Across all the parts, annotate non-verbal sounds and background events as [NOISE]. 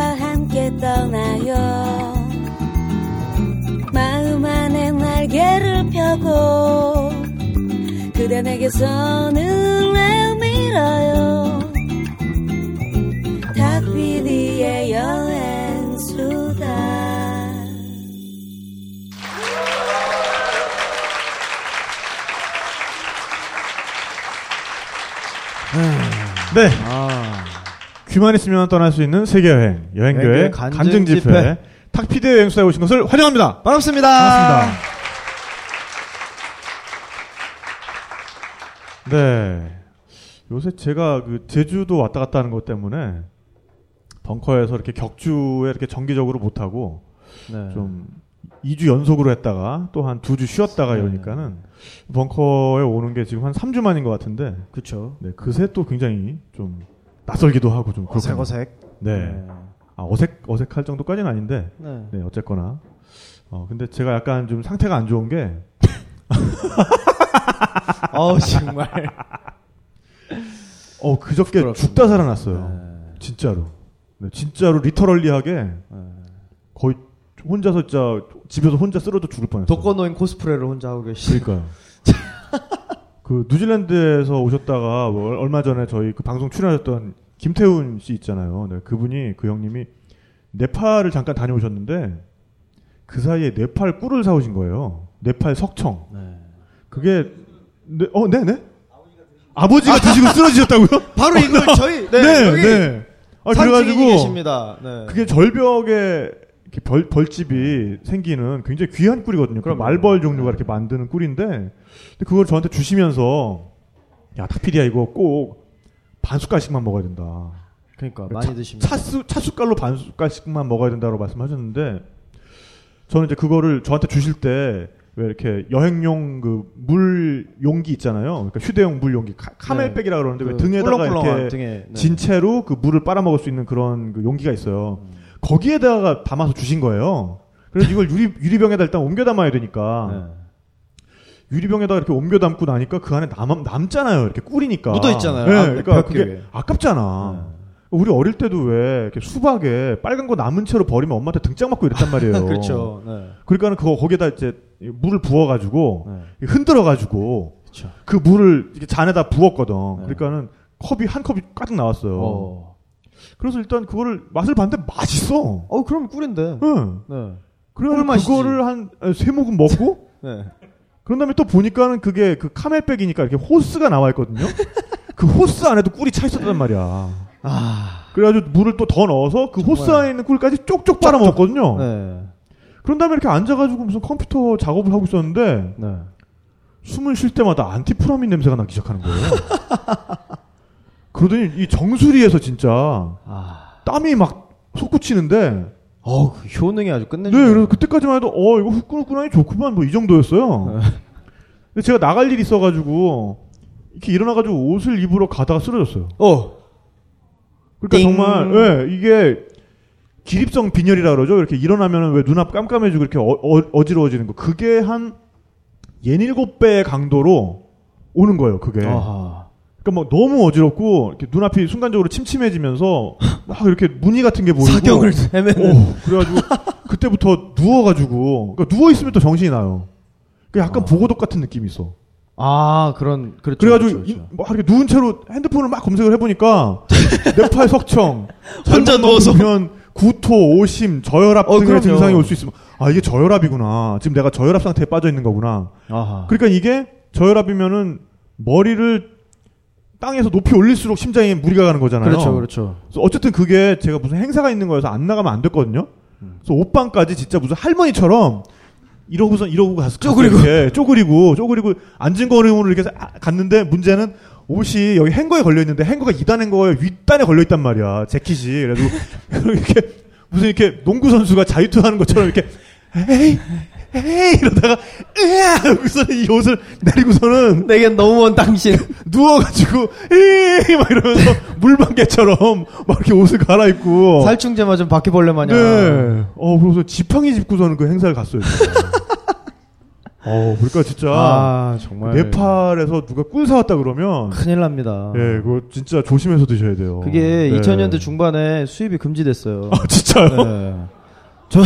함께 떠나요 마음 안에 날개를 펴고 그대 내게 손을 내밀어요 닭비디의 여행수다 네. 아, 귀만 있으면 떠날 수 있는 세계 여행 여행교회 여행교회 간증, 간증 집회, 집회. 탁피디의 여행수다에 오신 것을 환영합니다. 반갑습니다. 반갑습니다. 네. 요새 제가 그 제주도 왔다 갔다 하는 것 때문에 벙커에서 이렇게 격주에 이렇게 정기적으로 못 하고 네. 좀 2주 연속으로 했다가 또 한 2주 쉬었다가 네. 이러니까는 벙커에 오는 게 지금 한 3주 만인 것 같은데 그쵸. 네, 그새 또 굉장히 좀 낯설기도 하고 좀 그렇고. 어색어색. 네. 아, 어색 어색할 정도까지는 아닌데. 네. 네, 어쨌거나. 어, 근데 제가 약간 좀 상태가 안 좋은 게 [LAUGHS] 어우, 정말. 어, 그저께 부끄럽습니다. 죽다 살아났어요. 네. 진짜로. 네, 진짜로 리터럴리하게 네. 거의 혼자서 진짜 집에서 혼자 쓰러져 죽을 뻔했어요. 독거노인 코스프레를 혼자 하고 계시. 그러니까요. [LAUGHS] 그 뉴질랜드에서 오셨다가 뭐 얼- 얼마 전에 저희 그 방송 출연하셨던 김태훈 씨 있잖아요. 네, 그분이 그 형님이 네팔을 잠깐 다녀오셨는데 그 사이에 네팔 꿀을 사오신 거예요. 네팔 석청. 네. 그게 네, 어, 네, 네. 아버지가 드시고 쓰러지셨다고요? 바로 이걸 [LAUGHS] 저희 [LAUGHS] 네, 여기 어, 아, 산책이 그래가지고 계십니다. 네. 그게 절벽에 이렇게 벌, 벌집이 생기는 굉장히 귀한 꿀이거든요. 그 그럼요. 네. 말벌 종류가 이렇게 만드는 꿀인데, 근데 그걸 저한테 주시면서, 야, 탁피디야, 이거 꼭 반숟갈씩만 먹어야 된다. 그러니까 많이 차- 드십니다. 차수, 차숟갈로 반숟갈씩만 먹어야 된다고 말씀하셨는데, 저는 이제 그거를 저한테 주실 때, 왜 이렇게 여행용 그 물 용기 있잖아요. 그러니까 휴대용 물 용기, 카- 카멜백이라 그러는데 왜 그 등에다가 꿀렁꿀렁한 이렇게 등에 네. 진 채로 그 물을 빨아먹을 수 있는 그런 그 용기가 있어요. 거기에다가 담아서 주신 거예요. 그래서 이걸 유리, 유리병에다 일단 옮겨 담아야 네. 되니까. 유리병에다 이렇게 옮겨 담고 나니까 그 안에 남, 남잖아요. 이렇게 꿀이니까. 묻어 있잖아요. 네, 앞- 그러니까 벽에. 그게 아깝잖아. 네. 우리 어릴 때도 왜 이렇게 수박에 빨간 거 남은 채로 버리면 엄마한테 등짝 맞고 이랬단 말이에요. [LAUGHS] 그렇죠. 네. 그러니까는 그거 거기에다 이제 물을 부어가지고 네. 흔들어가지고 그렇죠. 그 물을 이렇게 잔에다 부었거든. 네. 그러니까는 컵이 한 컵이 꽉 나왔어요. 어. 그래서 일단 그거를 맛을 봤는데 맛있어. 어, 그럼 꿀인데. 응. 네. 그래서 맛이지. 그거를 한 세 모금 [LAUGHS] 먹고 네. 그런 다음에 또 보니까는 그게 그 카멜백이니까 이렇게 호스가 나와 [LAUGHS] 있거든요. 그 호스 안에도 꿀이 차 있었단 말이야. 아. 그래가지고 물을 또 더 넣어서 그 호스 안에 있는 꿀까지 쪽쪽 빨아 먹었거든요. 네. 그런 다음에 이렇게 앉아가지고 무슨 컴퓨터 작업을 하고 있었는데 네. 숨을 쉴 때마다 안티프라민 냄새가 나기 시작하는 거예요. [LAUGHS] 그러더니 이 정수리에서 진짜 아. 땀이 막 솟구치는데 어, 그 효능이 아주 네, 끝내주 그래서 그때까지만 해도 어 이거 후끈후끈하니 좋구만 뭐 이 정도였어요. 근데 제가 나갈 일이 있어가지고 이렇게 일어나가지고 옷을 입으러 가다가 쓰러졌어요. 어. 그러니까 띵. 정말 예 이게 기립성 빈혈이라 그러죠. 이렇게 일어나면 왜 눈앞 깜깜해지고 이렇게 어, 지러워지는거 그게 한 예닐곱 배의 강도로 오는 거예요. 네. 그게. 아하. 그러니까 막 너무 어지럽고 이렇게 눈앞이 순간적으로 침침해지면서 막 이렇게 무늬 같은 게 보이고 사경을 헤매는 오, 그래가지고 그때부터 누워가지고 그러니까 누워 있으면 또 정신이 나요. 그 약간 아. 보고독 같은 느낌이 있어. 아, 그런 그렇죠. 그래가지고 그렇죠, 이- 막 이렇게 누운 채로 핸드폰을 막 검색을 [LAUGHS] 해보니까 네팔 석청 혼자 누워서. 보면 구토, 오심, 저혈압 어, 등의 그럼요. 증상이 올 수 있으면 아 이게 저혈압이구나. 지금 내가 저혈압 상태에 빠져 있는 거구나. 그렇죠. 아하. 그러니까 이게 저혈압이면은 머리를 땅에서 높이 올릴수록 심장에 무리가 가는 거잖아요. 그렇죠. 그렇죠. 그래서 어쨌든 그게 제가 무슨 행사가 있는 거여서 안 나가면 안 됐거든요. 그래서 옷방까지 진짜 무슨 할머니처럼 이러고서 이러고 가서 쪼그리고. 이렇게 쪼그리고 쪼그리고 앉은 걸음으로 이렇게 아- 갔는데 문제는 옷이 여기 행거에 걸려 있는데 행거가 2단 행거에 윗단에 걸려 있단 말이야 재킷이 [LAUGHS] 그래도 이렇게 무슨 이렇게 농구 선수가 자유투하는 것처럼 이렇게 에이 에이 이러다가 으아 여기서 이 옷을 내리고서는 내겐 너무 먼 [LAUGHS] 당신. 누워가지고 에이 막 이러면서 물방개처럼 막 이렇게 옷을 갈아입고 살충제 맞은 바퀴벌레 마냥. [LAUGHS] 네. 어 그래서 지팡이 짚고서는 그 행사를 갔어요. 진짜. 어, 그러니까 진짜 아 정말 네팔에서 누가 꿀 사왔다 그러면 큰일 납니다. 예, 그거 진짜 조심해서 드셔야 돼요. 아. 그게 네. 2000년대 중반에 수입이 [LAUGHS] 금지됐어요. 아, 진짜요? 네. 저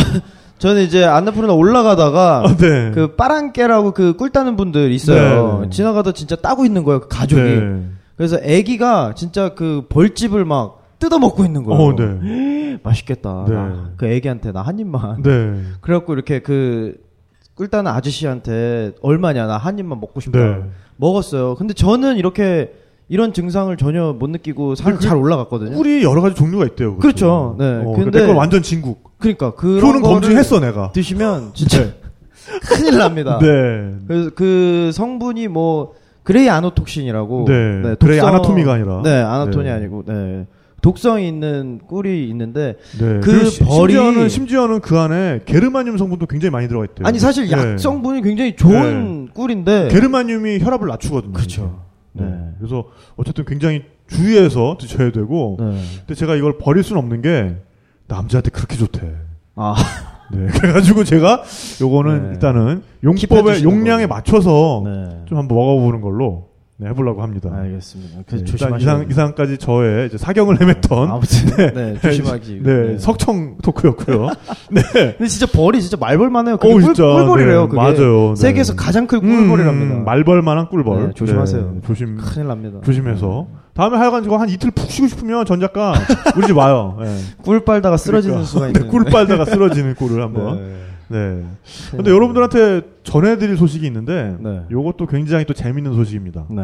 저는 이제 안나푸르나 올라가다가 아, 네. 그 빠랑깨라고 그 꿀 따는 분들 있어요. 네. 지나가다 진짜 따고 있는 거예요. 그 가족이. 네. 그래서 애기가 진짜 그 벌집을 막 뜯어 먹고 있는 거예요. 어, 네. [LAUGHS] 맛있겠다. 네. 나- 그 애기한테 나 한 입만. 네. 그래갖고 이렇게 그 꿀따는 아저씨한테 얼마냐 나 한 입만 먹고 싶다. 네. 먹었어요. 근데 저는 이렇게 이런 증상을 전혀 못 느끼고 살 잘 올라갔거든요. 그 꿀이 여러 가지 종류가 있대요. 그렇죠. 네. 근데, 근데- 내건 완전 진국. 그러니까 그런 효는 거를 검증했어 내가. 드시면 진짜 [LAUGHS] 큰일 납니다. 네. 그래서 그 성분이 뭐 그레이 아노톡신이라고 네. 그레이 아나토미가 아니라. 네 아나톤이 네. 아니고 네 독성이 있는 꿀이 있는데 네. 그 그리고 시- 벌이- 심지어는 심지어는 그 안에 게르마늄 성분도 굉장히 많이 들어가 있대요. 아니 사실 네. 약 성분이 굉장히 좋은 꿀인데 게르마늄이 혈압을 낮추거든요. 그렇죠. 네. 네. 그래서 어쨌든 굉장히 주의해서 드셔야 되고. 네. 근데 제가 이걸 버릴 수는 없는 게 남자한테 그렇게 좋대. 아 네. [LAUGHS] 그래가지고 제가 요거는 네. 일단은 킵해 용법의 두시는 용량에 걸로. 맞춰서 네. 좀 한번 먹어보는 걸로 네, 해보려고 합니다. 알겠습니다. 네, 그 일단 조심하시고 이상 이상까지 저의 이제 사경을 헤맸던 아, 아무튼 네, [LAUGHS] 조심하지. 네, 석청 토크였고요. [LAUGHS] 네. 근데 진짜 벌이 진짜 말벌만해요. 어우, 그게 꿀, 진짜. 꿀벌이래요. 네, 그게 맞아요. 네. 세계에서 가장 큰 꿀벌이랍니다. 음, 말벌만한 꿀벌. 네, 조심하세요. 네, 조심 큰일 납니다. 조심해서 다음에 하여간 저거 한 이틀 푹 쉬고 싶으면 전 작가 우리 집 와요. 네. 꿀 빨다가 쓰러지는 그러니까. 수가 네, 있는. 꿀 빨다가 쓰러지는 꿀을 한번. 네. 근데 여러분들한테 전해드릴 소식이 있는데 네. 요것도 굉장히 또 재밌는 소식입니다. 네.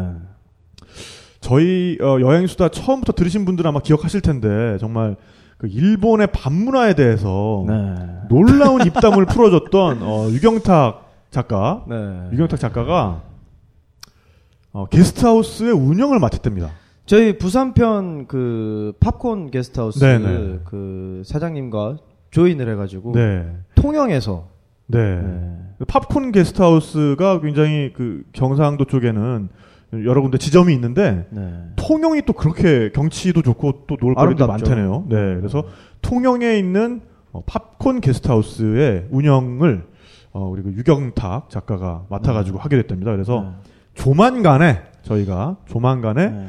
저희 어, 여행 수다 처음부터 들으신 분들 아마 기억하실 텐데 정말 그 일본의 밤문화에 대해서 네. 놀라운 입담을 풀어줬던 어, 유경탁 작가, 네. 유경탁 작가가 어, 게스트하우스의 운영을 맡았답니다. 저희 부산편 그 팝콘 게스트하우스 네, 네. 그 사장님과 조인을 해가지고 네, 통영에서 네. 팝콘 게스트하우스가 굉장히 그 경상도 쪽에는 여러 군데 지점이 있는데 네. 통영이 또 그렇게 경치도 좋고 또 놀거리도 아름답죠. 음. 많다네요. 네, 그래서 통영에 있는 어, 팝콘 게스트하우스의 운영을 어, 우리 그 유경탁 작가가 맡아가지고 음. 하게 됐답니다. 그래서 조만간에 저희가 조만간에 네.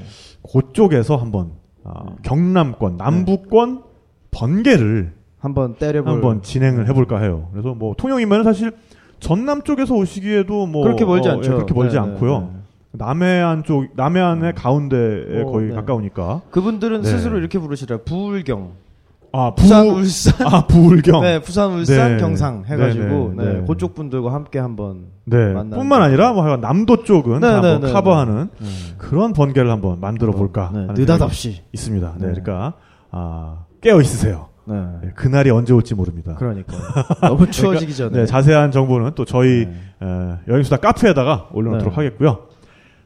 그쪽에서 한번 어, 경남권, 남부권 번개를 한번 때려볼 네. 한번 진행을 해볼까 해요. 그래서 뭐 통영이면 사실 전남 쪽에서 오시기에도 뭐 그렇게 멀지 어, 예, 않죠. 그렇게 멀지 네, 네, 않고요. 네. 남해안 쪽, 남해안의 가운데에 오, 거의 네. 가까우니까. 그분들은 네. 스스로 이렇게 부르시라 부울경 아, 부, 부산 울산 아, 부울경. 네, 네. [LAUGHS] 부산, 울산, 네. 경상 해가지고 네, 네, 네, 네. 그쪽 분들과 함께 한번 만나는 뿐만 아니라 뭐 하여간 남도 쪽은 다 네, 한번 네, 네, 커버하는 그런 번개를 한번 만들어 볼까. 네, 하는 느닷없이. 생각이 있습니다. 네, 네. 그러니까 아, 깨어 있으세요. 네. 네, 그날이 언제 올지 모릅니다. [LAUGHS] 그러니까 너무 추워지기 전에 네, 자세한 정보는 또 저희 어, 여행수다 카페에다가 올려놓도록 네. 하겠고요.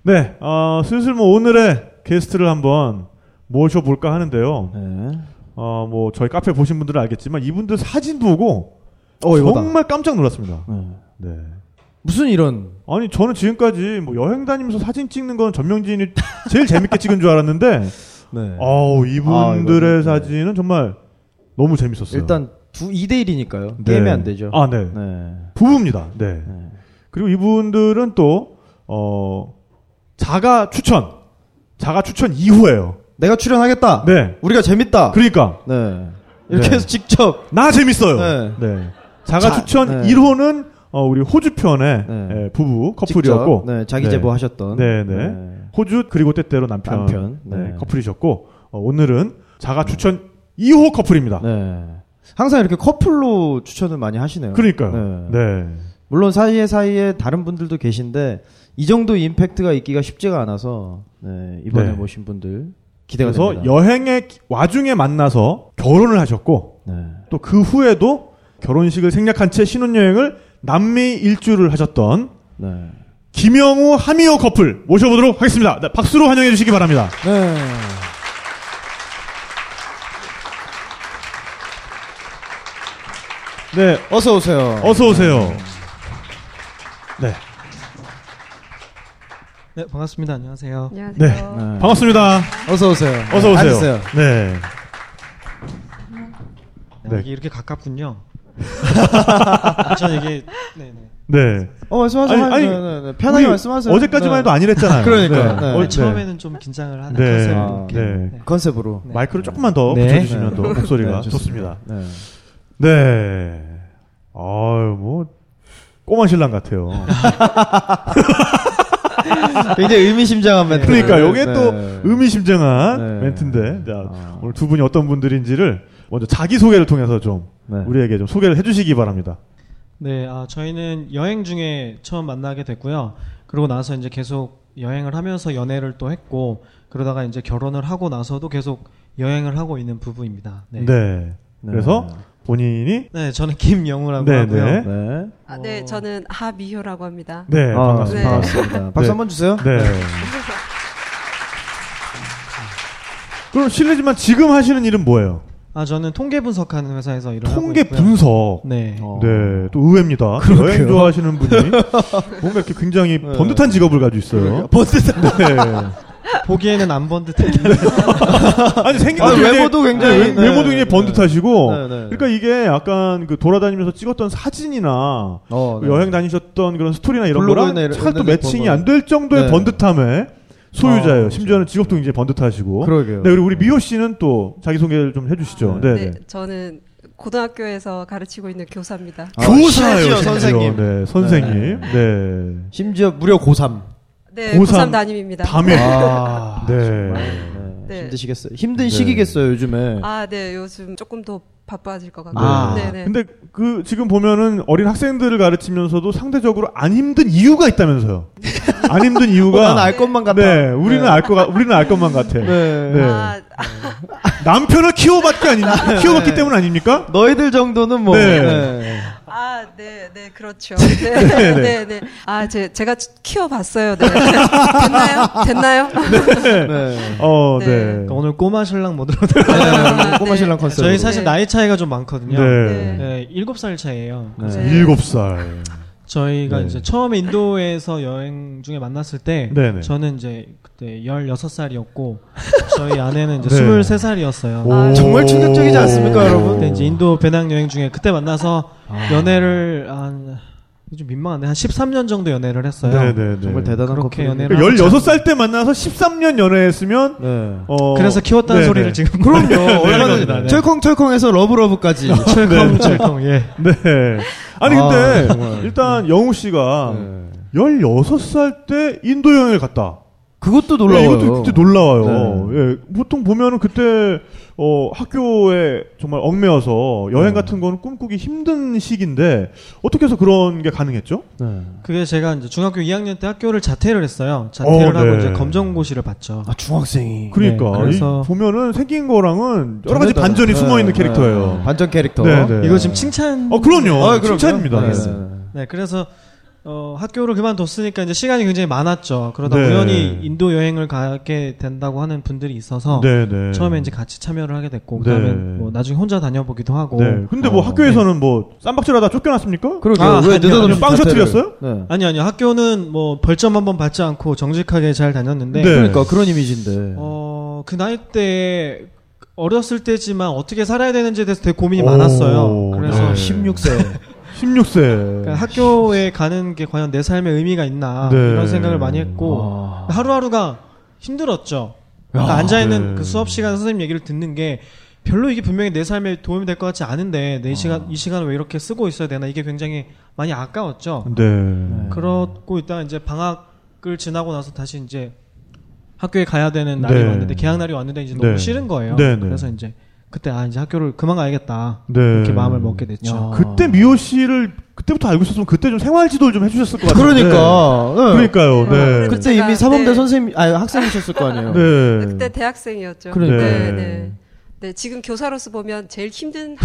네, 어, 슬슬 뭐 오늘의 게스트를 한번 모셔볼까 하는데요. 네. 어, 뭐 저희 카페 보신 분들은 알겠지만 이분들 사진 보고 어, 이거다. 정말 깜짝 놀랐습니다. 네. 네. 무슨 이런 아니 저는 지금까지 뭐 여행 다니면서 사진 찍는 건 전명진이 제일 재밌게 찍은 줄 알았는데, [LAUGHS] 네. 어우 이분들의 아, 이거는, 네. 사진은 정말 너무 재밌었어요. 일단 두 2대 1이니까요. 네. 게임이 안 되죠. 아, 네. 네. 부부입니다. 네. 네. 그리고 이분들은 또, 어, 자가 추천. 자가 추천 이후에요. 내가 출연하겠다. 네. 우리가 재밌다. 그러니까, 네. 이렇게 네. 해서 직접 나 재밌어요. 네. 자가 자- 추천 네. 1호는, 어, 우리 호주편의 네. 예, 부부 직접, 커플이었고. 네, 자기 네. 제보하셨던 네, 네. 호주, 그리고 때때로 남편. 남편. 네, 네. 커플이셨고, 어, 오늘은 자가 추천 2호 커플입니다. 네. 항상 이렇게 커플로 추천을 많이 하시네요. 그러니까요. 네. 물론 사이에 사이에 다른 분들도 계신데 이 정도 임팩트가 있기가 쉽지가 않아서 네, 이번에 네. 모신 분들 기대가 그래서 됩니다. 여행의 와중에 만나서 결혼을 하셨고, 네. 또 그 후에도 결혼식을 생략한 채 신혼여행을 남미 일주를 하셨던 네. 김영우 하미호 커플 모셔보도록 하겠습니다. 네, 박수로 환영해 주시기 바랍니다. 네. 네, 어서 오세요. 어서 오세요. 네, 네 반갑습니다. 안녕하세요. 안녕하세요. 네. 반갑습니다. 어서 오세요. 어서 오세요. 앉으세요. 네, 네, 네. [LAUGHS] 이게 이렇게 가깝군요. 저 이게 네네. 네. 어 말씀하세요. 아니, 아니, 네, 네, 네. 편하게 우리 말씀하세요. 네. 어제까지만 해도 아니랬잖아요. 그러니까요. 네. 네. 어, 네. 원래 처음에는 좀 긴장을 하는 네. 컨셉으로. 아, 이렇게. 네. 네. 컨셉으로. 네. 마이크를 조금만 더 네. 붙여주시면 네. 또 목소리가 네, 좋습니다. 네. 네. 아유, 뭐, 꼬마 신랑 같아요. 굉장히 의미심장한 멘트. [LAUGHS] 그러니까, 요게 네. 또 의미심장한 네. 멘트인데, 자, 아. 오늘 두 분이 어떤 분들인지를 먼저 자기소개를 통해서 좀 네. 우리에게 좀 소개를 해주시기 바랍니다. 네, 아, 저희는 여행 중에 처음 만나게 됐고요. 그러고 나서 이제 계속 여행을 하면서 연애를 또 했고, 그러다가 이제 결혼을 하고 나서도 계속 여행을 하고 있는 부부입니다. 네. 네. 그래서 본인이, 네, 저는 김영우라고 네, 하고요. 네. 네. 아, 네, 저는 하미효라고 합니다. 네, 아, 반갑습니다. 네. 반갑습니다. 박수 네. 한번 주세요. 네. 그럼 실례지만 지금 하시는 일은 뭐예요? 아, 저는 통계 분석하는 회사에서 일을 통계 하고 있고요. 분석. 네. 어. 네, 또 의외입니다. 여행 좋아하시는 분이 뭔가 이렇게 굉장히 네. 번듯한 직업을 가지고 있어요. 번듯한. 네. 보기에는 안 그러니까 본 듯한데 아니 생긴 아, 것도 굉장히- 외모도 굉장히- 네, 외- 네. 외모도 굉장히 네. 번듯하시고. 네, 네. 그러니까 이게 약간 그 돌아다니면서 찍었던 사진이나 뭐 어, 네. 여행 다니셨던 그런 스토리나 이런 블로그나 거랑 이런- 잘 또 이런 데 매칭이 보면- 안 될 정도의 네. 번듯함에 소유자예요. 아, 심지어는 직업도 굉장히 번듯하시고. 그러게요. 네, 그리고 우리 미호 씨는 또 자기 소개를 좀 해주시죠. 네, 네. 네, 저는 고등학교에서 가르치고 있는 교사입니다. 아, 심지어 선생님. 네, 선생님. 네. 심지어 무려 고3. 네, 고삼 고삼 담임입니다. 밤에. 아, 네. 정말, 네. 네. 힘드시겠어요. 힘든 네. 시기겠어요, 요즘에. 아, 네, 요즘 조금 더 바빠질 것 같고. 아, 네, 네. 근데 그 지금 보면은 어린 학생들을 가르치면서도 상대적으로 안 힘든 이유가 있다면서요. 안 힘든 이유가 어, 난알 것만 같아. 네, 우리는 알 것 우리는 알 것만 같아. 네. 네. 아, 아, 남편을 키워봤기 아니 네. 키워봤기 때문 아닙니까? 너희들 정도는 뭐. 네. 네. 아, 네, 네, [LAUGHS] 그렇죠. 네, 네, 네. 아, 제, 제가 키워봤어요. 네. [LAUGHS] 됐나요? 됐나요? 네. 네. 어, 네. 네. 네. 오늘 꼬마 신랑 모드로 아, 꼬마 신랑 네. 컨셉. 저희 사실 네. 나이 차이가 좀 많거든요. 네. 네, 7살 차이예요. 네. 네. 일곱 살. 저희가 네. 이제 처음에 인도에서 여행 중에 만났을 때 네네. 저는 이제 [LAUGHS] 그때 16살이었고 저희 아내는 이제 네. 23살이었어요. 아, 정말 충격적이지 않습니까, 오. 여러분? 그때 네, 이제 인도 배낭 여행 중에 그때 만나서 아. 연애를 한 좀 민망한데 한 13년 정도 연애를 했어요. 네, 네, 네. 정말 대단한 그렇게 커플. 연애를- 16살 때 만나서 13년 연애했으면 네. 어 그래서 키웠다는 네, 네. 소리를 지금 그럼요. [LAUGHS] 네, 네, 얼마나 [LAUGHS] 네. 철컹철컹해서 러브러브까지. 철컹 철컹 예. 네. 아니 아, 근데 정말. 일단 영우 씨가 네. 16살 때 인도 여행을 갔다. 그것도 네, 놀라워요. 이것도 진짜 놀라워요. 네. 예, 보통 보면은 그때 어, 학교에 정말 얽매여서 네. 여행 같은 거는 꿈꾸기 힘든 시기인데 어떻게 해서 그런 게 가능했죠? 네. 그게 제가 이제 중학교 2학년 때 학교를 자퇴를 했어요. 자퇴를 어, 하고 네. 이제 검정고시를 봤죠. 아, 중학생이. 그러니까 네, 그래서- 이 보면은 생긴 거랑은 여러 가지 반전이 네, 숨어 있는 네, 캐릭터예요. 네. 반전 캐릭터. 네, 네. 이거 지금 칭찬 어 그럼요. 아, 그럼요. 칭찬입니다. 네, 네. 네, 네. 네, 그래서 어, 학교를 그만뒀으니까 이제 시간이 굉장히 많았죠. 그러다 네. 우연히 인도 여행을 가게 된다고 하는 분들이 있어서 네, 네. 처음에 이제 같이 참여를 하게 네. 됐고 그다음에 뭐 나중에 혼자 다녀보기도 하고 네. 근데 뭐 어, 학교에서는 뭐 쌈박질하다 쫓겨났습니까? 그러게요. 아, 왜 아니요. 느닷없이 빵 사태를- 셔틀이었어요? 네. 아니 아니 학교는 뭐 벌점 한 번 받지 않고 정직하게 잘 다녔는데 네. 그러니까 그런 이미지인데. 어, 그 나이 때 어렸을 때지만 어떻게 살아야 되는지에 대해서 되게 고민이 오, 많았어요. 그래서 네. 16세. 16세. 그러니까 학교에 가는 게 과연 내 삶의 의미가 있나 네. 이런 생각을 많이 했고 아. 하루하루가 힘들었죠. 야, 앉아 있는 네. 그 수업 시간 선생님 얘기를 듣는 게 별로 이게 분명히 내 삶에 도움이 될 것 같지 않은데 내 시간 아. 이 시간을 왜 이렇게 쓰고 있어야 되나 이게 굉장히 많이 아까웠죠. 네. 그러고 있다가 이제 방학을 지나고 나서 다시 이제 학교에 가야 되는 날이 네. 왔는데 개학 날이 왔는데 이제 네. 너무 싫은 거예요. 네, 네. 그래서 이제 그때 아 이제 학교를 그만 가야겠다 네. 이렇게 마음을 먹게 어. 됐죠. 야. 그때 미호 씨를 그때부터 알고 있었으면 그때 좀 생활 지도를 좀 해주셨을 것 같아요. 그러니까. 네. 어. 그러니까요. 네. 그때 제가, 이미 사범대 네. 선생님, 아니 학생이셨을 거 아니에요. 네. 그때 대학생이었죠. 그러니까. 네, 네. 네, 지금 교사로서 보면 제일 힘든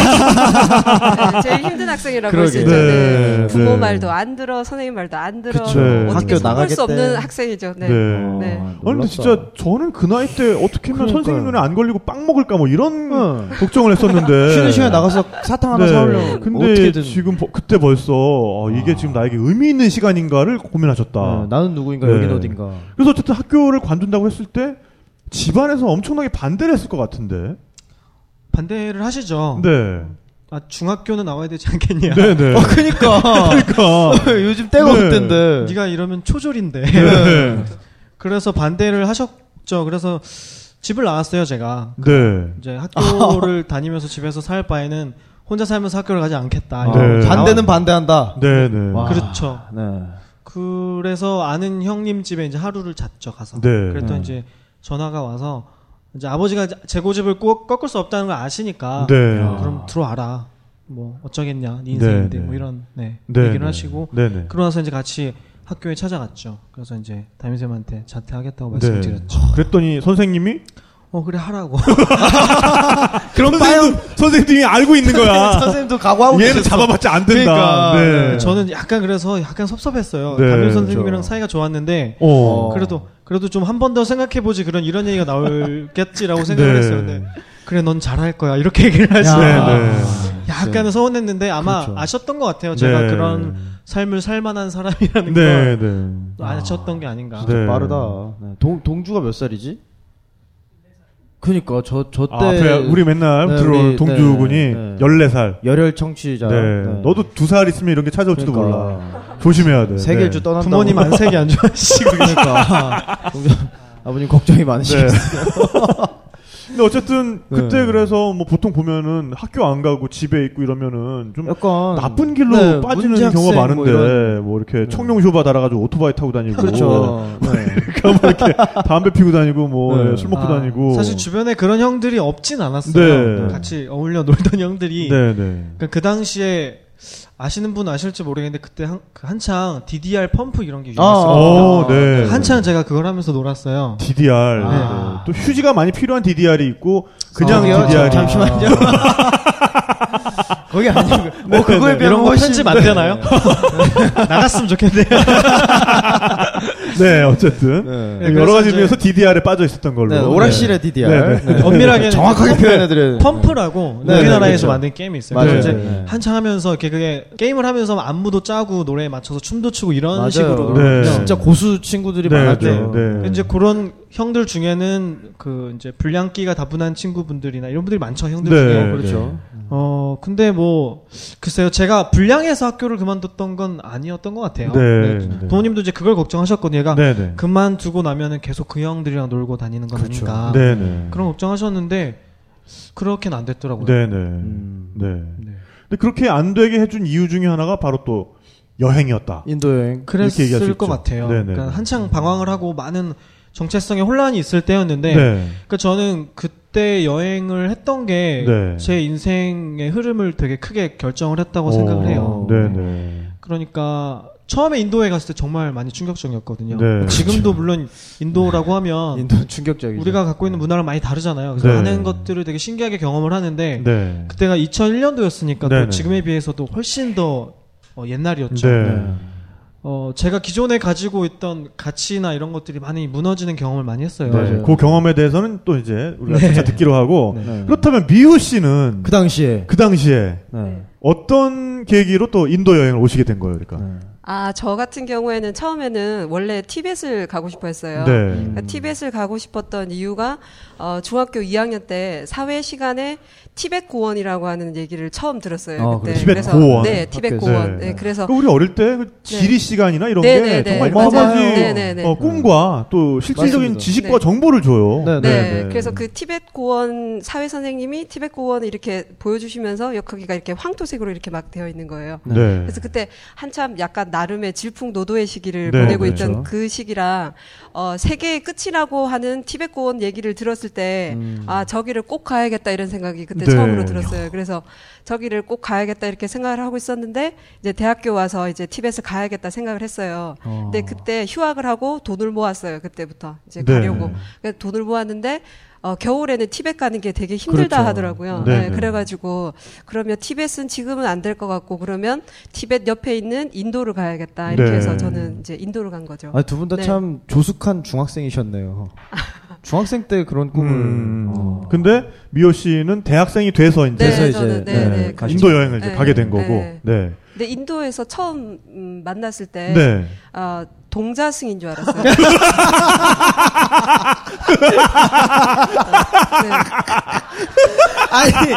학생이라고. [LAUGHS] 네, 제일 힘든 학생이라고 할 수 그러게. 있죠. 네. 네, 부모 네. 말도 안 들어, 선생님 말도 안 들어. 그쵸. 어떻게 학교 속을 나가겠대. 수 없는 학생이죠. 네. 네. 네. 아, 아니 근데 놀랍다. 진짜 저는 그 나이 때 어떻게 하면 그러니까요. 선생님 눈에 안 걸리고 빵 먹을까 뭐 이런 응. 걱정을 했었는데 [LAUGHS] 쉬는 시간에 나가서 사탕 하나 네. 사오려고. 근데 어떻게든. 지금 버- 그때 벌써 어, 이게 지금 나에게 의미 있는 시간인가를 고민하셨다. 네, 나는 누구인가, 아. 네. 여긴 어딘가. [LAUGHS] 그래서 어쨌든 학교를 관둔다고 했을 때 집안에서 엄청나게 반대를 했을 것 같은데. 반대를 하시죠. 네. 아 중학교는 나와야 되지 않겠냐. 네네. 어, 그니까. [LAUGHS] 그러니까. 요즘 때가 네. 없던데. 네가 이러면 초졸인데. 네. [LAUGHS] 그래서 반대를 하셨죠. 그래서 집을 나왔어요, 제가. 네. 이제 [LAUGHS] 학교를 다니면서 집에서 살 바에는 혼자 살면서 학교를 가지 않겠다. 아, 네. 반대는 반대한다. 네, 네. 그 와. 그렇죠. 네. 그래서 아는 형님 집에 이제 하루를 잤죠 가서. 네. 그랬더니 음. 이제 전화가 와서 이제 아버지가 이제 제 고집을 꼭 꺾을 수 없다는 걸 아시니까 네. 어, 그럼 들어와라. 뭐 어쩌겠냐, 네 인생인데 네, 뭐 네. 이런 네, 네, 얘기를 네. 하시고 네네. 그러고 나서 이제 같이 학교에 찾아갔죠. 그래서 이제 담임쌤한테 자퇴하겠다고 네. 말씀드렸죠. 그랬더니 선생님이 어 [LAUGHS] 그래 하라고. 그럼 선생님 선생님이 알고 있는 [LAUGHS] [LAUGHS] 거야. 선생님도 각오하고 얘는 계셨어. 잡아봤자 안 된다. 그러니까. 네. 저는 약간 그래서 약간 섭섭했어요. 네, 담임 선생님이랑 그렇죠. 사이가 좋았는데 어. 어. 그래도 그래도 좀 한 번 더 생각해 보지 그런 이런 얘기가 나올겠지라고 생각을 [LAUGHS] 네. 했어요. 근데 그래 넌 잘할 거야 이렇게 얘기를 야. 하시고 네, 네. 약간은 서운했는데 아마 그렇죠. 아셨던 것 같아요. 제가 네. 그런 삶을 살만한 사람이라는 네, 걸 그러니까 네. 아셨던 게 아닌가. 네. 빠르다. 네. 동 동주가 몇 살이지? 그니까 저 저 때 아, 앞에 우리 맨날 네, 들어온 우리- 동주 네, 군이 네. 14살. 열혈 청취자. 네. 너도 두 살 있으면 이런 게 찾아올지도 그러니까. 몰라. 조심해야 돼. 세계일주 네. 떠난다. 부모님 안색이 [LAUGHS] 안 좋아하시고 그러니까 동주- 아버님 걱정이 많으시겠어요. 네. 근데 어쨌든 그때 네. 그래서 뭐 보통 보면은 학교 안 가고 집에 있고 이러면은 좀 약간 나쁜 길로 네, 빠지는 문제학생 경우가 뭐 많은데 뭐, 이런- 이렇게 청룡 쇼바 달아가지고 오토바이 타고 다니고 그렇죠. 네. 그러니까 뭐 이렇게 담배 피고 다니고 뭐 네. 술 먹고 아, 다니고 사실 주변에 그런 형들이 없진 않았어요. 네. 같이 어울려 놀던 형들이 네네 그러니까 그 당시에 아시는 분 아실지 모르겠는데 그때 한, 그 한창 DDR 펌프 이런 아, 게 유행했어요. 어, 네. 아, 한창 제가 그걸 하면서 놀았어요. DDR 네. 아. 또 휴지가 많이 필요한 DDR이 있고 아, 그냥 저기요, DDR이 저- 잠시만요. [LAUGHS] 거기 아니고 네. 뭐 그거에 비하면 네, 이런 거 훨씬- 네. 편집 안 되나요? [LAUGHS] 나갔으면 좋겠네요. 네 어쨌든 네. 네, 여러 그래서 가지 이제- 중에서 DDR에 빠져 있었던 걸로 네, 오락실의 DDR. 네, 네. 엄밀하게 정확하게 펌프- 표현해드려요. 펌프라고 네, 네, 그렇죠. 우리나라에서 만든 게임이 있어요. 맞아요. 그래서 이제 네. 한창 하면서 이렇게 그게 게임을 하면서 안무도 짜고 노래에 맞춰서 춤도 추고 이런 맞아요. 식으로 네. 놀거든요. 진짜 고수 친구들이 네, 많았죠. 네, 네. 근데 이제 그런 형들 중에는 그 이제 불량기가 다분한 친구분들이나 이런 분들이 많죠 형들 네. 중에. 어, 그렇죠. 어 근데 뭐 글쎄요 제가 불량해서 학교를 그만뒀던 건 아니었던 것 같아요. 네, 네. 네. 부모님도 이제 그걸 걱정하셨거든요. 얘가 네네 그만두고 나면은 계속 그 형들이랑 놀고 다니는 건 아닌가. 그렇죠. 네네 그런 걱정하셨는데 그렇게는 안 됐더라고요. 네네 음. 네 근데 그렇게 안 되게 해준 이유 중에 하나가 바로 또 여행이었다 인도 여행. 이렇게 얘기할 수 그랬을 것 있죠. 같아요. 네네. 그러니까 한창 방황을 하고 많은 정체성의 혼란이 있을 때였는데 네. 그러니까 저는 그때 여행을 했던 게 네. 제 인생의 흐름을 되게 크게 결정을 했다고 오, 생각을 어, 해요. 네네. 그러니까 처음에 인도에 갔을 때 정말 많이 충격적이었거든요. 네. 지금도 물론 인도라고 하면 인도 충격적이죠. 우리가 갖고 있는 문화랑 많이 다르잖아요. 그래서 네. 많은 것들을 되게 신기하게 경험을 하는데 네. 그때가 2001년도였으니까 네네. 또 지금에 비해서도 훨씬 더 어, 옛날이었죠. 네. 어, 제가 기존에 가지고 있던 가치나 이런 것들이 많이 무너지는 경험을 많이 했어요. 네. 맞아요. 그 경험에 대해서는 또 이제 우리가 차차 듣기로 하고 네. 그렇다면 미호 씨는 그 그, 당시에 당시에 네. 어떤 계기로 또 인도 여행을 오시게 된 거예요, 그러니까. 아, 저 같은 경우에는 처음에는 원래 티벳을 가고 싶어 했어요. 네. 음. 그러니까 티벳을 가고 싶었던 이유가 어, 중학교 2학년 때 사회 시간에 티벳 고원이라고 하는 얘기를 처음 들었어요. 아, 그때. 그래요? 티벳 그래서 고원. 네, 티벳 학교에서. 고원. 네. 네, 그래서 그 우리 어릴 때그 지리 시간이나 이런 네, 게 네, 네. 정말 여러 맞아요. 가지 네, 네, 네. 어, 꿈과 또 실질적인 맞습니다. 지식과 네. 정보를 줘요. 네, 네, 그래서 그 티벳 고원 사회 선생님이 티벳 고원을 이렇게 보여주시면서 여기가 이렇게 황토색으로 이렇게 막 되어 있는 거예요. 네. 그래서 그때 한참 약간 나름의 질풍노도의 시기를 네, 보내고 네. 있던 그렇죠. 그 시기라 어, 세계의 끝이라고 하는 티벳 고원 얘기를 들었을 때 음. 아 저기를 꼭 가야겠다 이런 생각이 그때 네. 처음으로 들었어요. 그래서 저기를 꼭 가야겠다 이렇게 생각을 하고 있었는데 이제 대학교 와서 이제 티벳을 가야겠다 생각을 했어요. 근데 그때 휴학을 하고 돈을 모았어요. 그때부터 이제 네. 가려고 그래서 돈을 모았는데 어, 겨울에는 티벳 가는 게 되게 힘들다 그렇죠. 하더라고요. 네, 네, 네. 그래가지고 그러면 티벳은 지금은 안 될 것 같고 그러면 티벳 옆에 있는 인도를 가야겠다 이렇게 네. 해서 저는 이제 인도를 간 거죠. 아, 두 분 네. 다 참 조숙한 중학생이셨네요. 중학생 때 그런 꿈을 음. 어. 근데 미호 씨는 대학생이 돼서 이제 그래서 네, 이제 저는 네, 네, 네. 가신 인도 [LAUGHS] 여행을 이제 네. 가게 된 거고. 네. 네. 근데 인도에서 처음 음, 만났을 때 네. 아, 동자승인 줄 알았어요. 아니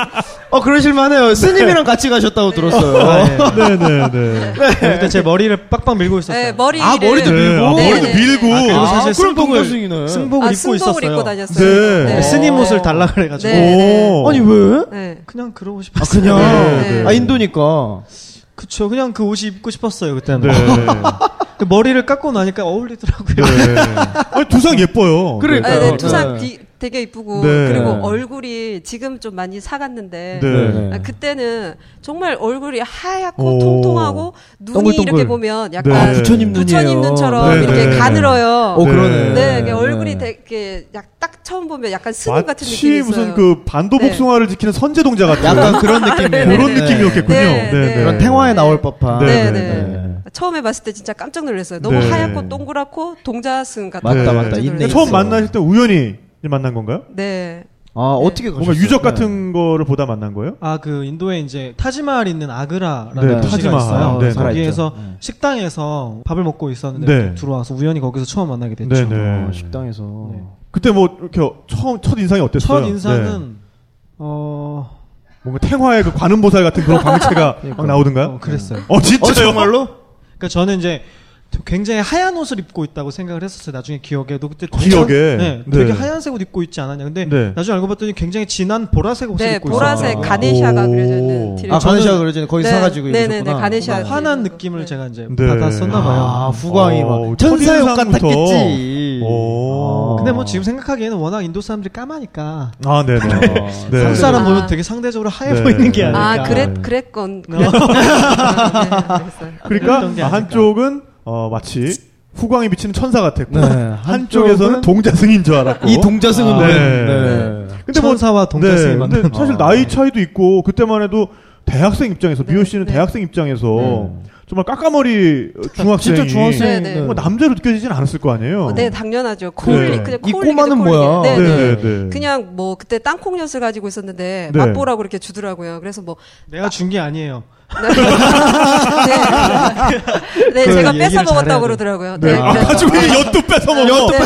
어 그러실만해요. 스님이랑 같이 가셨다고 [LAUGHS] 들었어요. 아, 예. 네네네. 네. [LAUGHS] 어, 그때 제 머리를 빡빡 밀고 있었어요. 네, 머리 아, 머리도 를 밀고? 아, 네, 머리도 네. 밀고. 아, 그리고 사실 아, 그럼 승복을 동교수이네. 승복을 아, 입고 승복을 있었어요. 입고 다녔어요. 네. 스님 옷을 달라 그래가지고 네. 오. 아니 왜? 네. 그냥 그러고 아 싶었어요. 그냥 네. 아 인도니까. 그쵸. 그냥 그 옷이 입고 싶었어요 그때는. 네. [LAUGHS] 근데 머리를 깎고 나니까 어울리더라고요. 네. 아니, 두상 예뻐요. 그러니까. 아, 그러니까요. 네, 두상 네. 뒤- 되게 이쁘고 네. 그리고 네. 얼굴이 지금 좀 많이 사갔는데 네. 아, 그때는 정말 얼굴이 하얗고 오. 통통하고 눈이 동글동글. 이렇게 보면 아, 약간 네. 부처님 눈이에요. 부처님 눈처럼 네, 이렇게 네. 가늘어요. 오 네. 그러네. 네, 이게 얼굴이 네. 되게 약 딱 처음 보면 약간 스님 같은 마치 느낌이 있어요. 네. 무슨 그 반도복숭아를 지키는 선제동자 같은 약간 그런 [LAUGHS] 느낌이에요. 그런 네. 느낌이었겠군요. 네, 네. 그런 탱화에 나올 법한. 네, 네, 네. 네. 처음에 봤을 때 진짜 깜짝 놀랐어요. 너무 네. 하얗고 동그랗고 동자승 같아. 맞다, 네. 맞다. 있네, 처음 있어. 만나실 때 우연히 만난 건가요? 네. 아 어떻게 가셨어요? 뭔가 유적 같은 거를 보다 만난 거예요? 아 그 인도에 이제 타지마할 있는 네, 아그라라는 도시가 타지마할. 있어요. 네, 거기에서 살아있죠. 네. 식당에서 밥을 먹고 있었는데 네. 또 들어와서 우연히 거기서 처음 만나게 됐죠. 네, 네. 어, 식당에서. 그때 뭐 이렇게 처음 첫 인상이 어땠어요? 첫 인상은 네. 어, 뭔가 탱화의 그 관음보살 같은 그런 광채가 막 나오던가요? 어, 그랬어요. 어 진짜요? 어, 정말로? 그러니까 저는 이제 굉장히 하얀 옷을 입고 있다고 생각을 했었어요. 나중에 기억에도 그때 기억에? 네. 네, 되게 하얀색 옷 입고 있지 않았냐. 근데 네. 나중에 알고 봤더니 굉장히 진한 보라색 옷을 네, 입고 보라색 있었어요. 아, 가네샤가 오. 그려져 있는 아 티를 저는- 가네샤 그러지 거기 네, 사가지고 네, 이러셨구나. 네, 네, 가네샤. 환한 느낌을 제가 이제 네. 받았었나 봐요. 아 후광이 어, 막 천사의 옷 첫인상부터. 같았겠지. 아. 오. 근데 뭐 지금 생각하기에는 워낙 인도 사람들이 까마니까 아 네네. 네. 한국 사람 아. 보면 되게 상대적으로 하얘 네. 보이는 게 아닐까. 아, 그랬 그랬건 그랬건. 네, 그랬어요. 어떤 게 그러니까 아닐까. 한쪽은 어, 마치 후광이 비치는 천사 같았고 네, 한쪽에서는 한쪽은 동자승인 줄 알았고. 이 동자승은 아, 왜? 네. 네. 근데 뭐- 천사와 동자승이 네, 만든- 근데 사실 아. 나이 차이도 있고 그때만 해도 대학생 입장에서 미호 씨는 대학생 입장에서 정말 까까머리 중학생이 진짜 중학생. 네, 네. 뭐 남자로 느껴지진 않았을 거 아니에요. 네, 당연하죠. 콜리 네. 그냥 이 콜리기도 꼬마는 콜리기. 뭐야? 네, 네. 네, 네. 그냥 뭐 그때 땅콩엿을 가지고 있었는데 네. 맛보라고 이렇게 주더라고요. 그래서 뭐 내가 준 게 아니에요. [LAUGHS] 그 네, 네, 제가 얘기를 뺏어 잘해야 돼. 먹었다고 그러더라고요. 네. 네, 아, 그래서- 가지고 있는 엿도 뺏어 먹어. 네.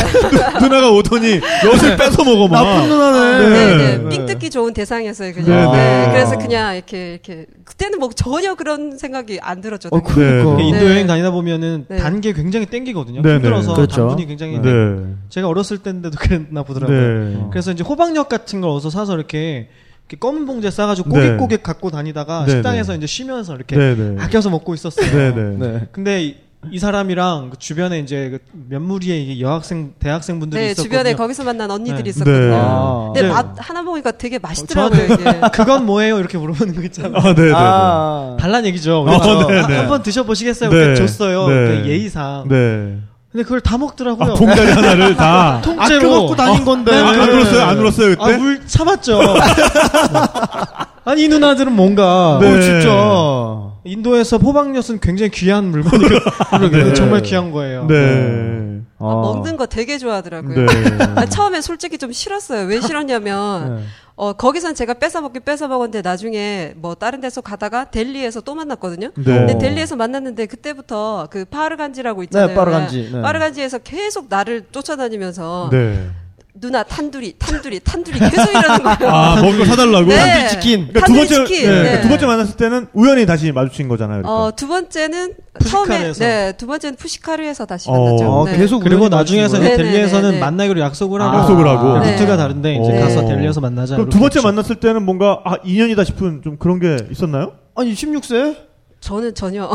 누나가 오더니 엿을 뺏어 먹어 막. 나쁜 누나네. 네, 네. 삥 뜯기 좋은 대상이었어요. 그냥. 네, 네. 네, 그래서 그냥 이렇게 이렇게 그때는 뭐 전혀 그런 생각이 안 들었죠. 어, 되게. 그러니까. 네, 네. 인도 네. 여행 다니다 보면은 네. 단 게 굉장히 땡기거든요. 네, 네. 힘들어서 그렇죠. 단분이 굉장히 네. 제가 어렸을 때인데도 그랬나 보더라고요. 네. 그래서 이제 호박엿 같은 걸 어서 사서 이렇게, 이렇게 검은 봉지에 싸가지고 네. 꼬깃꼬깃 갖고 다니다가 네, 식당에서 네. 이제 쉬면서 이렇게 네, 네. 아껴서 먹고 있었어요. 네, 네. 네. 근데 이, 이 사람이랑 그 주변에 이제 그 면무리에 이게 여학생 대학생분들이 네, 있었거든요. 어, 주변에 거기서 만난 언니들이 네. 있었거든요. 아. 근데 네. 어, 아. 맛 하나 먹으니까 되게 맛있더라고요, [LAUGHS] 이게. 그건 뭐예요? 이렇게 물어보는 거 있잖아요. 아, 네, 네. 아. 달란 얘기죠. 어, 네, 네. 한번 드셔보시겠어요? 네. 이렇게 줬어요. 네. 이렇게 예의상. 네. 근데 그걸 다 먹더라고요. 아, 봉다리 하나를 [LAUGHS] 다. 통째로. 아껴먹고 다닌 건데. 어. 안 네. 울었어요? 안 울었어요, 아, 그때? 물 [LAUGHS] 참았죠. 아니, 이 누나들은 뭔가. 네. 어, 아, 아. 인도에서 포박엿은 굉장히 귀한 물건이에요. [LAUGHS] 네. 정말 귀한 거예요. 네. 아, 먹는 거 되게 네. 좋아하더라고요. 아, 처음에 솔직히 좀 싫었어요. [LAUGHS] 왜 싫었냐면, 어, 거기선 제가 뺏어먹기 뺏어먹었는데 나중에 뭐 다른 데서 가다가 델리에서 또 만났거든요. 네. 근데 어. 델리에서 만났는데 그때부터 그 파르간지라고 있잖아요. 네, 파르간지. 네. 파르간지에서 계속 나를 쫓아다니면서 네. 누나 탄두리, 탄두리, 탄두리 계속 이러는 거예요. 아, 먹을 거 사달라고? [LAUGHS] 네. 치킨. 그러니까 두 탄두리 번째 치킨. 네. 네. 그러니까 두 번째 만났을 때는 우연히 다시 마주친 거잖아요. 그러니까. 어, 두 번째는 처음에 푸시카르에서. 네, 두 번째는 푸시카르에서 다시 어. 만났죠. 어, 네. 계속 그리고 우연히 나중에서 이제 네, 네, 델리에서는 네, 네. 만나기로 약속을 하고. 아, 약속을 하고. 네. 루트가 다른데 이제 어. 가서 델리에서 만나자. 그럼 이렇게 두 번째 했죠. 만났을 때는 뭔가 아 인연이다 싶은 좀 그런 게 있었나요? 아니 16세? 저는 전혀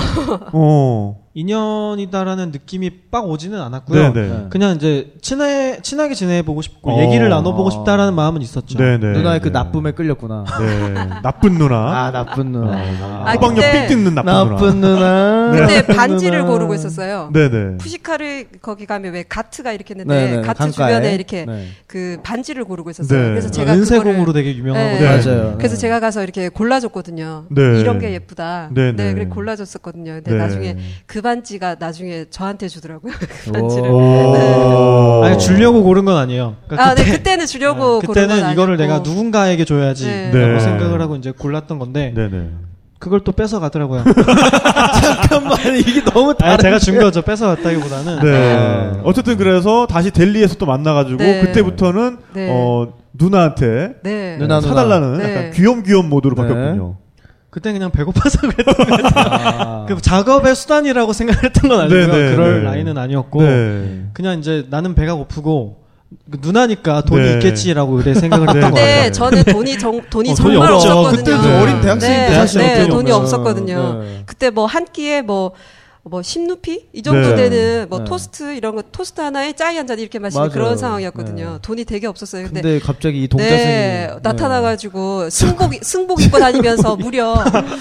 어. 인연이다라는 느낌이 빡 오지는 않았고요. 네네. 네. 그냥 이제 친해 친하게 지내보고 싶고 어. 얘기를 나눠보고 싶다라는 마음은 있었죠. 네네. 누나의 그 네. 나쁨에 끌렸구나. 네. 나쁜 누나. 아 나쁜 누나. 아, 호박엿 그때- 삥 뜯는 나쁜, 나쁜 누나. 네. [LAUGHS] 그때 나쁜 반지를 누나. 고르고 있었어요. 누나. 네. 네네. 푸시카르 거기 가면 왜 가트가 이렇게 있는데 네, 네, 가트 강가에. 주변에 이렇게 네. 그 반지를 고르고 있었어요. 네. 그래서 제가 은세공으로 그거를 되게 유명하고. 네. 맞아요. 그래서 네. 제가 가서 이렇게 골라줬거든요. 네. 이런 게 예쁘다. 네, 네, 네. 그래 골라줬었거든요. 근데 네. 나중에 그 반지가 나중에 저한테 주더라고요. 그 반지를. 오. 아니 주려고 고른 건 아니에요. 그러니까 아, 네, 그때는 주려고 고른 그때는 건 이거를 아니었고. 내가 누군가에게 줘야지라고 네. 네. 생각을 하고 이제 골랐던 건데 네네. 그걸 또 뺏어 [LAUGHS] 가더라고요. 잠깐만 이게 너무 아, 다른. 제가 준 거죠. 뺏어 아. 갔다기보다는 네. 어쨌든 그래서 다시 델리에서 또 만나가지고 네. 그때부터는 네. 어 누나한테 네. 누나, 누나. 사달라는 네. 약간 귀염귀염 모드로 네. 바뀌었군요. 그때 그냥 배고파서 그랬던 것 같아요. 그 작업의 수단이라고 생각했던 건 아니고요. 어. 네, 네, 그럴 네. 라인은 아니었고 네. 그냥 이제 나는 배가 고프고 그 누나니까 돈이 네. 있겠지라고 그래 생각을 했던 것 네. 같아요. 그때 저는 돈이 정, 돈이 뭐 어, 돈이 정말 없죠. 없었거든요. 그때도 네. 어린 대학생인데 네, 사실 네, 어떻게 돈이 보면. 없었거든요. 네. 그때 뭐 한 끼에 뭐, 뭐 10루피? 이 정도 네. 되는 뭐 네. 토스트 이런 거 토스트 하나에 짜이 한 잔 이렇게 마시는 맞아요. 그런 상황이었거든요. 네. 돈이 되게 없었어요. 근데, 근데 갑자기 이 동자생이 네, 나타나가지고 승복 승복 입고 다니면서 무려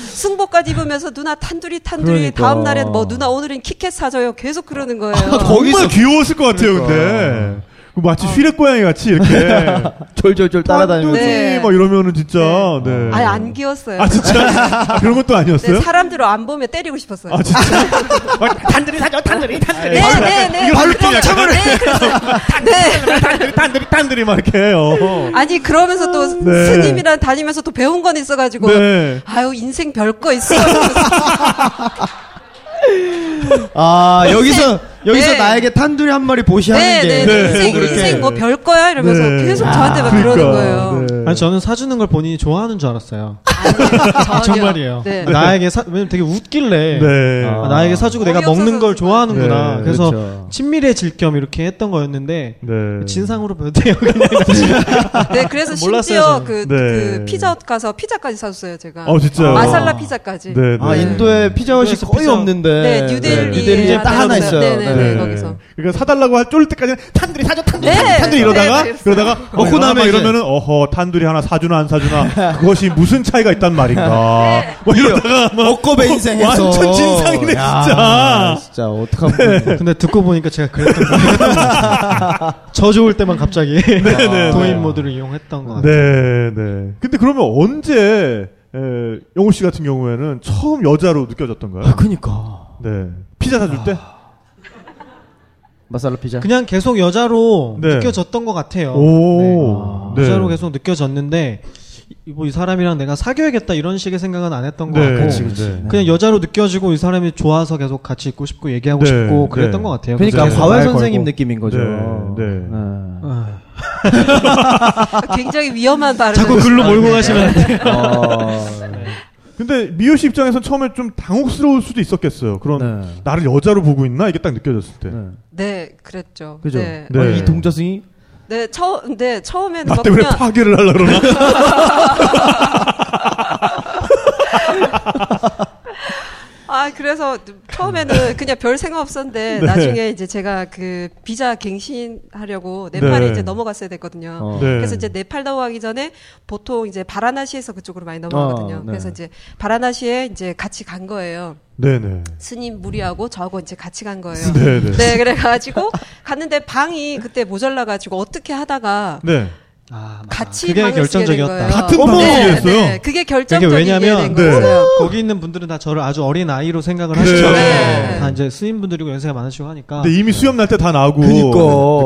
승복까지 입으면서 누나 탄두리 탄두리 그러니까. 다음 날엔 뭐 누나 오늘은 키캣 사줘요 계속 그러는 거예요. 정말 귀여웠을 것 같아요, 그러니까. 근데. 그 어. 마치 휘레 고양이 같이 [LAUGHS] 이렇게 졸졸졸 따라다니면서 네. 네. 막 이러면은 진짜 네. 아예 안 귀여웠어요. 아, [LAUGHS] 진짜 아, 그런 것도 아니었어요? 네, 사람들을 안 보면 때리고 싶었어요. [LAUGHS] 아 진짜 단들이 사죠 단들이 단들이 네, 네, 네. 발로 뻥쳐버려 네, 그래서- 네. 단들이 단들이 막 이렇게 해요. 아니 그러면서 또 네. 스님이랑 다니면서 또 배운 건 있어가지고 네. 아유 인생 별 거 있어. 이러면서 아 여기서 여기서 네. 나에게 탄두리 한 마리 보시하는 네, 게 네, 네, 네. 인생 그렇게. 인생 뭐 별 거야 이러면서 네. 계속 저한테 막 그러니까, 그러는 거예요. 네. 아니 저는 사주는 걸 본인이 좋아하는 줄 알았어요. 아니요, 전혀. 정말이에요. 네. 나에게 사 왜냐면 되게 웃길래 네. 아, 나에게 사주고 내가 어이없어서 먹는 걸 그런 좋아하는구나. 네, 그래서 그렇죠. 친밀해질 겸 이렇게 했던 거였는데 네. 진상으로 변태요 [LAUGHS] 아, 그냥. 네, 그래서 몰랐어요, 심지어 저는. 그, 네. 그 피자헛 가서 피자까지 사줬어요 제가. 어 진짜요. 마살라 피자까지. 네, 네. 아 인도에 피자헛이 인도에서 거의 피자- 없는데 네, 뉴델리 뉴델리에 딱 하나 있어요. 네, 네, 네. 네, 거기서. 그러니까 사달라고 할 쫄 때까지는 탄두리 사줘 탄두리 네. 사줘, 탄두리 이러다가 네, 네, 그랬어요. 이러다가 먹고 나면 이러면은 어허 탄두리 하나 사주나 안 사주나 그것이 무슨 차이가 있단 말인가 네. 뭐 이러다가 막 억겁의 인생에서 완전 진상이네, 야, 진짜. 진짜 어떡하면 네. [LAUGHS] 근데 듣고 보니까 제가 그랬던 [LAUGHS] 거저 좋을 때만 갑자기 네. [LAUGHS] 도인 모드를 이용했던 것 같아요. 네, 네. 근데 그러면 언제 에, 영호 씨 같은 경우에는 처음 여자로 느껴졌던가요? 그니까 네. 피자 사줄 때? 마살라 피자 그냥 계속 여자로 네. 느껴졌던 것 같아요. 오. 네. 여자로 계속 느껴졌는데 뭐 이 사람이랑 내가 사귀어야겠다 이런 식의 생각은 안 했던 것 네. 같고 그치, 그치. 냥 여자로 느껴지고 이 사람이 좋아서 계속 같이 있고 싶고 얘기하고 네, 싶고 그랬던 네. 것 같아요. 그러니까 그죠. 과외 말 선생님 걸고. 느낌인 거죠 네, 네. 굉장히 위험한 발언. 자꾸 글로 몰고 가시면 안 돼요. 어, 근데 미호 씨 입장에선 처음에 좀 당혹스러울 수도 있었겠어요. 그런 네. 나를 여자로 보고 있나 이게 딱 느껴졌을 때. 네. 네, 그랬죠. 그죠 네. 네. 아니, 이 동자승이 네, 처음, 네, 처음에는 나 막 때문에 그냥 파괴를 하려 [LAUGHS] 그러나? 네. 아, 그래서 [LAUGHS] 처음에는 그냥 별 생각 없었는데 네. 나중에 이제 제가 그 비자 갱신하려고 네. 네팔에 이제 넘어갔어야 됐거든요. 어. 네. 그래서 이제 네팔 넘어가기 전에 보통 이제 바라나시에서 그쪽으로 아, 많이 넘어가거든요. 어, 네. 그래서 이제 바라나시에 이제 같이 간 거예요. 네, 네. 스님 무리하고 저하고 이제 같이 간 거예요. 네, 네. 네, 그래가지고 갔는데 방이 그때 모자라가지고 어떻게 하다가 네. 아, 맞다. 같이 그게 방을 쓰게 된 결정적이었다. 거예요. 같은 네, 방송이었어요? 네, 그게 결정적인 이게 게 왜냐면 된 네. 거예요. 거기 있는 분들은 다 저를 아주 어린 아이로 생각을 그래요. 하시죠. 네. 다 이제 스님분들이고 연세가 많으시고 하니까. 근데 이미 수염 날 때 다 나고 아, 네. 그니까.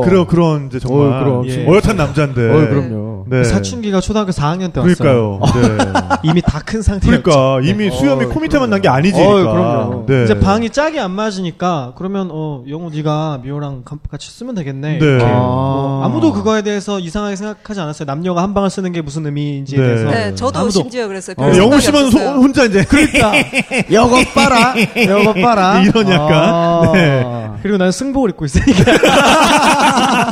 그런 그런 이제 정말 어, 그럼. 예. 어엿한 남자인데. 어이 그럼요 네. 사춘기가 초등학교 4학년 때 왔어요. 그러니까요. 네. [LAUGHS] 이미 다 큰 상태였죠. 그러니까 이미 수염이 어, 코 밑에만 난 게 아니지. 어, 그러니까. 그럼요. 네. 이제 방이 짝이 안 맞으니까 그러면 어 영호 네가 미호랑 감- 같이 쓰면 네. 되겠네. 이렇게. 아. 뭐 아무도 그거에 대해서 이상하게 생각하지 않았어요. 남녀가 한 방을 쓰는 게 무슨 의미인지에 네. 대해서 네, 저도 아무도 심지어 그랬어요. 근데 별 영호 생각이 씨만 소- 없었어요. 혼자 이제 그러니까 여거 봐라 여거 봐라 이런 약간, 네. 그리고 나는 승복을 입고 있으니까 네.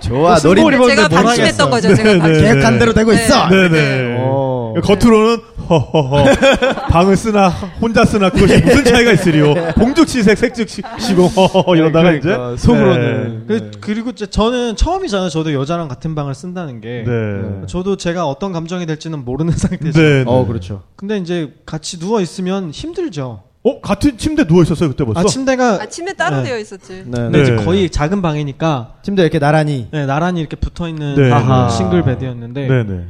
좋아 승복을 노린 입었는데 제가 뭘 방심했던 하겠어. 거죠. 제가 네, 방심. 네. 계획한 대로 되고 네. [LAUGHS] 있어 네네. 어. 겉으로는 [LAUGHS] 허허허 방을 쓰나 혼자 쓰나 그것이 무슨 차이가 있으리요. 봉죽치색 색즉시고 허허허 이러다가 네, 그러니까 이제 속으로는. 그, 네. 그리고 이제 저는 처음이잖아요. 저도 여자랑 같은 방을 쓴다는 게. 네. 네. 저도 제가 어떤 감정이 될지는 모르는 [LAUGHS] 상태죠. 네. 어 그렇죠 근데 이제 같이 누워 있으면 힘들죠. 어 같은 침대 누워 있었어요 그때 벌써. 아 침대가 아침에 따로 네. 되어 있었지. 네. 근데 네. 이제 거의 작은 방이니까 침대 이렇게 나란히 네, 나란히 이렇게 붙어 있는 네. 아하. 싱글 베드였는데 네네.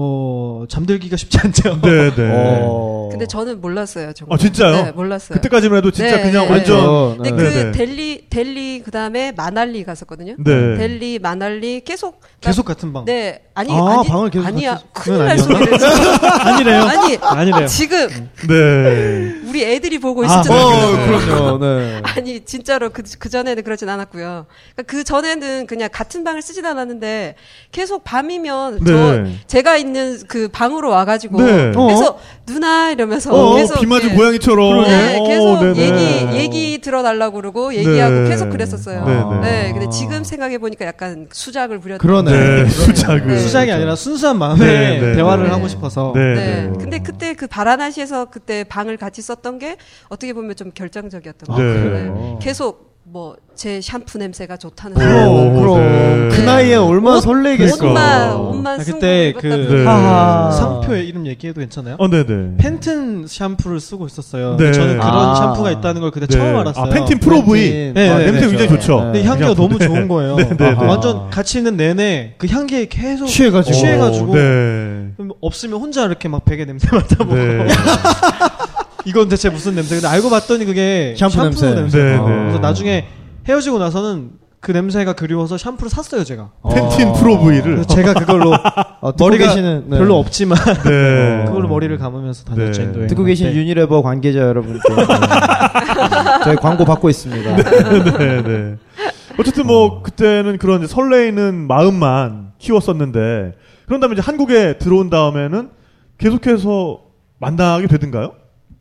어 잠들기가 쉽지 않죠. 네네. 어. 근데 저는 몰랐어요. 정말. 아 진짜요? 네, 몰랐어요. 그때까지만 해도 진짜 네, 그냥 네, 완전 어, 근데 네. 네, 네. 그 델리 델리 그다음에 마날리 갔었거든요. 네. 델리 마날리 계속 계속 같은 방. 네 아니 아, 아니 방을 계속 아니야 같이- 큰일 그건 [LAUGHS] 날 소리를 지금. 아니래요. 아니 아니래요. 지금 네. 우리 애들이 보고 아, 있었잖아요. 어, 그럼요. 네. [LAUGHS] 아니 진짜로 그, 그 전에는 그러진 않았고요. 그 전에는 그냥 같은 방을 쓰진 않았는데 계속 밤이면 저 네. 제가 있는 그 방으로 와가지고 네. 어. 그래서 누나 이러면서 어, 계속 비 맞은 예. 고양이처럼. 네, 어, 계속 네네. 얘기 얘기 들어달라고 그러고 얘기하고 네. 계속 그랬었어요. 네네. 네, 아. 근데 지금 생각해 보니까 약간 수작을 부렸. 그러네. 네, 수작을. 네. 수작이 아니라 순수한 마음에 네, 네, 대화를 네. 하고 싶어서 네. 네. 근데 그때 그 바라나시에서 그때 방을 같이 썼던 게 어떻게 보면 좀 결정적이었던 아, 것 같아요. 그래요? 네. 계속 뭐 제 샴푸 냄새가 좋다는 오, 그럼, 그럼. 네. 그 나이에 얼마나 옷, 설레겠어. 옷만 그러니까. 옷만 아, 쓴 그때 거 그 입었다는 네. 하하. 상표 이름 얘기해도 괜찮아요? 어, 네네. 팬튼 샴푸를 쓰고 있었어요. 네. 저는 그런 아. 샴푸가 있다는 걸 그때 네. 처음 알았어요. 아, 팬틴 프로브이. 팬틴. 네, 아, 네, 냄새 네. 굉장히 그렇죠. 좋죠. 근데 네, 향기가 그냥 너무 좋은 거예요. 네, 네, 아하. 네. 완전 같이 있는 내내 그 향기에 계속 취해가지고. 취해가지고 네. 그럼 없으면 혼자 이렇게 막 베개 냄새 [LAUGHS] 맡아보고 네. 이건 대체 무슨 냄새? 근데 알고 봤더니 그게 샴푸 샴푸, 냄새. 냄새. 네, 네. 그래서 나중에 헤어지고 나서는 그 냄새가 그리워서 샴푸를 샀어요 제가. 팬틴 프로브이를. 그래서 제가 그걸로 [LAUGHS] 어, 듣고 머리가 계시는, 네. 별로 없지만 네. [LAUGHS] 그걸로 머리를 감으면서 다녔죠 네. 인도에. 듣고 계신 네. 유니레버 관계자 여러분께 네. 저희 광고 받고 있습니다. 네, 네. 어쨌든 뭐 그때는 그런 이제 설레이는 마음만 키웠었는데 그런 다음에 이제 한국에 들어온 다음에는 계속해서 만나게 되든가요?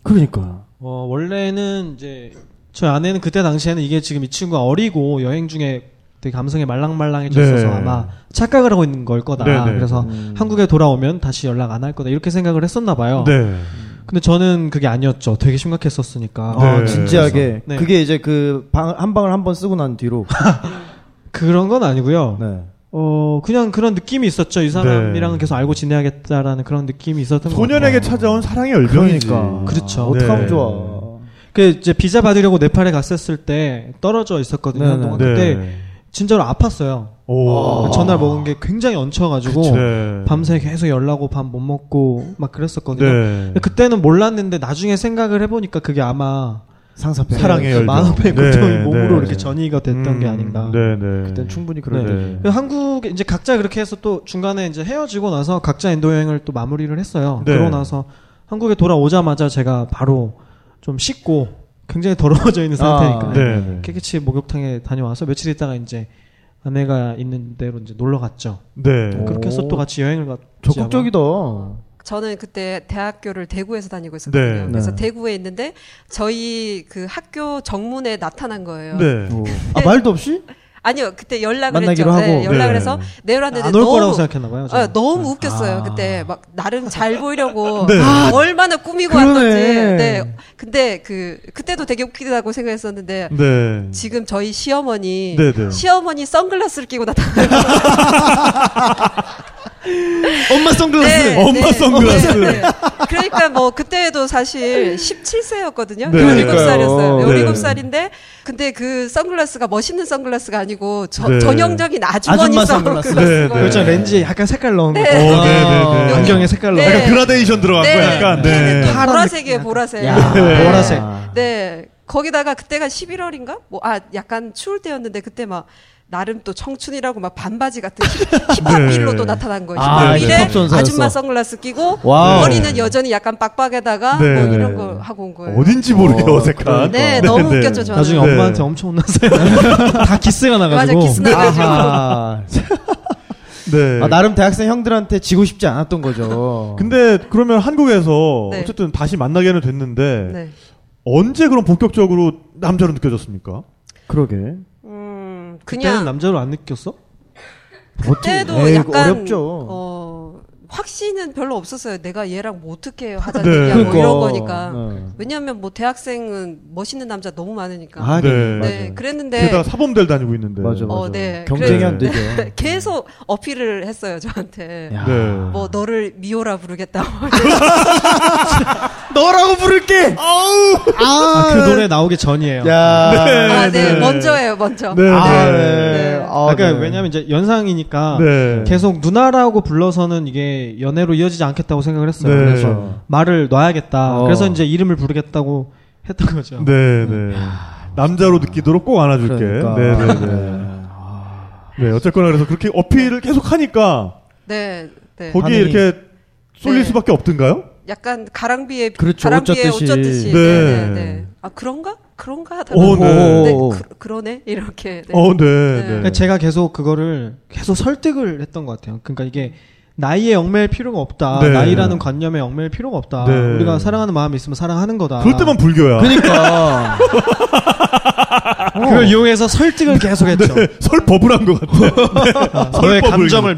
그러니까. 어, 원래는 이제 저희 아내는 그때 당시에는 이게 지금 이 친구가 어리고 여행 중에 되게 감성이 말랑말랑해졌어서 네. 아마 착각을 하고 있는 걸 거다. 네, 네. 그래서 음. 한국에 돌아오면 다시 연락 안 할 거다. 이렇게 생각을 했었나 봐요. 네. 근데 저는 그게 아니었죠. 되게 심각했었으니까. 네. 아, 진지하게. 그래서, 네. 아, 그게 이제 그 방, 한 방을 한 번 쓰고 난 뒤로. 그런 건 아니고요. 네. 어, 그냥 그런 느낌이 있었죠. 네. 이 사람이랑은 계속 알고 지내야겠다라는 그런 느낌이 있었던 거 같아요. 소년에게 찾아온 사랑의 열병이지. 그러니까. 그렇죠. 어떡하면 네. 좋아. 그 이제 비자 받으려고 네팔에 갔었을 때 떨어져 있었거든요. 네, 한동안. 네. 그때 진짜로 아팠어요. 오. 전날 먹은 게 굉장히 얹혀가지고 네. 밤새 계속 열나고 밥 못 먹고 막 그랬었거든요. 네. 근데 그때는 몰랐는데 나중에 생각을 해보니까 그게 아마 상사패. 네. 사랑의 열정. 마음의 네, 고통이 네. 몸으로 이렇게 전이가 됐던 게 아닌가. 네, 네. 그땐 충분히 네. 그럴 때. 네. 그래서 한국에 이제 각자 그렇게 해서 또 중간에 이제 헤어지고 나서 각자 인도 여행을 또 마무리를 했어요. 네. 그러고 나서 한국에 돌아오자마자 제가 바로 좀 씻고 굉장히 더러워져 있는 상태니까 아, 네, 네. 깨끗이 목욕탕에 다녀와서 며칠 있다가 이제 아내가 있는 데로 이제 놀러 갔죠. 네. 오. 그렇게 해서 또 같이 여행을 갔지. 적극적이다. 저는 그때 대학교를 대구에서 다니고 있었거든요. 네. 그래서 네. 대구에 있는데 저희 그 학교 정문에 나타난 거예요. 네. 오. 아, 말도 없이? 아니요, 그때 연락을 만나기로 했죠. 네, 하고. 연락을 네. 해서 내려왔는데 안 올 거라고 아, 너무 생각했나 봐요. 아, 저는. 너무 웃겼어요. 그때 막 나름 잘 보이려고 [LAUGHS] 네. 아, 얼마나 꾸미고 그러네. 왔던지. 네. 근데 그 그때도 되게 웃기다고 생각했었는데 네. 지금 저희 시어머니 네, 네. 시어머니 선글라스를 끼고 나타나. 엄마 선글라스. 엄마 선글라스. 네, 그러니까 뭐 그때도 사실 17세였거든요. 네. 17살이었어요. 그러니까요. 17살인데 근데 그 선글라스가 멋있는 선글라스가 아니고 저- 네. 전형적인 아주머니 아줌마 선글라스. 그렇죠. 선글라스. 네, 그 네. 있잖아요. 렌즈에 약간 색깔 넣은 거. 어, 네. 오, 네, 네, 네. 아, 안경에 색깔 넣은 네. 약간 그라데이션 들어간 거 약간. 네. 또 보라색이에요, 보라색. 야, 네. 보라색. 네. 거기다가 그때가 11월인가? 뭐, 아, 약간 추울 때였는데 그때 막 나름 또 청춘이라고 막 반바지 같은 힙합빌로 네. 또 나타난 거예요. 아, 힙합빌에 이게 팝전사였어. 아줌마 선글라스 끼고 와우. 머리는 여전히 약간 빡빡에다가 네, 뭐 네. 이런 거 하고 온 거예요. 어딘지 모르게 어, 어, 색한 네, 너무 웃겼죠, 저는. 나중에 네. 엄마한테 엄청 혼났어요. [LAUGHS] 다 기스가 나가지고. 맞아, 기스 나- 아하. 네. 아, 나름 대학생 형들한테 지고 싶지 않았던 거죠. 근데 그러면 한국에서 네. 어쨌든 다시 만나게는 됐는데 네. 언제 그럼 본격적으로 남자로 느껴졌습니까? 그러게. 음, 그때는 그냥 남자로 안 느꼈어? 그때도 어떻게- 에이, 약간 어렵죠. 어, 확신은 별로 없었어요. 내가 얘랑 뭐 어떻게 하자 네. 냐 그러니까. 뭐 이런 거니까. 네. 왜냐하면 뭐 대학생은 멋있는 남자 너무 많으니까. 아, 네. 네. 네, 맞아요. 그랬는데 게다가 사범대를 다니고 있는데. 맞아, 맞아. 어, 네. 경쟁이 안 되죠. 계속 어필을 했어요 저한테. 야. 네. 뭐 너를 미호라 [LAUGHS] 부르겠다. 뭐 너라고 부를게! 아, 아, 그 노래 나오기 전이에요. 야. 네. 아, 네, 네. 먼저예요, 먼저. 네. 아, 네. 네. 아, 그러니까 네. 왜냐면 이제 연상이니까 네. 계속 누나라고 불러서는 이게 연애로 이어지지 않겠다고 생각을 했어요. 네. 그래서 그렇죠. 말을 놔야겠다. 어. 그래서 이제 이름을 부르겠다고 했던 거죠. 네, 네. 남자로 느끼도록 꼭 안아줄게. 음. 그러니까. 네, 네, 네. 네, 어쨌거나 그래서 그렇게 어필을 계속 하니까 네, 네. 거기에 반응이- 이렇게 쏠릴 네. 수밖에 없던가요? 약간 가랑비에 그렇죠, 가랑비에 어쩌듯이. 네. 어쩌듯이. 네, 네, 네. 아 그런가? 그런가? 하다가 오, 네. 오. 그, 그러네 이렇게. 네. 어, 네. 네. 네. 그러니까 제가 계속 그거를 계속 설득을 했던 것 같아요. 그러니까 이게 나이에 얽매일 필요가 없다. 네. 나이라는 관념에 얽매일 필요가 없다. 네. 우리가 사랑하는 마음이 있으면 사랑하는 거다. 그럴 때만 불교야. 그러니까. 그걸 이용해서 설득을 네. 계속했죠. 설법을 한 것 [LAUGHS] 같아. 네. 설법을 너의 감정을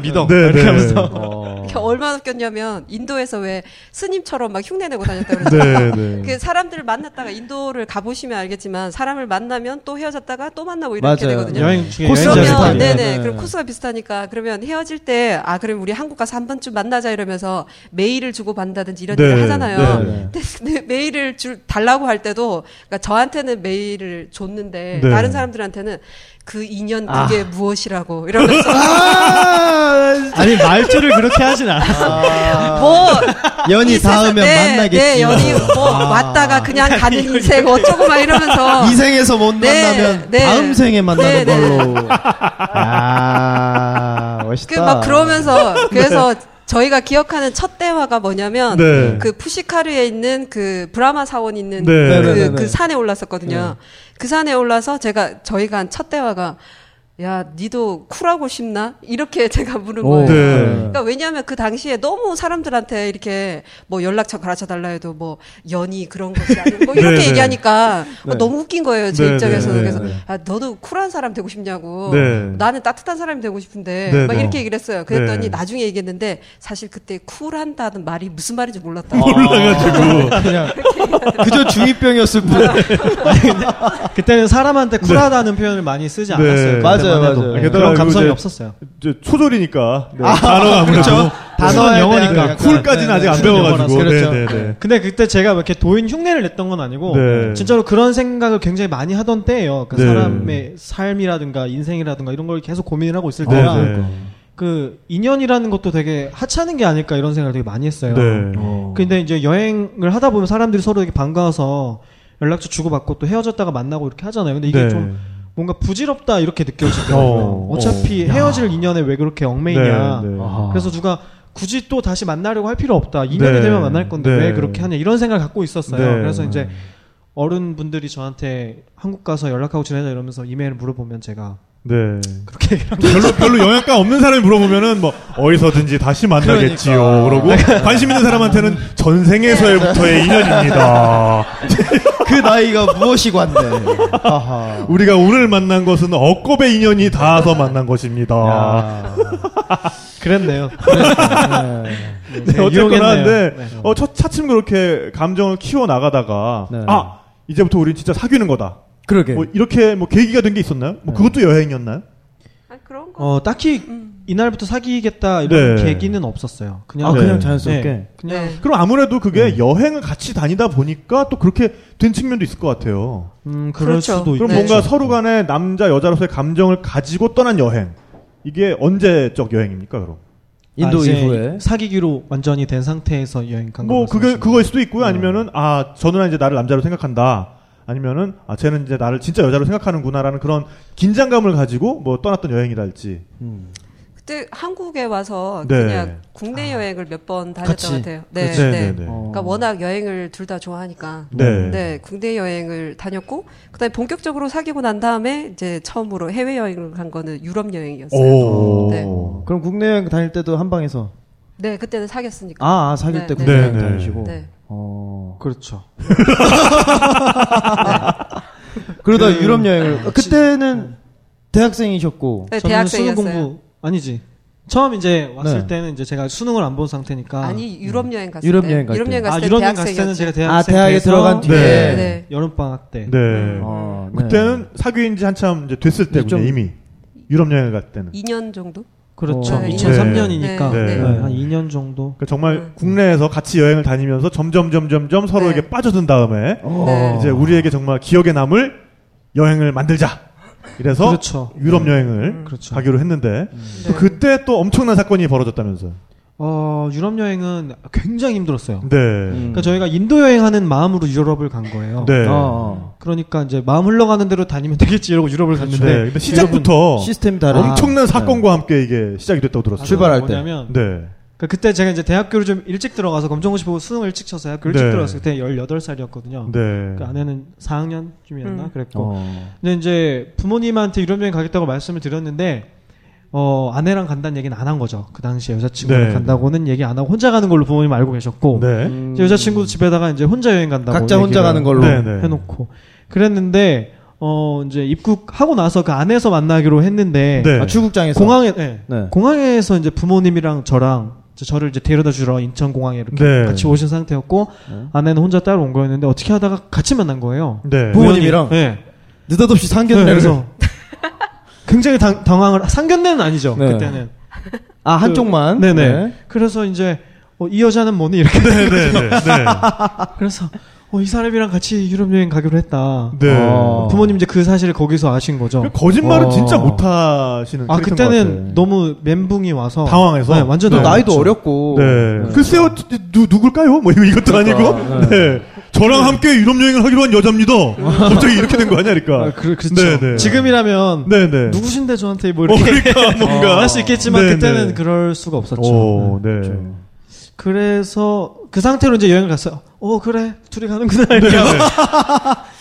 그냥. 믿어. 네, 이렇게 네. 하면서. 이렇게 얼마나 웃겼냐면 인도에서 왜 스님처럼 막 흉내 내고 다녔다 그러죠. 네, 네. 그 사람들을 만났다가 인도를 가보시면 알겠지만 사람을 만나면 또 헤어졌다가 또 만나고 이렇게 맞아요. 되거든요. 여행 중에 코스가 여행자 그러면 비슷하게. 스타일이에요. 네네 네. 그럼 코스가 비슷하니까 그러면 헤어질 때 아 그럼 우리 한국 가서 한 번쯤 만나자 이러면서 메일을 주고 받는다든지 이런 네, 일을 하잖아요. 네, 근데, 근데 메일을 줄 달라고 할 때도 그러니까 저한테는 메일을 줬는데 네. 다른 사람들한테는 그 인연 아. 그게 무엇이라고 이러면서 아니 말투를 그렇게 하진 않았어. 뭐 아, [LAUGHS] 연이 이 세상- 닿으면 네, 만나겠지. 아. 네, 연이 뭐 왔다가 그냥 가는 인생 어쩌고 [LAUGHS] 막 이러면서 이 생에서 못 네, 만나면 네. 다음 생에 만나는 네, 네. [LAUGHS] 걸로. 아 멋있다. 네. 그 막 [LAUGHS] 그러면서 그래서 저희가 기억하는 첫 대화가 뭐냐면 네. 그 푸시카르에 있는 그 브라마 사원 있는 네. 그, 네, 네, 네. 그 산에 올랐었거든요. 그 산에 올라서 제가 저희가 한 첫 대화가 야, 니도 쿨하고 싶나? 이렇게 [LAUGHS] 제가 물은 오. 거예요. 네. 그러니까 왜냐하면 그 당시에 너무 사람들한테 이렇게 뭐 연락처 가르쳐 달라 해도 뭐 연이 그런 것이 아니고 [LAUGHS] 뭐 이렇게 네, 네. 얘기하니까 어, 너무 웃긴 거예요 제 네, 입장에서는 네, 그래서 네, 네. 아 너도 쿨한 사람 되고 싶냐고 네. 나는 따뜻한 사람이 되고 싶은데 네, 막 네. 이렇게 얘기를 했어요 네. 그랬더니 나중에 얘기했는데 사실 그때 쿨한다는 말이 무슨 말인지 몰랐다 네. 몰라가지고. 그냥 그저 중이병이었을 뿐. 그때는 사람한테 쿨하다는 표현을 많이 쓰지 않았어요. 네. 그때만 맞아요, 해도. 맞아요. 네, 게다가 그런 그리고 감성이 이제 없었어요. 이제 초졸이니까. 네, 단어가 아무래도. 뭐 단어에 대한 영어니까. 약간- 쿨까지는 아직 안 네, 배워가지고. 그렇죠. 네, 네, 네. 근데 그때 제가 이렇게 도인 흉내를 냈던 건 아니고 네. 진짜로 그런 생각을 굉장히 많이 하던 때예요. 그 네. 사람의 삶이라든가 인생이라든가 이런 걸 계속 고민을 하고 있을 네, 때라 네. 그 인연이라는 것도 되게 하찮은 게 아닐까 이런 생각을 되게 많이 했어요. 네. 근데 이제 여행을 하다 보면 사람들이 서로 되게 반가워서 연락처 주고받고 또 헤어졌다가 만나고 이렇게 하잖아요. 근데 이게 네. 좀 뭔가 부질없다 이렇게 느껴지더라고요. 어, 어, 차피 헤어질 인연에 왜 그렇게 얽매이냐. 네, 네. 아하. 그래서 누가 굳이 또 다시 만나려고 할 필요 없다. 인연이 네. 되면 만날 건데 네. 왜 그렇게 하냐 이런 생각을 갖고 있었어요. 네. 그래서 이제 어른분들이 저한테 한국 가서 연락하고 지내자 이러면서 이메일 물어보면 제가 네. 그렇게 얘기를 별로, 별로 영향가 없는 사람이 물어보면은 뭐, 어디서든지 다시 그러니까. 만나겠지요. 그러고, 네. 관심 있는 사람한테는 전생에서부터의 인연입니다. 그 나이가 무엇이 관대. 하하. 우리가 오늘 만난 것은 억겁의 인연이 닿아서 만난 것입니다. 야. 그랬네요. 네, 네, 어쨌거나 유용했네요. 근데 네. 어, 첫 차츰 그렇게 감정을 키워 나가다가 네. 아 이제부터 우린 진짜 사귀는 거다. [LAUGHS] 네. 그러게. 뭐 이렇게 뭐 계기가 된 게 있었나요? 뭐 그것도 여행이었나요? 아, 그런 거 어 딱히 음. 이날부터 사귀겠다 이런 네. 계기는 없었어요. 그냥 아 그냥 네. 자연스럽게. 네, 그냥 네. 그럼 아무래도 그게 여행을 같이 다니다 보니까 또 그렇게 된 측면도 있을 것 같아요. 음 그럴 그렇죠. 수도 있고 그럼 네. 뭔가 서로 간에 남자 여자로서의 감정을 가지고 떠난 여행 이게 언제적 여행입니까? 그럼 인도 아, 이제 이후에. 사귀기로 완전히 된 상태에서 여행 간거 뭐 그게 그거일 수도 있고요. 아니면은 아 저는 이제 나를 남자로 생각한다. 아니면은 아 쟤는 이제 나를 진짜 여자로 생각하는구나라는 그런 긴장감을 가지고 뭐 떠났던 여행이랄지. 음. 그때 한국에 와서 네. 그냥 국내 여행을 몇 번 같이. 다녔던 것 같아요 네, 그렇죠. 네. 네. 어. 그러니까 워낙 여행을 둘 다 좋아하니까 네. 네, 국내 여행을 다녔고 그다음에 본격적으로 사귀고 난 다음에 이제 처음으로 해외 여행을 간 거는 유럽 여행이었어요. 오. 네. 그럼 국내 여행 다닐 때도 한 방에서 네, 그때는 사귀었으니까. 아, 아 사귈 네, 때 네. 국내 여행 네, 네. 다니시고. 네. 어. 그렇죠. 그러다 유럽 여행을 그때는 대학생이셨고 네, 저는 수능 대학생이었어요. 공부 아니지. 처음 이제 왔을 네. 때는 이제 제가 수능을 안 본 상태니까 아니 유럽 여행 갔을 유럽 때. 여행 갈 때. 아 갔을 때 유럽 여행 갔을 때는 대학생이었죠. 제가 아 대학생 대학에 돼서 들어간 뒤에 네. 네. 여름 방학 때. 네. 어, 네. 그때는 사귀인 지 한참 이제 됐을 때군요 좀- 이미 유럽 여행을 갈 때는. 2년 정도? 그렇죠. 네. 2003년이니까 네. 네. 한 2년 정도. 그러니까 정말 국내에서 같이 여행을 다니면서 점점 점점점 서로에게 음. 네. 빠져든 다음에 어. 네. 이제 우리에게 정말 기억에 남을 여행을 만들자. 이래서 그렇죠. 유럽 여행을 그렇죠. 가기로 했는데 또 네. 그때 또 엄청난 사건이 벌어졌다면서요. 어 유럽 여행은 굉장히 힘들었어요. 네. 그러니까 저희가 인도 여행하는 마음으로 유럽을 간 거예요. 네. 음. 어, 어. 그러니까 이제 마음 흘러가는 대로 다니면 되겠지 이러고 유럽을 네. 갔는데 근데 시작부터 시스템이 다른 아, 아. 네. 엄청난 사건과 함께 이게 시작이 됐다고 들었어요. 출발할 때. 뭐냐면 네. 그러니까 그때 제가 이제 대학교를 좀 일찍 들어가서 검정고시 보고 수능 을 일찍 쳐서 대학교 일찍 네. 들어갔어요. 그때 18살이었거든요. 네. 그 아내는 4학년쯤이었나 음. 그랬고 어. 근데 이제 부모님한테 유럽 여행 가겠다고 말씀을 드렸는데 어 아내랑 간다는 얘기는 안 한 거죠. 그 당시에 여자친구랑 네. 간다고는 얘기 안 하고 혼자 가는 걸로 부모님 알고 계셨고 음. 네. 이제 여자친구도 집에다가 이제 혼자 여행 간다고 음. 각자 혼자 얘기를 가는 걸로. 네, 네. 해놓고 그랬는데 어 이제 입국하고 나서 그 안에서 만나기로 했는데 네. 아, 출국장에서. 공항에 네. 네. 공항에서 이제 부모님이랑 저랑 이제 저를 이제 데려다 주러 인천 공항에 이렇게 네. 같이 오신 상태였고 네. 아내는 혼자 따로 온 거였는데 어떻게 하다가 같이 만난 거예요. 네. 부- 부모님이랑? 네. 느닷없이 상견례를. 네, 그래서 굉장히 당, 당황을 상견례는 아니죠 네. 그때는 그, 아 한쪽만. 네네 네. 그래서 이제 어, 이 여자는 뭐니 이렇게 네, 네, 네. 네. 그래서 어, 이 사람이랑 같이 유럽 여행 가기로 했다 네. 그 어. 부모님 이제 그 사실을 거기서 아신 거죠 거짓말은 어. 진짜 못 하시는 아 캐릭터인 것 그때는 같아요. 너무 멘붕이 와서 당황해서? 네, 완전 또 또 네. 나이도 당황했죠. 어렸고. 네. 글쎄요, 누, 누굴까요? 뭐, 이거, 이것도 아니고. 네. 저랑 함께 유럽 여행을 하기로 한 여자입니다. 갑자기 이렇게 된 거 아니야, 그러니까. 아, 그, 그렇죠 네, 네. 지금이라면 네네. 누구신데 저한테 뭐 어, 이렇게 그러니까, [LAUGHS] 뭔가. 할 수 있겠지만 네, 그때는 네. 그렇죠. 그럴 수가 없었죠 오, 네. 그래서 그 상태로 이제 여행을 갔어요. 어 그래 둘이 가는구나 네, 이렇게 [LAUGHS] 하고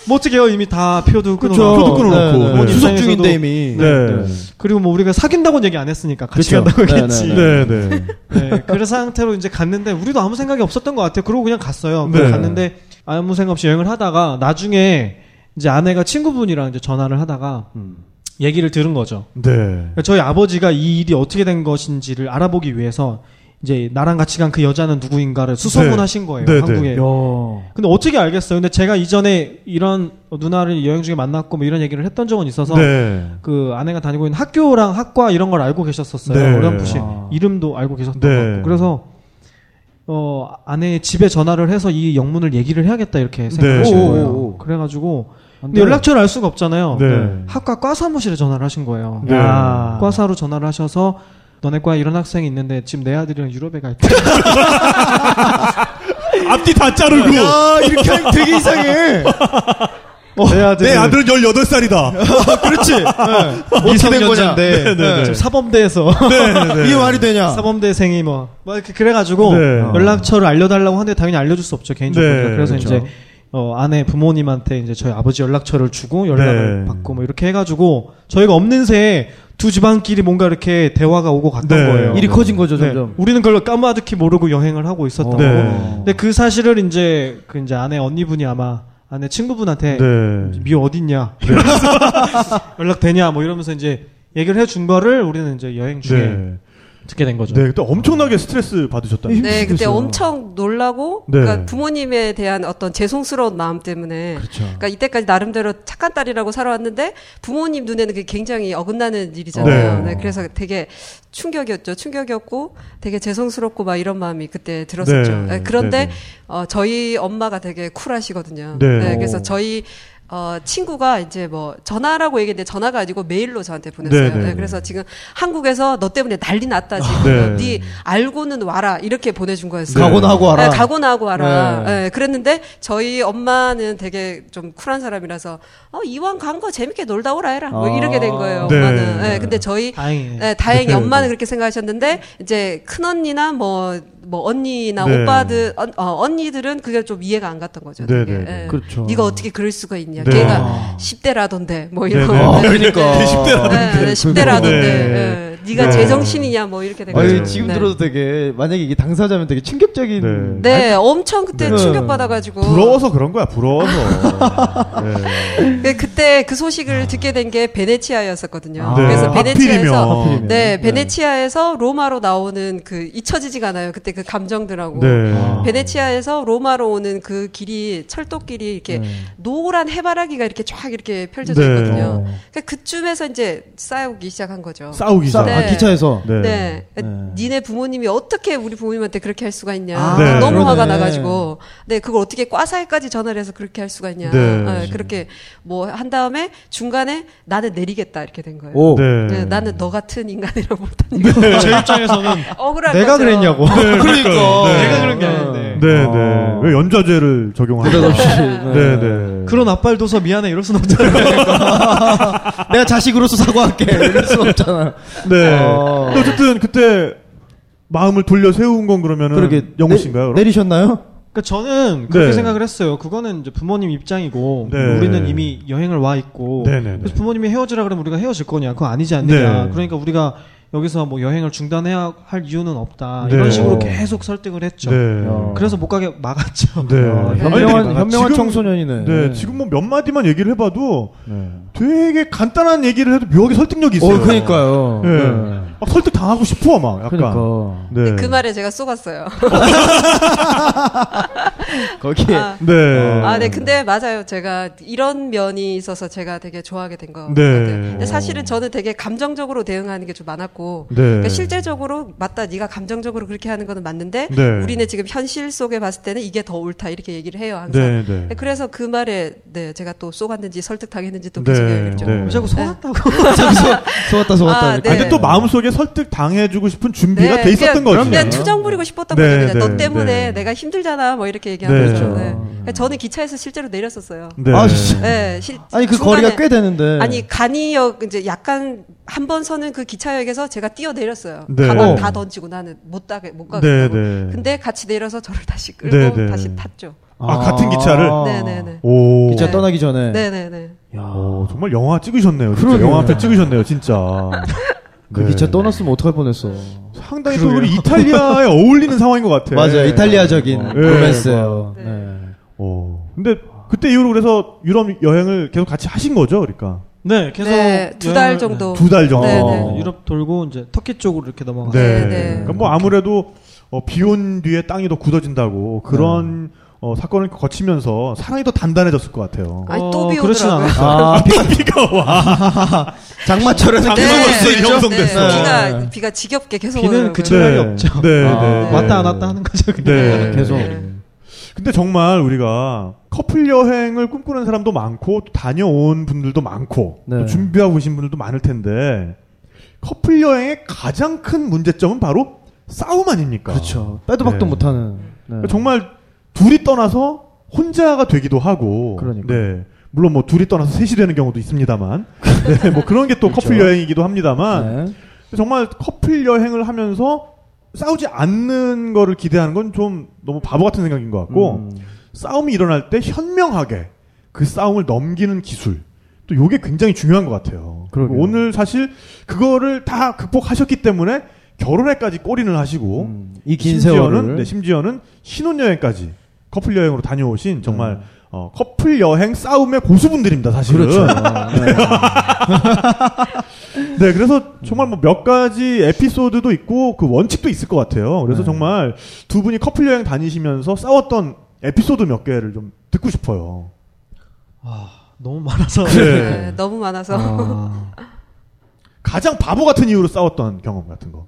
뭐 어떻게요 이미 다 표도 끊어놓고 그렇죠. 표도 끊어놓고. 네, 네. 부모님 수속 입장에서도- 중인데 이미. 네. 그리고 뭐 우리가 사귄다고는 얘기 안 했으니까 같이 그렇죠. 간다고 네, 했지. 네, 네, 네. 네, 그런 상태로 이제 갔는데 우리도 아무 생각이 없었던 것 같아요. 그러고 그냥 갔어요. 네. 갔는데 아무 생각 없이 여행을 하다가 나중에 이제 아내가 친구분이랑 이제 전화를 하다가 음. 얘기를 들은 거죠. 네. 그러니까 저희 아버지가 이 일이 어떻게 된 것인지를 알아보기 위해서 이제 나랑 같이 간 그 여자는 누구인가를 수소문하신 거예요. 네, 네. 한국에. 야. 근데 어떻게 알겠어요? 근데 제가 이전에 이런 누나를 여행 중에 만났고 뭐 이런 얘기를 했던 적은 있어서 네. 그 아내가 다니고 있는 학교랑 학과 이런 걸 알고 계셨었어요. 네. 어렴풋이 아. 이름도 알고 계셨던 네. 것 같고 그래서 어 아내의 집에 전화를 해서 이 영문을 얘기를 해야겠다 이렇게 생각하신 네. 거예요. 오, 오, 오. 그래가지고 안 근데 돼요. 연락처를 알 수가 없잖아요. 네. 학과 과 사무실에 전화를 하신 거예요. 아. 네. 야. 과사로 전화를 하셔서 너네 과에 이런 학생이 있는데 지금 내 아들이랑 유럽에 [LAUGHS] 가 있다. 앞뒤 다 자르고. 야 이렇게 하면 되게 이상해. 어, 내 내 아들은 네. 18살이다. 그렇지. 네. 어떻게 된 거냐. 미성년자인데 네. 지금 [LAUGHS] 사범대에서 네, 네, 네. 이게 말이 되냐? 사범대생이 뭐, 뭐 이렇게 그래가지고 네. 연락처를 알려달라고 하는데 당연히 알려줄 수 없죠 개인적으로 네, 그래서 그렇죠. 이제 어, 아내 부모님한테 이제 저희 아버지 연락처를 주고 연락을 네. 받고 뭐 이렇게 해가지고 저희가 없는 새에 두 집안끼리 뭔가 이렇게 대화가 오고 갔던 네. 거예요. 일이 네. 커진 거죠 네. 점점. 우리는 그걸 까마득히 모르고 여행을 하고 있었던 어. 거고. 네. 근데 그 사실을 이제 그 이제 아내 언니분이 아마 아내 친구분한테 네. 미 어딨냐 [LAUGHS] 연락 되냐 뭐 이러면서 이제 얘기를 해준 거를 우리는 이제 여행 중에 네. 듣게 된 거죠. 네. 그때 엄청나게 스트레스 받으셨다. 네, 그때 엄청 놀라고 네. 그러니까 부모님에 대한 어떤 죄송스러운 마음 때문에 그렇죠. 그러니까 음. 이때까지 나름대로 착한 딸이라고 살아왔는데 부모님 눈에는 그게 굉장히 어긋나는 일이잖아요. 네. 네, 그래서 되게 충격이었죠. 충격이었고 되게 죄송스럽고 막 이런 마음이 그때 들었었죠. 네. 네, 그런데 네, 네. 어, 저희 엄마가 되게 쿨하시거든요. 네. 네, 그래서 오. 저희 어, 친구가 이제 뭐 전화라고 얘기했는데 전화가 아니고 메일로 저한테 보냈어요. 네, 네, 네, 네. 그래서 지금 한국에서 너 때문에 난리 났다 네. 지금. 네 알고는 와라 이렇게 보내준 거였어요. 가고 나고 와라. 네, 가고 나고 와라. 네. 네, 그랬는데 저희 엄마는 되게 좀 쿨한 사람이라서 어, 이왕 간 거 재밌게 놀다 오라 해라. 뭐 아. 이렇게 된 거예요. 네. 아, 엄마는. 네, 근데 저희 다행이네. 네, 다행히 네. 엄마는 그렇게 생각하셨는데 이제 큰 언니나 뭐. 뭐 언니나 네. 오빠들 언- 어, 언니들은 그게 좀 이해가 안 갔던 거죠. 네, 되게. 네. 예. 그렇죠. 네가 어떻게 그럴 수가 있냐. 네. 걔가 10대라던데 뭐 네, 이런. [LAUGHS] 네. 아, 네. 그러니까. 네, 10대라던데. 네, 네, 10대라던데. 네. 네. 네가 네. 제정신이냐 뭐 이렇게 된 아, 거죠. 이거 지금 네. 들어도 되게 만약에 이게 당사자면 되게 충격적인. 네. 네, 엄청 그때 네. 충격받아가지고. 부러워서 그런 거야, [LAUGHS] 부러워서. 네. 네, 그때 그 소식을 듣게 된 게 베네치아였었거든요. 아. 그래서 네, 베네치아에서. 하필이면. 네, 베네치아에서 로마로 나오는 그 잊혀지지가 않아요. 그때 그 감정들하고. 네. 베네치아에서 로마로 오는 그 길이 철도길이 이렇게 노란 해바라기가 이렇게 쫙 이렇게 펼쳐져 네. 있거든요. 그러니까 그쯤에서 이제 싸우기 시작한 거죠. 싸우기 시작. 네. 아, 기차에서. 네. 네. 네. 니네 부모님이 어떻게 우리 부모님한테 그렇게 할 수가 있냐. 아, 네. 너무 화가 그러네. 나가지고. 네, 그걸 어떻게 과사에까지 전화를 해서 그렇게 할 수가 있냐. 네. 네, 그렇게 뭐 한 다음에 중간에 나는 내리겠다 이렇게 된 거예요. 오. 네. 네, 나는 너 같은 [LAUGHS] 인간이라 못하니까. 제 입장에서는 억울한 내가 거죠. 그랬냐고. 그러니까. 네. 내가 그런 게 아닌데. 네, 아. 네. 왜 연좌제를 적용하냐. [LAUGHS] 느닷없이. 네, 네. 그런 앞발도서 미안해 이럴 순 없잖아요. 내가 자식으로서 사과할게. 이럴 순 없잖아. 네. 어. 근데 어쨌든 그때 마음을 돌려 세운 건 그러면은 그러게 네. 네. 영우 씨인가요? 내, 그럼? 리셨나요 그러니까 저는 그렇게 네. 생각을 했어요. 그거는 이제 부모님 입장이고 네. 우리는 이미 여행을 와 있고 네, 네, 네. 그래서 부모님이 헤어지라 그러면 우리가 헤어질 거냐? 그거 아니지 않느냐? 네. 그러니까 우리가 여기서 뭐 여행을 중단해야 할 이유는 없다. 네. 이런 식으로 어. 계속 설득을 했죠. 네. 어. 그래서 못 가게 막았죠. 네. 어, 아니, 현명한, 근데 현명한 지금- 청소년이네. 네, 지금 뭐 몇 마디만 얘기를 해봐도 네. 되게 간단한 얘기를 해도 묘하게 설득력이 있어요. 어, 그러니까요. 네. 막 설득 당하고 싶어 막 약간. 그러니까 네. 그 말에 제가 쏘갔어요. 거기에 [LAUGHS] 아. 네. 아, 네. 근데 맞아요. 제가 이런 면이 있어서 제가 되게 좋아하게 된 것 네. 같아요. 오. 근데 사실은 저는 되게 감정적으로 대응하는 게 좀 많았고, 네. 그러니까 실제적으로 맞다. 네가 감정적으로 그렇게 하는 거는 맞는데, 네. 우리는 지금 현실 속에 봤을 때는 이게 더 옳다 이렇게 얘기를 해요 항상. 네, 네. 그래서 그 말에 네 제가 또 쏘갔는지 설득당했는지 또 네, 계속 얘기했죠. 네. 자꾸 속았다고. 속았다 속았다. 아, 이렇게. 아, 근데 네. 또 마음속에 설득 당해주고 싶은 준비가 네, 돼 있었던 그냥- 거죠. 그냥 투정 부리고 싶었던 네, 거죠. 네, 그냥 너 때문에 네. 내가 힘들잖아 뭐 이렇게 얘기한 네. 거죠. 그렇죠. 네. 그러니까 저는 기차에서 실제로 내렸었어요. 네. 아, 진짜. 네, 실, 아니 그 중간에- 거리가 꽤 되는데. 아니 간이역 이제 약간 한 번 서는 그 기차역에서 제가 뛰어 내렸어요. 네. 가방 어. 다 던지고 나는 못 가게 못 가게. 네, 네, 네. 근데 같이 내려서 저를 다시 끌고 네, 네. 다시 탔죠. 아, 같은 기차를? 네, 네, 네. 오. 기차 네. 떠나기 전에. 네, 네, 네. 야, 오, 정말 영화 찍으셨네요. 진짜. 그러게요. 영화 앞에 찍으셨네요, 진짜. 그 네. 기차 떠났으면 어떡할 뻔했어. 상당히 또 우리 이탈리아에 어울리는 상황인 것 같아요. 맞아요. 이탈리아적인 네. 어, 예. 로맨스예요. 네. 네. 오. 어. 근데 그때 이후로 그래서 유럽 여행을 계속 같이 하신 거죠, 그러니까. 네, 계속 네, 두 달 여행을- 정도. 두 달 정도. 어. 네, 네, 네. 유럽 돌고 이제 터키 쪽으로 이렇게 넘어가. 네. 네. 네, 네. 그러니까 뭐 아무래도 어, 비온 뒤에 땅이 더 굳어진다고 그런 어, 사건을 거치면서 사랑이 더 단단해졌을 것 같아요. 아니, 또 어, 비오더라고요. 그렇진 않았어요. [LAUGHS] 아, 비가 와. 장마철에는 장마 계속 벌써 있죠? 이렇게 형성됐어. 네, 그렇죠. 비가 비가 지겹게 계속 비는 오더라고요. 그치- 시간이 없죠. 네, 아, 네. 왔다 안 왔다 하는 거죠. 그냥. 네. 계속. 그러니까. 네. 근데 정말 우리가 커플 여행을 꿈꾸는 사람도 많고 또 다녀온 분들도 많고 네. 또 준비하고 계신 분들도 많을 텐데 커플 여행의 가장 큰 문제점은 바로 싸움 아닙니까? 그렇죠. 빼도 박도 네. 못하는. 네. 그러니까 정말 둘이 떠나서 혼자가 되기도 하고 그러니까. 네. 물론 뭐 둘이 떠나서 셋이 되는 경우도 있습니다만 [LAUGHS] 네, 뭐 그런 게 또 커플 여행이기도 합니다만 그렇죠. 네. 정말 커플 여행을 하면서 싸우지 않는 거를 기대하는 건 좀 너무 바보 같은 생각인 것 같고 음. 싸움이 일어날 때 현명하게 그 싸움을 넘기는 기술 또 요게 굉장히 중요한 것 같아요. 그러게요. 오늘 사실 그거를 다 극복하셨기 때문에 결혼에까지 꼬리를 하시고 음. 이 긴 심지어는 세월을 네, 심지어는 신혼여행까지 커플 여행으로 다녀오신 정말 어, 커플 여행 싸움의 고수분들입니다 사실은. 음. 그렇죠. 네. [LAUGHS] 네, 그래서 정말 뭐 몇 가지 에피소드도 있고 그 원칙도 있을 것 같아요. 그래서 네. 정말 두 분이 커플 여행 다니시면서 싸웠던 에피소드 몇 개를 좀 듣고 싶어요. 아, 너무 많아서. 네, 너무 많아서 아, 가장 바보 같은 이유로 싸웠던 경험 같은 거.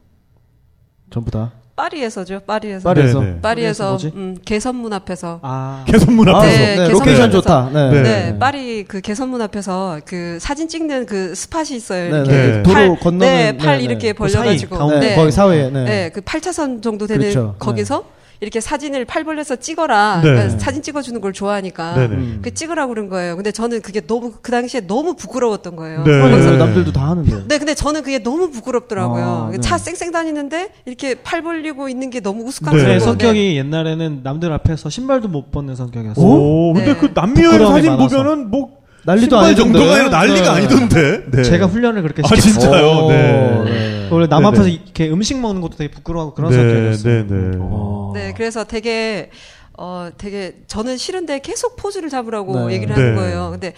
전부 다. [LAUGHS] 파리에서죠. 파리에서. 파리. 파리에서. 네, 네. 파리에서 뭐지? 음, 개선문 앞에서 아. 개선 문 앞에서. 네, 계속 로케이션 하면서. 좋다. 네. 네. 네, 파리 그 개선문 앞에서 그 사진 찍는 그 스팟이 있어요. 네, 이렇게 네. 그 도로 팔, 건너는- 네, 네, 팔 네. 이렇게 그 사이, 벌려가지고 가운데. 네, 거기 사회에. 네. 네. 그 8차선 정도 되는 그렇죠. 거기서 이렇게 사진을 팔벌려서 찍어라. 네. 그러니까 사진 찍어주는 걸 좋아하니까 네네. 음. 그 찍으라고 그런 거예요. 근데 저는 그게 너무 그 당시에 너무 부끄러웠던 거예요. 네. 어, 그래서 남들도 다 하는데. 네, 근데 저는 그게 너무 아, 부끄럽더라고요. 그 네. 차 쌩쌩 다니는데 이렇게 팔 벌리고 있는 게 너무 우스꽝 네. 스러운 제 네. 성격이 옛날에는 남들 앞에서 신발도 못 벗는 성격이었어요. 오, 근데 네. 그 남미 여행 부끄러움이 사진 많아서. 보면은 뭐 난리도 신발 아닐 정도가 정도예요. 아니라 난리가 네. 아니던데. 네. 제가 훈련을 그렇게 아 시켰어요. 진짜요. 오, 네. 네. 원래 남 네네. 앞에서 이렇게 음식 먹는 것도 되게 부끄러워하고 그런 네, 네, 성격이었어요. 네. 어. 네, 그래서 되게 어 되게 저는 싫은데 계속 포즈를 잡으라고 네. 얘기를 네. 하는 거예요. 근데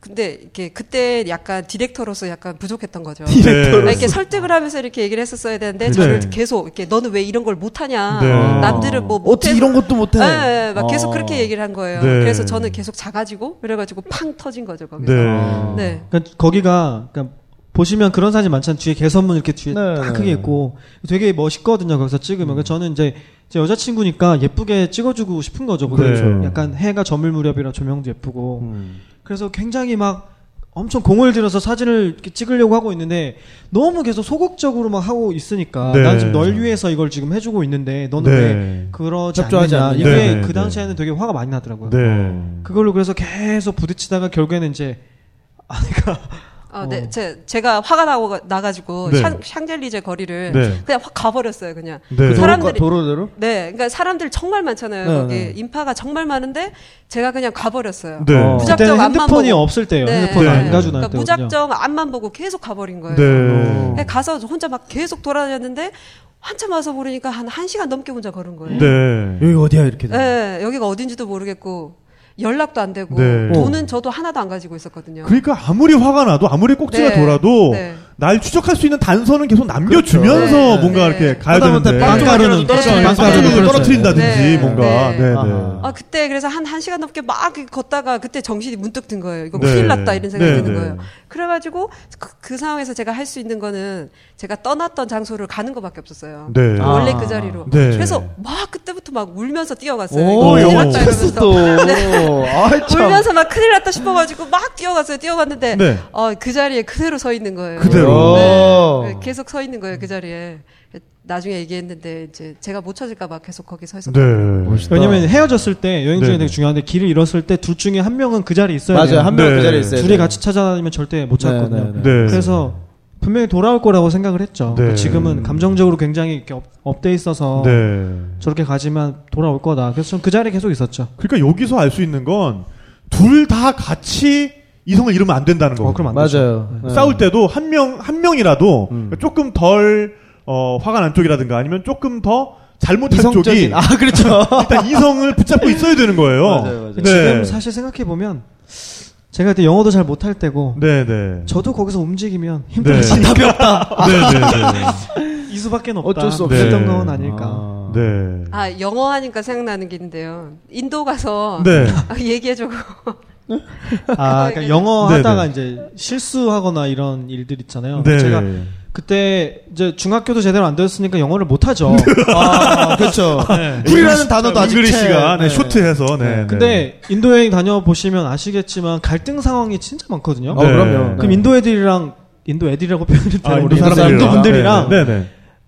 근데 이렇게 그때 약간 디렉터로서 약간 부족했던 거죠. 네. 아, 이렇게 설득을 하면서 이렇게 얘기를 했었어야 되는데 저를 네. 계속 이렇게 너는 왜 이런 걸 못하냐? 네. 남들은 뭐 어떻게 못해서- 이런 것도 못해? 예, 예, 막 계속 어. 그렇게 얘기를 한 거예요. 네. 그래서 저는 계속 작아지고 그래가지고 팡 터진 거죠 거기서. 네. 아. 네. 그러니까 거기가 그러니까 보시면 그런 사진 많잖아요. 뒤에 개선문 이렇게 뒤에 네, 딱 네. 크게 있고 되게 멋있거든요. 거기서 찍으면. 그래서 저는 이제 제 여자친구니까 예쁘게 찍어주고 싶은 거죠. 그래서 네. 약간 해가 저물 무렵이라 조명도 예쁘고 음. 그래서 굉장히 막 엄청 공을 들여서 사진을 이렇게 찍으려고 하고 있는데 너무 계속 소극적으로 막 하고 있으니까 네. 난 지금 널 위해서 이걸 지금 해주고 있는데 너는 네. 왜 그러지 협조하지 않느냐 않느냐. 이게 네. 그 네. 당시에는 되게 화가 많이 나더라고요 네. 그걸로 그래서 계속 부딪히다가 결국에는 이제 아내가 어, 네, 제, 제가 화가 나고 나가지고 네. 샹, 샹젤리제 거리를 네. 그냥 확 가버렸어요, 그냥. 네. 그 사람들이 도로대로? 네, 그러니까 사람들 정말 많잖아요. 네, 거기 네. 인파가 정말 많은데 제가 그냥 가버렸어요. 네. 어. 무작정 그때는 앞만 핸드폰이 보고. 없을 때예요. 네. 핸드폰 네. 안 가주나 그러니까 때거든요. 무작정 앞만 보고 계속 가버린 거예요. 네. 그냥 가서 혼자 막 계속 돌아다녔는데 한참 와서 모르니까 한 1시간 넘게 혼자 걸은 거예요. 네. 음. 여기 어디야 이렇게 돼. 네, 여기가 어딘지도 모르겠고 연락도 안 되고 네. 돈은 저도 하나도 안 가지고 있었거든요. 그러니까 아무리 화가 나도 아무리 꼭지가 어. 네. 돌아도 네. 날 추적할 수 있는 단서는 계속 남겨주면서 그렇죠. 네. 뭔가 네. 이렇게 가야 하다못해 되는데 빵 빵가루는 떨어뜨리는 빵가루는 빵가루를 그렇죠. 떨어뜨린다든지 네. 뭔가 네. 네. 네. 아하. 아 그때 그래서 한 한 시간 넘게 막 걷다가 그때 정신이 문득 든 거예요. 이거 네. 뭐 큰일 났다 이런 생각이 네, 드는 네. 거예요. 그래가지고 그, 그 상황에서 제가 할 수 있는 거는 제가 떠났던 장소를 가는 것밖에 없었어요. 네. 아. 원래 그 자리로. 네. 그래서 막 그때부터 막 울면서 뛰어갔어요. 이거 오, 어, 큰일 영화 영화 났다 찍었어 이러면서. 또. 아, 참. 울면서 막 큰일 났다 싶어가지고 막 뛰어갔어요. 뛰어갔는데 네. 어, 그 자리에 그대로 서 있는 거예요. 그대로. 어. 네, 계속 서 있는 거예요 그 자리에. 나중에 얘기했는데 이제 제가 못 찾을까 봐 계속 거기 서 있었어요. 네. 왜냐면 헤어졌을 때 여행 중에 네. 되게 중요한데 길을 잃었을 때 둘 중에 한 명은 그 자리에 있어야 맞아요. 돼요. 한 명 그 네. 자리에 있어요. 둘이 같이 찾아다니면 절대 못 찾거든요. 네, 네, 네. 그래서 분명히 돌아올 거라고 생각을 했죠. 그러니까 네. 지금은 감정적으로 굉장히 이렇게 업, 업돼 있어서 네. 저렇게 가지만 돌아올 거다. 그래서 전 그 자리에 계속 있었죠. 그러니까 여기서 알 수 있는 건 둘 다 같이 이성을 잃으면 안 된다는 어, 거고. 그럼 안 음. 되죠. 맞아요. 네. 싸울 때도 한 명 한 명이라도 그러니까 조금 덜 어, 화가 난 쪽이라든가 아니면 조금 더 잘못한 쪽이 이성적인. [LAUGHS] 아, 그렇죠. 일단 이성을 붙잡고 있어야 되는 거예요. [LAUGHS] 맞아요, 맞아요. 네. 지금 사실 생각해 보면 제가 그때 영어도 잘 못할 때고 네, 네. 저도 거기서 움직이면 네. 힘들어지 답이 없다. 네, 아. 네, 이 수밖에 없다. 어쩔 수 없이. 그랬던 건 네. 아닐까. 아. 네. 네. 아 영어 하니까 생각나는 게 있는데요. 인도 가서 네. [LAUGHS] 얘기해주고 아, 그러니까 영어 네네. 하다가 이제 실수하거나 이런 일들 있잖아요. 네. 제가 그때 이제 중학교도 제대로 안 되었으니까 영어를 [LAUGHS] 못 하죠. 네, 아, 그렇죠. 불이라는 단어도 아직 잉글리 채- 씨가 네, 네. 쇼트해서 네. 네. 근데 인도 여행 다녀 보시면 아시겠지만 갈등 상황이 진짜 많거든요. 어, 네. 그럼요. 그럼 인도 애들이랑 인도 애들이라고 [LAUGHS] 표현이 아, 돼요. 인도 네, 우리 사람 인도 분들이랑 네, 네. 네.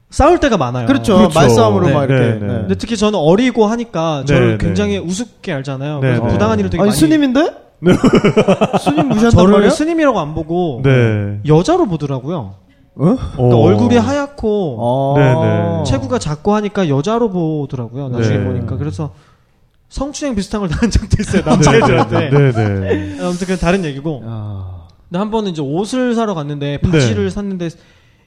싸울 때가 많아요. 그렇죠. 그렇죠. 말싸움으로 막 네, 이렇게. 네, 네. 근데 특히 저는 어리고 하니까 네, 저를 네. 굉장히 우습게 알잖아요. 네, 그래서 네. 부당한 일을 되게 아니, 많이 [LAUGHS] 스님인데? 스님 무시한단 저를 말이야? 스님이라고 안 보고 네. 여자로 보더라고요. 어? 어. 그러니까 어. 얼굴이 하얗고 아. 네, 네. 체구가 작고 하니까 여자로 보더라고요. 나중에 네. 보니까 그래서 성추행 비슷한 걸 [LAUGHS] 당한 적도 있어요. 네, 남자애들한테. 네. 네. 아무튼 그건 다른 얘기고. 아. 근데 한 번은 이제 옷을 사러 갔는데 바지를 네. 샀는데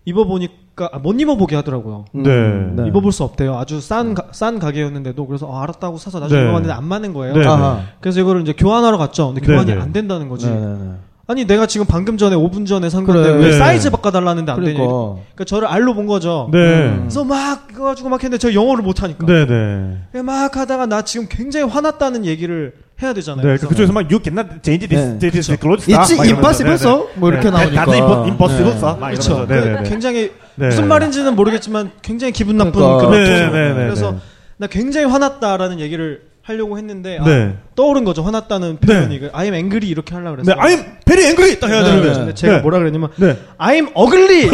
입어보니까 아, 못 입어보게 하더라고요. 네. 음, 네. 입어볼 수 없대요. 아주 싼, 가, 싼 가게였는데도 그래서 아, 알았다고 사서 나중에 네. 입어봤는데 안 맞는 거예요. 네. 아하. 그래서 이거를 이제 교환하러 갔죠. 근데 교환이 네네. 안 된다는 거지. 네, 네, 네. 아니 내가 지금 방금 전에 5분 전에 산 건데 그래. 왜 네. 사이즈 바꿔달라는데 안 그러니까. 되냐. 그러니까 저를 알로 본 거죠. 네. 그래서 막 이거 가지고 막 했는데 제가 영어를 못 하니까. 네, 네. 그냥 막 하다가 나 지금 굉장히 화났다는 얘기를 해야 되잖아요. 네, 그래서 그쪽에서 막 you cannot change this, 네. this, this clothes. It's 막 이러면서. impossible, 네, 네. so? 뭐 이렇게 네. 나오니까. That's impo- impossible, so? 막 그렇죠. 이러면서. 네, 네, 네. 굉장히 네. 무슨 말인지는 모르겠지만 굉장히 기분 나쁜 그 그러니까. 런 네, 네, 네, 네. 그래서 네. 나 굉장히 화났다라는 얘기를 하려고 했는데 아, 네. 떠오른 거죠. 화났다는 표현이 그 I'm angry 이렇게 하려고 네, 그랬어요. I'm very angry! 딱 해야 네, 되는데. 네. 근데 제가 네. 뭐라 그랬냐면 네. I'm [LAUGHS] ugly.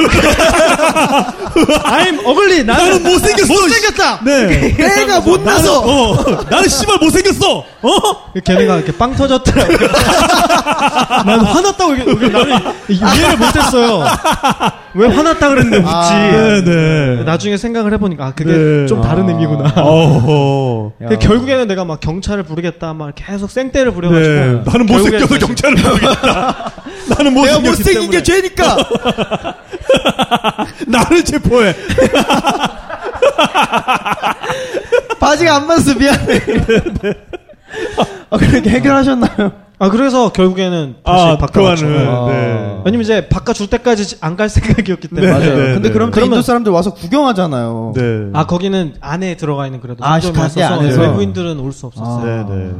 I'm ugly. 나는 못생겼어! 못생겼다! [LAUGHS] 네. 내가 못 나서! 어, 나는 씨발 못생겼어! 어? 걔네가 이렇게 빵 [LAUGHS] 터졌더라고요. 난 화났다고 이게- 이게 나는 이해를 못했어요. 왜 화났다 그랬는데 웃지? 네, 네. 나중에 생각을 해보니까 아 그게 네. 좀 다른 아. 의미구나. 어허. [LAUGHS] 근데 결국에는 내가 막 경찰을 부르겠다 막 계속 쌩떼를 부려가지고 네. 나는 결국에는 못생겨서 이제- 경찰을 부르겠다. [LAUGHS] 나는 내가 못생겼기 못생긴 때문에. 게 죄니까! 나를 체포해. 바지가 안 맞아서 미안해. 아, 그렇게 해결하셨나요? 아 그래서 결국에는 다시 아, 바꿔왔죠. 그거는. 아. 네. 왜냐면 이제 바꿔줄 때까지 안 갈 생각이었기 때문에 네, 맞아요. 네, 근데 네. 그럼 그 그러면- 인도 사람들 와서 구경하잖아요. 그- 네. 아 거기는 안에 들어가 있는 그래도 아, 상점이 식당이 있어서 안에서? 외부인들은 올 수 없었어요. 네, 네.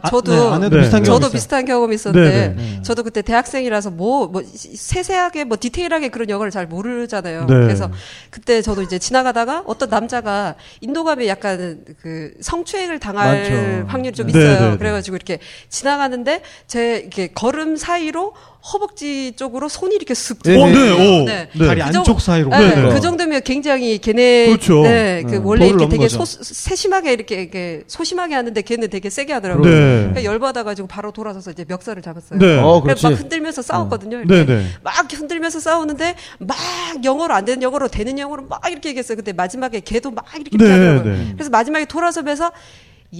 아, 저도 네, 안에도 네. 비슷한 경험 저도 있어요. 비슷한 경험이 있었는데 네, 음. 저도 그때 대학생이라서 뭐 뭐 세세하게 뭐 디테일하게 그런 영어를 잘 모르잖아요. 네. 그래서 그때 저도 이제 지나가다가 어떤 남자가 인도감이 약간 그 성추행을 당할 많죠. 확률이 좀 네, 있어요. 네, 네. 그래가지고 이렇게 지나가는데 제 이렇게 걸음 사이로 허벅지 쪽으로 손이 이렇게 슥 네, 어, 들어가요. 네, 오. 네. 네. 다리 그 안쪽 사이로. 네, 네. 그 정도면 굉장히 걔네 그렇죠. 네, 그 음. 원래 볼을 이렇게 넣은 되게 거죠. 소, 세심하게 이렇게, 이렇게 소심하게 하는데 걔는 되게 세게 하더라고요. 네. 그러니까 열받아가지고 바로 돌아서서 이제 멱살을 잡았어요. 네. 어, 그래서 그렇지. 어. 막 흔들면서 싸웠거든요. 이렇게. 네, 네. 막 흔들면서 싸우는데 막 영어로 안 되는 영어로 되는 영어로 막 이렇게 얘기했어요. 근데 마지막에 걔도 막 이렇게 네, 하더라고요. 네. 그래서 마지막에 돌아서면서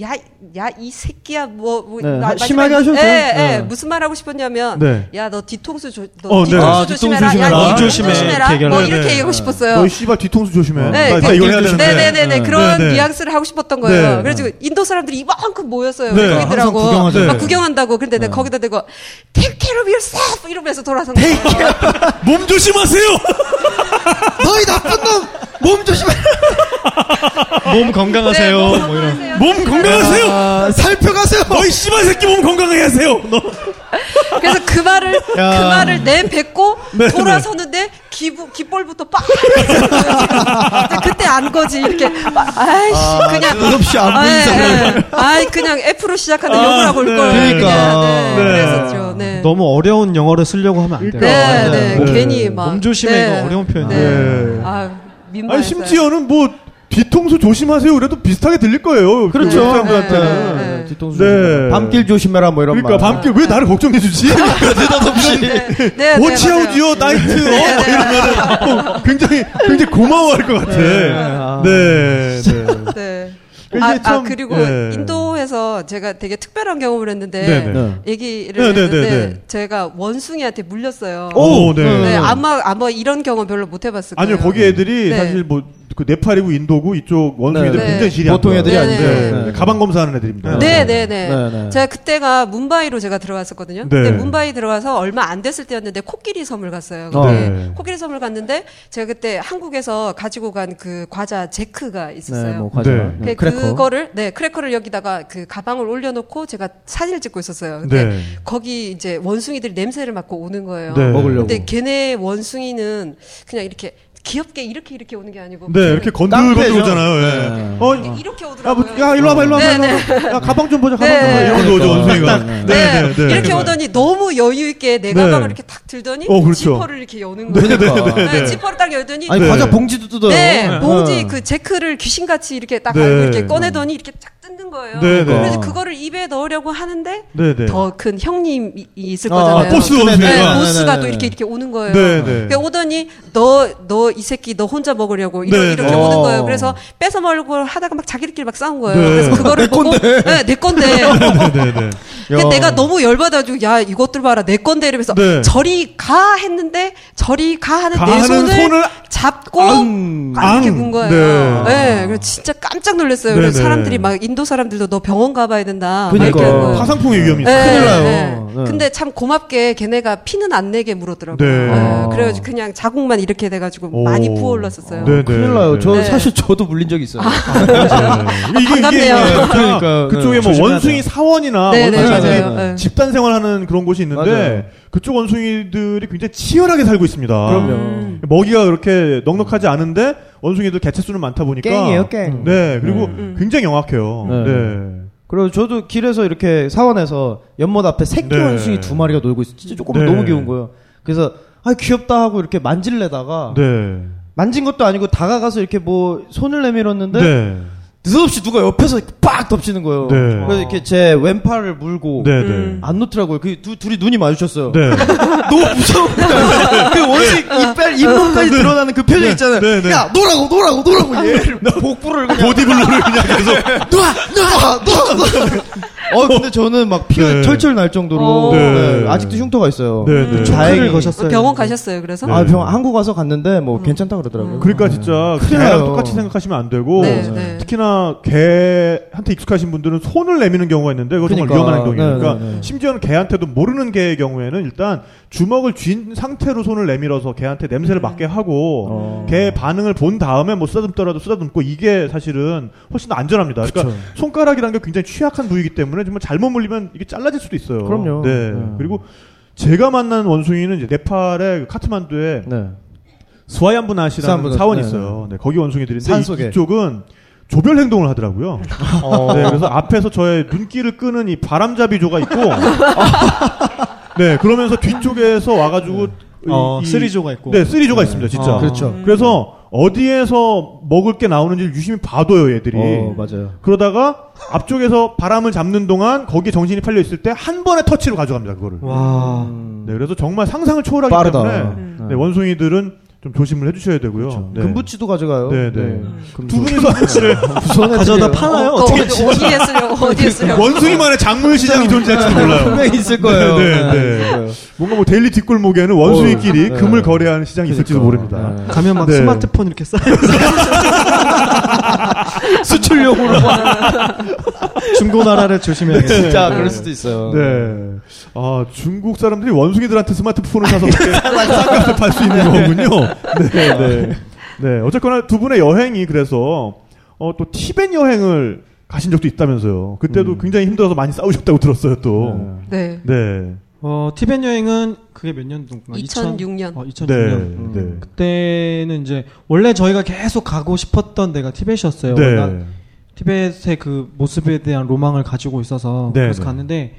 야, 야, 이 새끼야, 뭐, 뭐 네, 마지막에 심하게 하셔도 돼요. 예, 예, 네. 무슨 말 하고 싶었냐면, 네. 야, 너 뒤통수 조, 너 어, 네. 뒤통수 아, 뒤통수 조심해라, 야, 조심해라. 너 조심해. 조심해라, 이렇게 얘기하려고. 뭐 이렇게 네, 얘기하고 네. 뭐 싶었어요. 너희 씨발 뒤통수 조심해. 네, 나, 그- 나 이거 해야 되는데. 네네네 네. 그런 네, 네. 뉘앙스를 하고 싶었던 거예요. 네. 그래가지고 인도 사람들이 이만큼 모였어요. 네, 거기들하고 항상 구경하죠. 네. 막 구경한다고. 근데 내가 거기다 대고 Take care of yourself 이러면서 돌아선 거예요. 몸 조심하세요. 너희 나쁜 놈! 몸 조심해! 몸 건강하세요. 네, 뭐 이런. 건강하세요. 몸 건강하세요. 아, 살펴가세요! 너희 씨발 새끼 몸 건강하게 하세요. 너. 그래서 그 말을 그 말을 내뱉고 돌아서는데 기부 귓볼부터 빡. 근데 [LAUGHS] 그때 안 거지 이렇게 막, 아이씨 그냥 끝없이 안 보인 아, 예, 사람. 예. 아이 그냥 F로 시작하는 욕을 하고 올 네. 걸. 그러니까. 그냥, 네. 네. 그랬었죠. 네. 너무 어려운 영어를 쓰려고 하면 안 돼요. 네, 맞아요. 네, 네. 괜히 막. 몸 조심해 네. 이거 어려운 표현이에요. 네. 아, 민망. 아니 심지어는 뭐 뒤통수 조심하세요. 그래도 비슷하게 들릴 거예요. 그렇죠. 그 사람들한테는. 네, 네. 뒤통수 네. 조심해라. 밤길 조심해라, 뭐 이런 그러니까 말. 밤길 왜 나를 걱정해 [LAUGHS] 주지? 네, 네, 네, 맞아요. 워치아웃이요 나이트 네, 어? 이러면 어, 굉장히 굉장히 고마워할 것 같아. 네. 네. 네. 네. 이게 아, 아 참, 그리고 예. 인도에서 제가 되게 특별한 경험을 했는데 네네. 네. 얘기를 네, 네, 했는데 네, 네. 제가 원숭이한테 물렸어요. 오, 네. 네, 아마 아마 이런 경험 별로 못 해봤을 거예요. 아니요 거기 애들이 네. 사실 뭐 그 네팔이고 인도고 이쪽 원숭이들 네. 굉장히 질이 안 보통 좋아요. 애들이 네, 아니죠. 네. 네. 네. 가방 검사하는 애들입니다. 네, 네, 네. 네, 네. 제가 그때가 문바이로 제가 들어왔었거든요. 네. 근데 문바이 들어와서 얼마 안 됐을 때였는데 코끼리 섬을 갔어요. 어. 근데 네. 코끼리 섬을 갔는데 제가 그때 한국에서 가지고 간 그 과자 제크가 있었어요. 네, 뭐, 과자. 네. 네, 그 크래커. 거를네 크래커를 여기다가 그 가방을 올려놓고 제가 사진을 찍고 있었어요. 근데 네. 거기 이제 원숭이들이 냄새를 맡고 오는 거예요. 네. 먹으려고. 근데 걔네 원숭이는 그냥 이렇게 귀엽게 이렇게 이렇게 오는 게 아니고 그 네, 이렇게 건들건들 깡패죠. 오잖아요. 예. 네. 어, 이렇게 야, 뭐, 오더라고요. 야, 일로 와봐, 일로 와봐, 네, 일로 와봐. 야, 가방 좀 보자, 가방 네. 좀 보자. 이런 거 오죠, 원숭이가. 네, 네. 네, 이렇게 오더니 너무 여유 있게 내 네. 가방을 이렇게 탁 들더니 어, 그렇죠. 지퍼를 이렇게 여는 거예요. 네, 네, 네, 네, 네. 네. 지퍼를 딱 열더니 아니, 네. 과자 봉지도 뜯어요. 네, 봉지 어. 그 제크를 귀신같이 이렇게 딱 네. 알고 이렇게 꺼내더니 이렇게 쫙 뜯는 거예요. 네, 네. 그래서 어. 그거를 입에 넣으려고 하는데 네, 네. 더 큰 형님이 있을 아, 거잖아요. 보스 네, 원숭이가. 네, 네, 보스가 또 네, 이렇게 네. 이렇게 오는 거예요. 네, 네. 그러니까 오더니 너 너 이 새끼 너 혼자 먹으려고 이렇게, 네, 이렇게 네. 오는 어. 거예요. 그래서 뺏어 먹으려고 하다가 막 자기들끼리 막 싸운 거예요. 네. 그래서 그거를 내 보고 건데. 네, 내 [LAUGHS] 건데 네, 네. 근데 야. 내가 너무 열받아가지고 야 이것들 봐라 내 건데 이러면서 네. 저리 가 했는데 저리 가 하는 가 내 하는 손을, 손을 잡고 앙, 이렇게 앙. 군 거예요. 네. 네. 그래서 진짜 깜짝 놀랐어요. 네, 그래서 네. 사람들이 막 인도 사람들도 너 병원 가봐야 된다. 막 그러니까. 이렇게 하는 거예요. 파상풍의 위험이 있어요. 네, 큰일 나요. 네. 네. 근데 참 고맙게 걔네가 피는 안 내게 물었더라고요. 네. 네, 그래가지고 그냥 자국만 이렇게 돼가지고 오. 많이 부어올랐었어요. 네, 큰일 네, 나요. 네. 저 네. 아, 사실 저도 물린 적 있어요. 네. 이게, 반갑네요. [LAUGHS] 그러니까요. 그쪽에 네, 뭐 조심해야 원숭이 돼요. 사원이나 네, 원숭이 네, 맞아요. 맞아요. 네. 네. 집단 생활하는 그런 곳이 있는데 맞아요. 그쪽 원숭이들이 굉장히 치열하게 살고 있습니다. 그럼요. 음. 먹이가 그렇게 넉넉하지 않은데 원숭이도 개체수는 많다 보니까 깽이에요, 깽. 네, 그리고 음. 굉장히 영악해요. 네. 네. 그리고 저도 길에서 이렇게 사원에서 연못 앞에 새끼 네. 원숭이 두 마리가 놀고 있어. 진짜 조금 네. 너무 귀여운 거예요. 그래서 아 귀엽다 하고 이렇게 만질래다가 네. 만진 것도 아니고 다가가서 이렇게 뭐 손을 내밀었는데 네. 느닷없이 누가 옆에서 빡 덮치는 거예요. 네. 그래서 이렇게 제 왼팔을 물고 네, 네. 음. 안 놓더라고요. 그 두, 둘이 눈이 마주쳤어요. 네. 너무 무서워. 그 원숭이 이빨 입문까지 드러나는 그 표정 있잖아요. 네, 네. 야 노라고 노라고 노라고 얘를 아, 복부를 그냥 보디블루를 그냥 계속 놔! 놔! 놔! 놔! 어, 근데 저는 막 피가 네. 철철 날 정도로 어. 네. 네, 아직도 흉터가 있어요. 네, 네. 다행히 초크를 거셨어요. 병원 가셨어요. 그래서 네. 아, 병 한국 와서 갔는데 뭐 괜찮다 그러더라고요. 그러니까 진짜 큰일 개랑 나요. 똑같이 생각하시면 안 되고 네, 네. 특히나 개한테 익숙하신 분들은 손을 내미는 경우가 있는데 그거 정말 그러니까. 위험한 행동이에요. 네, 네, 그러니까 네. 심지어는 개한테도 모르는 개의 경우에는 일단 주먹을 쥔 상태로 손을 내밀어서 개한테 음. 냄새를 맡게 하고 어. 개의 반응을 본 다음에 뭐 쓰다듬더라도 쓰다듬고 이게 사실은 훨씬 더 안전합니다. 그러니까 그쵸. 손가락이란 게 굉장히 취약한 부위이기 때문에 정말 잘못 물리면 이게 잘라질 수도 있어요. 그럼요. 네. 네. 그리고 제가 만난 원숭이는 이제 네팔의 그 카트만두에 네. 스와얀부낫이라는 스와얀부낫, 사원이 네, 있어요. 네, 거기 원숭이들인데 산 이- 속에. 이쪽은 조별 행동을 하더라고요. 네, 그래서 앞에서 저의 눈길을 끄는 이 바람잡이 조가 있고, [LAUGHS] 네, 그러면서 뒤쪽에서 와가지고 네. 이- 어, 이- 쓰리조가 있고. 네, 쓰리조가 있습니다, 진짜. 어, 그렇죠. 래서 어디에서 먹을 게 나오는지 를 유심히 봐둬요, 애들이. 어, 맞아요. 그러다가 앞쪽에서 바람을 잡는 동안 거기에 정신이 팔려 있을 때 한 번에 터치로 가져갑니다, 그거를. 아. 와. 음. 네, 그래서 정말 상상을 초월하기 빠르다. 때문에 네. 네, 원숭이들은 좀 조심을 해주셔야 되고요. 그렇죠. 네. 금부치도 그렇죠. 가져가요. 네, 네. 금부. 두 [LAUGHS] [LAUGHS] 분이서 무서운 네. [LAUGHS] 애들이에요. 가져다 아, 파나요? 어, 어떻게 어디, 어디에 쓰려고 어디에 쓰려고 원숭이만의 작물 시장이 존재할지도 몰라요. 네. 분명히 있을 네, 거예요. 네, 네. 있을 거예요. 뭔가 뭐 데일리 뒷골목에는 원숭이끼리 네. 금을 거래하는 시장이 있을지도 그러니까. 모릅니다. 네. 가면 막 네. 스마트폰 이렇게 쌓여 [LAUGHS] 수출용으로. [LAUGHS] 중고나라를 네. 조심해야겠어요. 진짜 그럴 수도 있어요. 네. 아, 중국 사람들이 원숭이들한테 스마트폰을 사서 [LAUGHS] 이렇게 싼값에 팔 수 있는 거군요. 네, 네. 네. 어쨌거나 두 분의 여행이 그래서, 어, 또 티벳 여행을 가신 적도 있다면서요. 음. 그때도 굉장히 힘들어서 많이 싸우셨다고 들었어요, 또. 네 네. 어, 티벳 여행은 그게 몇 년도인가? 2006년. 어, 네. 2006년. 네. 그때는 이제 원래 저희가 계속 가고 싶었던 데가 티벳이었어요. 워낙 네. 티벳의 그 모습에 대한 로망을 가지고 있어서 네, 그래서 네. 갔는데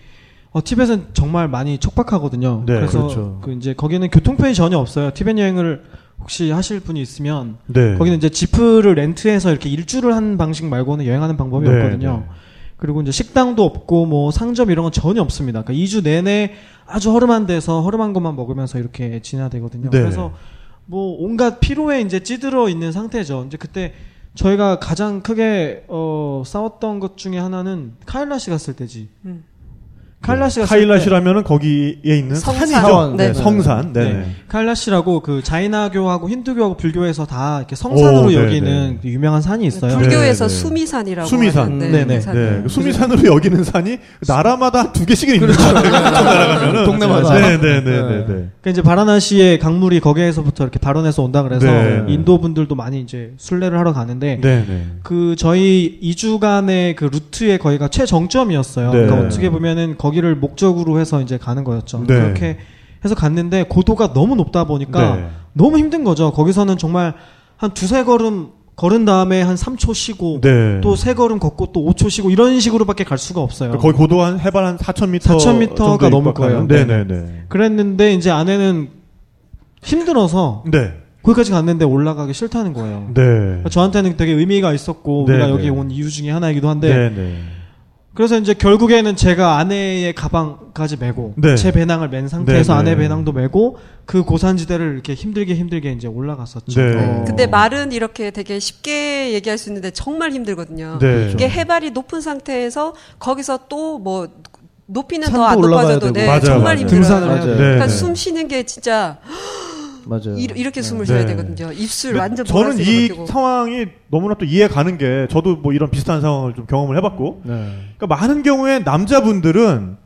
어, 티벳은 정말 많이 척박하거든요. 네, 그래서 그렇죠. 그 이제 거기는 교통편이 전혀 없어요. 티벳 여행을 혹시 하실 분이 있으면 네. 거기는 이제 지프를 렌트해서 이렇게 일주를 하는 방식 말고는 여행하는 방법이 네, 없거든요. 네. 그리고 이제 식당도 없고 뭐 상점 이런 건 전혀 없습니다. 그러니까 2주 내내 아주 허름한 데서 허름한 것만 먹으면서 이렇게 지내야 되거든요. 네. 그래서 뭐 온갖 피로에 이제 찌들어 있는 상태죠. 이제 그때 저희가 가장 크게 어, 싸웠던 것 중에 하나는 카일라 씨 갔을 때지. 음. 카일라 씨 갔을 때 네. 카일라시라면은 거기에 있는 성산. 산이죠. 네. 네. 성산. 네. 네. 카일라시라고 그 자이나교하고 힌두교하고 불교에서 다 이렇게 성산으로 오, 네, 여기는 그 유명한 산이 있어요. 불교- 불교에서 네, 네. 수미산이라고 수미산. 하는데, 네, 네. 수미산. 네. 수미산으로 여기는 산이 나라마다 두 개씩은 있는 것 [LAUGHS] 같아요. 그렇죠. 동남아다. 네, 네, 네, 네, 네. 그러니까 이제 바라나시의 강물이 거기에서부터 이렇게 발원해서 온다 그래서 네. 인도 분들도 많이 이제 순례를 하러 가는데 네, 네. 그 저희 2주간의 그 루트의 거기가 최정점이었어요. 네. 그러니까 어떻게 보면은 거기를 목적으로 해서 이제 가는 거였죠. 네. 그렇게 해서 갔는데 고도가 너무 높다 보니까 네. 너무 힘든 거죠. 거기서는 정말 한 두세 걸음 걸은 다음에 한 3초 쉬고 네. 또 세 걸음 걷고 또 5초 쉬고 이런 식으로밖에 갈 수가 없어요. 거의 고도 한 해발 한 4,000m 4,000m 가 정도에 넘을 육박하는. 거예요. 네, 네, 네. 그랬는데 이제 아내는 힘들어서 네. 거기까지 갔는데 올라가기 싫다는 거예요. 네. 저한테는 되게 의미가 있었고 네, 우리가 네. 여기 온 이유 중에 하나이기도 한데 네, 네. 그래서 이제 결국에는 제가 아내의 가방까지 메고 네. 제 배낭을 맨 상태에서 네, 네. 아내 배낭도 메고 그 고산지대를 이렇게 힘들게 힘들게 이제 올라갔었죠. 네. 네. 어. 근데 말은 이렇게 되게 쉽게 얘기할 수 있는데 정말 힘들거든요. 네. 이게 해발이 높은 상태에서 거기서 또 뭐 높이는 더 산도 안 올라가야 높아져도 되고. 네, 맞아요, 정말 맞아요. 힘들어요. 등산을 맞아요. 해야 돼요. 네, 그러니까 네. 숨 쉬는 게 진짜 맞아요. 이, 이렇게 숨을 네. 쉬어야 되거든요. 입술 완전 저는 보라색으로 이 바뀌고. 상황이 너무나 또 이해 가는 게 저도 뭐 이런 비슷한 상황을 좀 경험을 해봤고 네. 그러니까 많은 경우에 남자분들은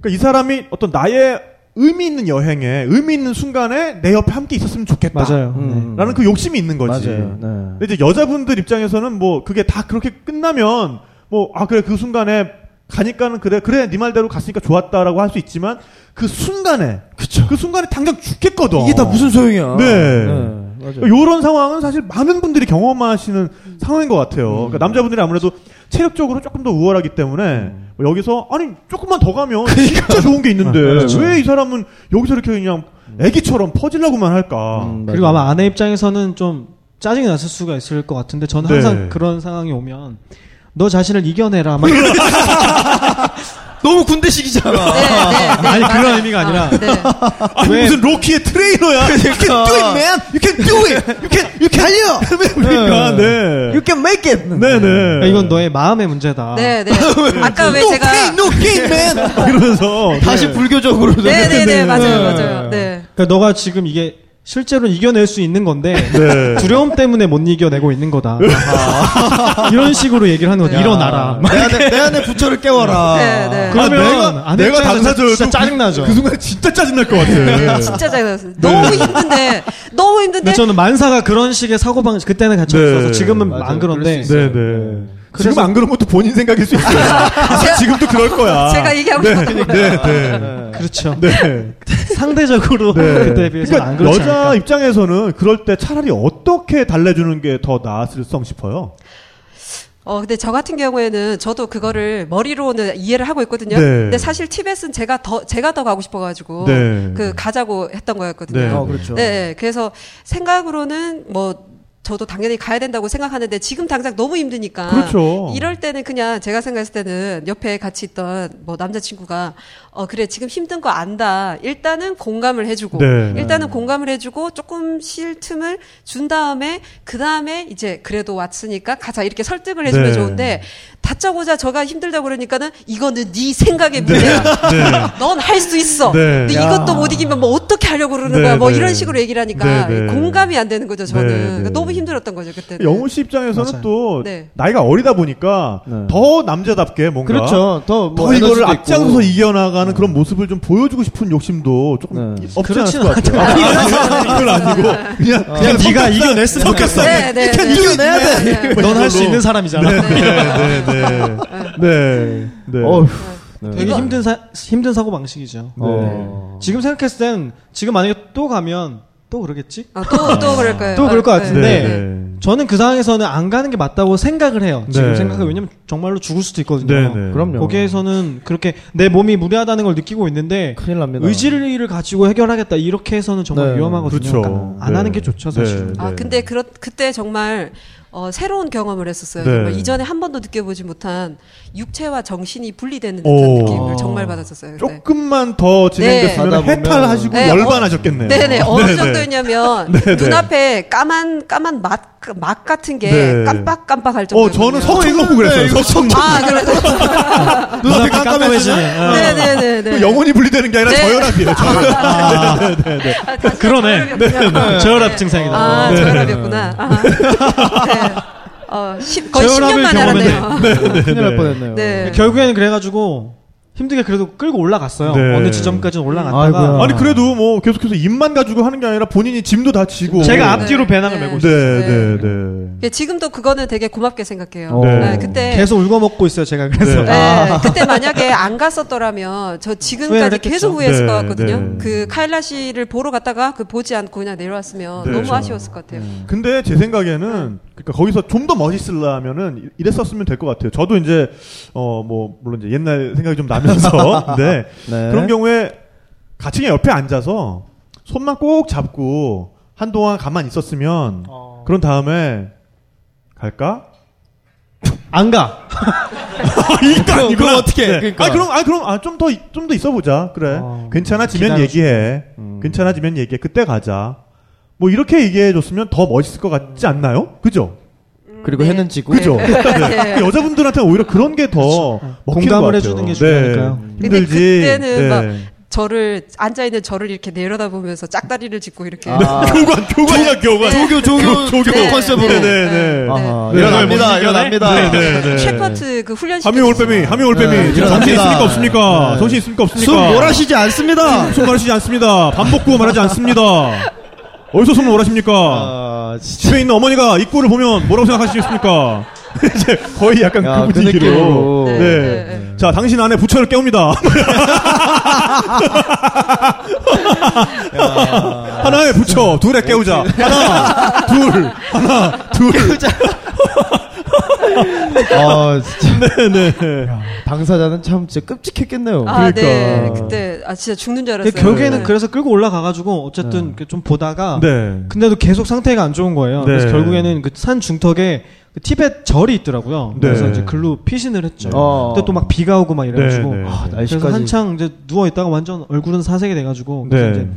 그러니까 이 사람이 어떤 나의 의미 있는 여행에 의미 있는 순간에 내 옆에 함께 있었으면 좋겠다 맞아요. 네. 음. 라는 그 욕심이 있는 거지 맞아요. 네. 근데 이제 여자분들 입장에서는 뭐 그게 다 그렇게 끝나면 뭐 아 그래 그 순간에 가니까는 그래 그래 네 말대로 갔으니까 좋았다라고 할 수 있지만 그 순간에 그쵸. 그 순간에 당장 죽겠거든 이게 다 무슨 소용이야. 어. 어, 네. 맞아요. 요런 상황은 사실 많은 분들이 경험하시는 상황인 것 같아요. 그러니까 남자분들이 아무래도 체력적으로 조금 더 우월하기 때문에 뭐 여기서 아니 조금만 더 가면 진짜 좋은 게 있는데 왜 이 사람은 여기서 이렇게 그냥 애기처럼 퍼질라고만 할까? 음, 그리고 맞아요. 아마 아내 입장에서는 좀 짜증이 났을 수가 있을 것 같은데 저는 네. 항상 그런 상황이 오면 너 자신을 이겨내라 막 [LAUGHS] 너무 군대식이잖아. [LAUGHS] 네, 네, 네, 아니, 그런 맞아요. 의미가 아, 아니라. 네. 아니 왜- 무슨 로키의 트레이너야? You can do it, man. You can do it. You can, you can. [LAUGHS] 달려. 그러니까 [LAUGHS] 네. can make it. 네네. 야, 그러니까 이건 너의 마음의 문제다. 네, 네. 아까 왜 제가 pain, man. 네. 이러면서 다시 불교적으로. 네, 네, 네, 되는데. 맞아요, 맞아요. 네. 그러니까 너가 지금 이게 실제로 이겨낼 수 있는 건데 [LAUGHS] 네. 두려움 때문에 못 이겨내고 있는 거다. 이런 식으로 얘기를 하는 거죠. 일어나라. 네. 내 안에, 내 안에 부처를 깨워라. 네, 네. 그러면 내가 아내 내가 입장에서는 당사자여도 진짜 짜증나죠. 그 순간 진짜 짜증 날 것 같아. 진짜 잘나왔어요 너무 힘든데, 너무 힘든데. 근데 저는 만사가 그런 식의 사고방식 그때는 갇혀 네. 있어서 지금은 맞아요. 안 그럴 그런데 수 있어요. 네네. 그래서- 지금 안 그런 것도 본인 생각일 수 있어요. 제가- 지금도 그럴 거야. 제가 얘기하고 네, 싶었던 네, 네. 그렇죠. 네. 상대적으로 네. [LAUGHS] 그때에 비해서 그러니까 안 그렇지 여자 않을까. 입장에서는 그럴 때 차라리 어떻게 달래주는 게 더 나았을 성 싶어요. 어, 근데 저 같은 경우에는 저도 그거를 머리로는 이해를 하고 있거든요. 네. 근데 사실 티벳은 제가 더, 제가 더 가고 싶어가지고, 네. 그 가자고 했던 거였거든요. 네. 어, 그렇죠. 네, 그래서 생각으로는 뭐 저도 당연히 가야 된다고 생각하는데 지금 당장 너무 힘드니까 그렇죠. 아, 이럴 때는 그냥 제가 생각했을 때는 옆에 같이 있던 뭐 남자친구가 어 그래 지금 힘든 거 안다 일단은 공감을 해주고 네. 일단은 공감을 해주고 조금 쉴 틈을 준 다음에 그 다음에 이제 그래도 왔으니까 가자 이렇게 설득을 해주면 네. 좋은데 다짜고자 저가 힘들다 고 그러니까는 이거는 네 생각의 문제야 네. 넌 할 수 있어. 네. 근데 야. 이것도 못 이기면 뭐 어떻게 하려고 그러는 네, 거야. 뭐 네. 이런 식으로 얘기를 하니까 네, 네. 공감이 안 되는 거죠. 저는 네, 네. 그러니까 너무 힘들었던 거죠 그때는. 영훈 씨 입장에서는 맞아요. 또 네. 나이가 어리다 보니까 네. 더 남자답게 뭔가 그렇죠. 더, 뭐 더 이거를 에너지도 있고. 앞장서서 이겨나가는 음. 그런 모습을 좀 보여주고 싶은 욕심도 조금 네. 없지 않을 것 같아요. [LAUGHS] 그건 아니고 그냥 어. 그냥 네가 이겨냈으면 섞였어. 네, 네, 네. 이겨내야 네, 네. 넌 할 수 있는 사람이잖아. 네. 네네네 네. 네. 어휴. 되게 힘든 사 힘든 사고 방식이죠. 어. 지금 생각했을 땐 지금 만약에 또 가면 또 그러겠지? 아, 또, 또 그럴 거예요. 또 그럴 것 아, 같은데. 네. 네. 저는 그 상황에서는 안 가는 게 맞다고 생각을 해요. 지금 네. 생각해 왜냐면 정말로 죽을 수도 있거든요. 네, 네. 그럼요. 거기에서는 그렇게 내 몸이 무리하다는 걸 느끼고 있는데 큰일 납니다. 의지를 가지고 해결하겠다 이렇게 해서는 정말 네. 위험하거든요. 그렇죠. 그러니까 안 네. 하는 게 좋죠 사실은. 네. 아, 근데 그렇, 그때 정말 어, 새로운 경험을 했었어요. 네. 정말 이전에 한 번도 느껴보지 못한 육체와 정신이 분리되는 듯한 오. 느낌을 정말 받았었어요. 네. 그때. 조금만 더 네. 진행됐으면 하다 보면- 해탈하시고 네, 열반하셨겠네요. 네네 어느 정도였냐면 네, 네. 눈앞에 까만 까만 맛, 그 맛 같은 게 네. 깜빡깜빡할 어, 저는 정도였거든요. 석천 너무 그랬어요. 석천 [LAUGHS] 아, 그래서 눈앞에 깜깜해지네. 네네네. 아. 영혼이 분리되는 게 아니라 네. 아, 저혈압이에요. 아, 네, 저혈압. 그러네. 저혈압 증상이다. 아, 네. 저혈압이었구나. 아. 네. 어, 십- 거의 저혈압을 10년 만에 경험했네. 알았네요. 어, 큰일 날 뻔했네요. 네. 결국에는 그래가지고 힘들게 그래도 끌고 올라갔어요. 네. 어느 지점까지는 아이고야. 올라갔다가 어, 아니 그래도 뭐 계속해서 입만 가지고 하는 게 아니라 본인이 짐도 다 지고. 제가 네. 앞뒤로 배낭을 네. 메고 있어요. 네네네. 네. 예, 지금도 그거는 되게 고맙게 생각해요. 네. 네, 그때 음, 계속 울고 먹고 있어요. 제가 그래서 네. 네, 그때 만약에 안 갔었더라면 저 후회를 지금까지 했겠죠. 계속 후회했을 네, 것 같거든요. 네. 그 카일라 씨를 보러 갔다가 그 보지 않고 그냥 내려왔으면 네. 너무 그렇죠. 아쉬웠을 것 같아요. 음. 근데 제 생각에는 그러니까 거기서 좀 더 멋있으려면은 이랬었으면 될 것 같아요. 저도 이제 어 뭐 물론 이제 옛날 생각이 좀 나면서 [LAUGHS] 근데 네. 그런 경우에 같이 그냥 옆에 앉아서 손만 꼭 잡고 한동안 가만히 있었으면 그런 다음에 갈까? 안 가. 그러니까 그럼 어떡해, 그러니까. 아 그럼 아 그럼 아 좀 더 좀 더 있어 보자. 그래. 어, 괜찮아지면 기다려주고. 얘기해. 괜찮아지면 얘기해. 그때 가자. 뭐 이렇게 얘기해 줬으면 더 멋있을 것 같지 않나요? 그죠? 그리고 해는 지고. 그죠? 네. 여자분들한테는 오히려 그런 게 더 공감을 해주는 게 중요하니까요. 근데 네. 힘들지. 그때는 네. 막 저를 앉아 있는 저를 이렇게 내려다보면서 짝다리를 짚고 이렇게 아. [LAUGHS] 교관 교관이야 교관. 조교, 조교, 조교 네, 컨셉으로. 네네네. 네. 아하, 네. 일어납니다, 네. 일어납니다. 네네네. 셰퍼트 그 훈련 함이 올빼미, 함이 올빼미. 네, 지금 정신 일어납니다. 있습니까 없습니까? 네. 정신 있습니까 없습니까? 숨 몰아쉬지 않습니다. 손 말하시지 않습니다. 밥 먹고 말하지 않습니다. 어디서 손을 몰아십니까? 아, 진짜. 집에 있는 어머니가 입구를 보면 뭐라고 생각하시겠습니까? [LAUGHS] 이제 거의 약간 야, 그 그 분위기로. 느낌으로. 네. 네, 네, 자, 당신 안에 부처를 깨웁니다. [LAUGHS] 하나의 부처, 둘에 네. 깨우자. 하나, 둘, 하나, 둘. 아, 진짜. 네, 네. 당사자는 참 진짜 끔찍했겠네요. 아, 네. 그러니까. 그때 아 진짜 죽는 줄 근데 알았어요. 결국에는 네. 그래서 끌고 올라가가지고 어쨌든 그좀 아, 보다가 네. 근데도 계속 상태가 안 좋은 거예요. 그래서 네. 결국에는 그 산 중턱에 그 티벳 절이 있더라고요. 네. 그래서 이제 글로 피신을 했죠. 어. 그때 또 막 비가 오고 막 이래가지고 네, 네. 아, 그래서 날씨까지. 한창 이제 누워 있다가 완전 얼굴은 사색이 돼가지고 그래서 네. 이제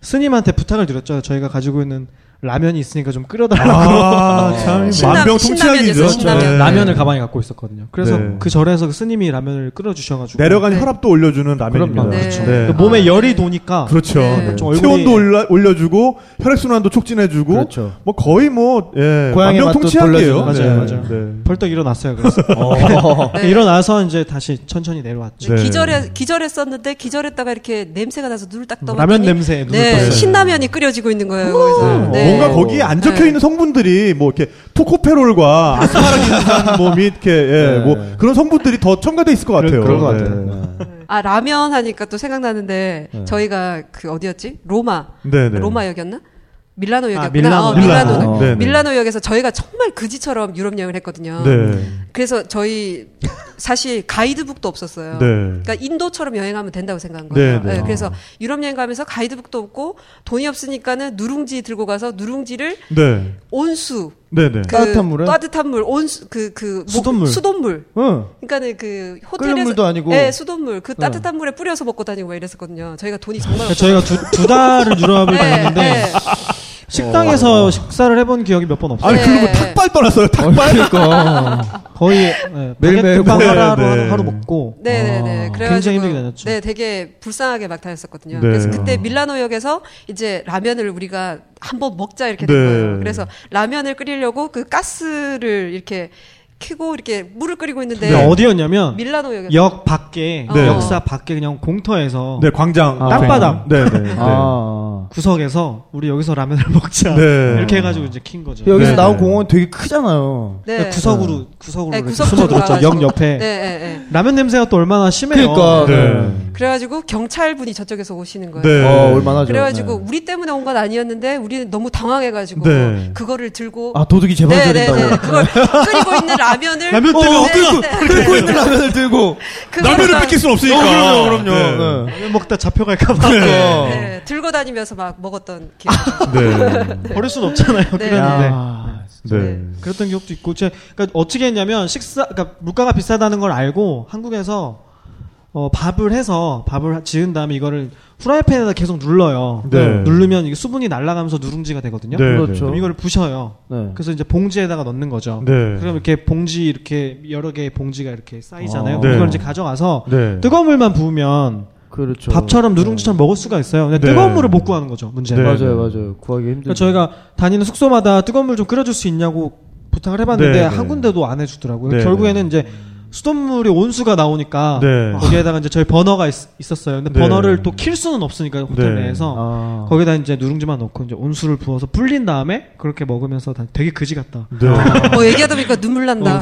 스님한테 부탁을 드렸죠. 저희가 가지고 있는 라면이 있으니까 좀 끓여달라고. 아, 참. 신라면, 만병통치약이죠. 신라면이죠, 신라면. 네. 라면을 가방에 갖고 있었거든요. 그래서 네. 그 절에서 그 스님이 라면을 끓여주셔가지고 내려간 네. 혈압도 올려주는 라면입니다. 그럼요. 네. 그렇죠. 네. 그러니까 몸에 아, 열이 네. 도니까 그렇죠. 네. 좀 얼굴이- 체온도 올라, 올려주고 혈액순환도 촉진해주고 그렇죠. 뭐 거의 뭐 예, 고양이 만병 맛도 통치약이에요. 돌려주고. 네, 맞아요, 맞아요. 네. 벌떡 일어났어요. 그래서 [LAUGHS] 어. 네. 일어나서 이제 다시 천천히 내려왔죠. 네. 기절해 기절했었는데 기절했다가 이렇게 냄새가 나서 눈을 딱 떠봤더니 뭐 라면 냄새에 음. 어, 눈을 네, 떴어요. 신라면이 끓여지고 있는 거예요. 그래서 네. 뭔가 거기에 안 적혀 있는 성분들이 뭐 이렇게 토코페롤과 아스파라긴산 뭐및 이렇게 예, 네. 뭐 그런 성분들이 더 첨가돼 있을 것 같아요. 그런 것 네. 같아요. 네. 아 라면 하니까 또 생각나는데 저희가 그 어디였지? 로마. 네, 네. 로마역이었나? 밀라노 역이었구나. 밀라노. 어, 밀라노. 밀라노. 네, 네. 밀라노 역에서 저희가 정말 그지처럼 유럽 여행을 했거든요. 네. 그래서 저희 사실 가이드북도 없었어요. 네. 그러니까 인도처럼 여행하면 된다고 생각한 네, 거예요. 네. 네, 그래서 유럽 여행 가면서 가이드북도 없고 돈이 없으니까는 누룽지 들고 가서 누룽지를 네. 온수 네, 네. 그 따뜻한 물에? 따뜻한 물 온수 그그 수돗물. 수돗물 응. 그러니까는 그 호텔에서 끓는 물도 아니고. 네, 수돗물 그 따뜻한 물에 뿌려서 먹고 다니고 막 이랬었거든요. 저희가 돈이 정말 그러니까 없어요. 저희가 두, 두 달을 네, 유럽을 다녔는데 식당에서 식사를 해본 기억이 몇 번 없어요. 아니, 네. 그리고 탁발 떠났어요, 탁발. 그러니까. 거의 네, 매일매일 바게트 빵 먹어요. 하나로 네, 하루, 하루 네. 먹고 네네네. 아, 그래가지고 굉장히 힘들게 다녔죠. 네, 되게 불쌍하게 막 다녔었거든요. 네. 그래서 그때 밀라노역에서 이제 라면을 우리가 한번 먹자 이렇게 된 네. 거예요. 그래서 라면을 끓이려고 그 가스를 이렇게 켜고 이렇게 물을 끓이고 있는데 근데 그러니까 어디였냐면 밀라노역에서 역 밖에 네. 역사 밖에 그냥 공터에서 네, 광장. 아, 땅바닥. 네, 네. 네. 아. 구석에서 우리 여기서 라면을 [LAUGHS] 먹자 네. 이렇게 해가지고 이제 킨 거죠. 여기서 네. 나온 공원 되게 크잖아요. 네. 구석으로 구석으로 네, 이렇게 구석 쪽으로 숨어들었죠. 가가지고. 역 옆에 네, 네, 네. 라면 냄새가 또 얼마나 심해요. 그러니까. 네. 네. 그래가지고 경찰분이 저쪽에서 오시는 거예요. 네. 어, 얼마나 좋아. 그래가지고 네. 우리 때문에 온 건 아니었는데 우리는 너무 당황해가지고 네. 그거를 들고 아, 도둑이 제발 저린다고. 네네네 그걸 끓이고 있는 라면을 라면 때문에 어, 엎드려- 네, 네. 들고 있는 [LAUGHS] 라면을 들고. 그거를 라면을 막- 뺏길 순 없으니까. 네. 네. 라면 먹다 잡혀갈까봐 어. 네, 들고 다니면서 막 먹었던 기억. 네. [LAUGHS] 버릴 순 없잖아요. 그랬는데 야. 네. 그랬던 기억도 있고, 제, 그러니까 어떻게 했냐면 식사, 그러니까 물가가 비싸다는 걸 알고 한국에서 어, 밥을 해서 밥을 지은 다음에 이거를 후라이팬에다 계속 눌러요. 네. 누르면 이게 수분이 날아가면서 누룽지가 되거든요. 네, 그렇죠. 그럼 이걸 부셔요. 네. 그래서 이제 봉지에다가 넣는 거죠. 네. 그럼 이렇게 봉지 이렇게 여러 개의 봉지가 이렇게 쌓이잖아요. 아. 그걸 네. 이제 가져가서 네. 뜨거운 물만 부으면 그렇죠. 밥처럼 누룽지처럼 먹을 수가 있어요. 근데 네. 뜨거운 물을 못 구하는 거죠. 문제는. 네. 맞아요, 맞아요. 구하기 힘들죠. 그러니까 저희가 다니는 숙소마다 뜨거운 물 좀 끓여줄 수 있냐고 부탁을 해봤는데 네, 네. 한 군데도 안 해주더라고요. 네, 결국에는 이제 수돗물이 온수가 나오니까 네. 거기에다가 이제 저희 버너가 있, 었어요 근데 네. 버너를 또 킬 수는 없으니까 호텔 네. 내에서 아. 거기다 이제 누룽지만 넣고 이제 온수를 부어서 불린 다음에 그렇게 먹으면서 다- 되게 그지 같다. 네. 뭐 얘기하다 보니까 눈물 아. 어, 난다.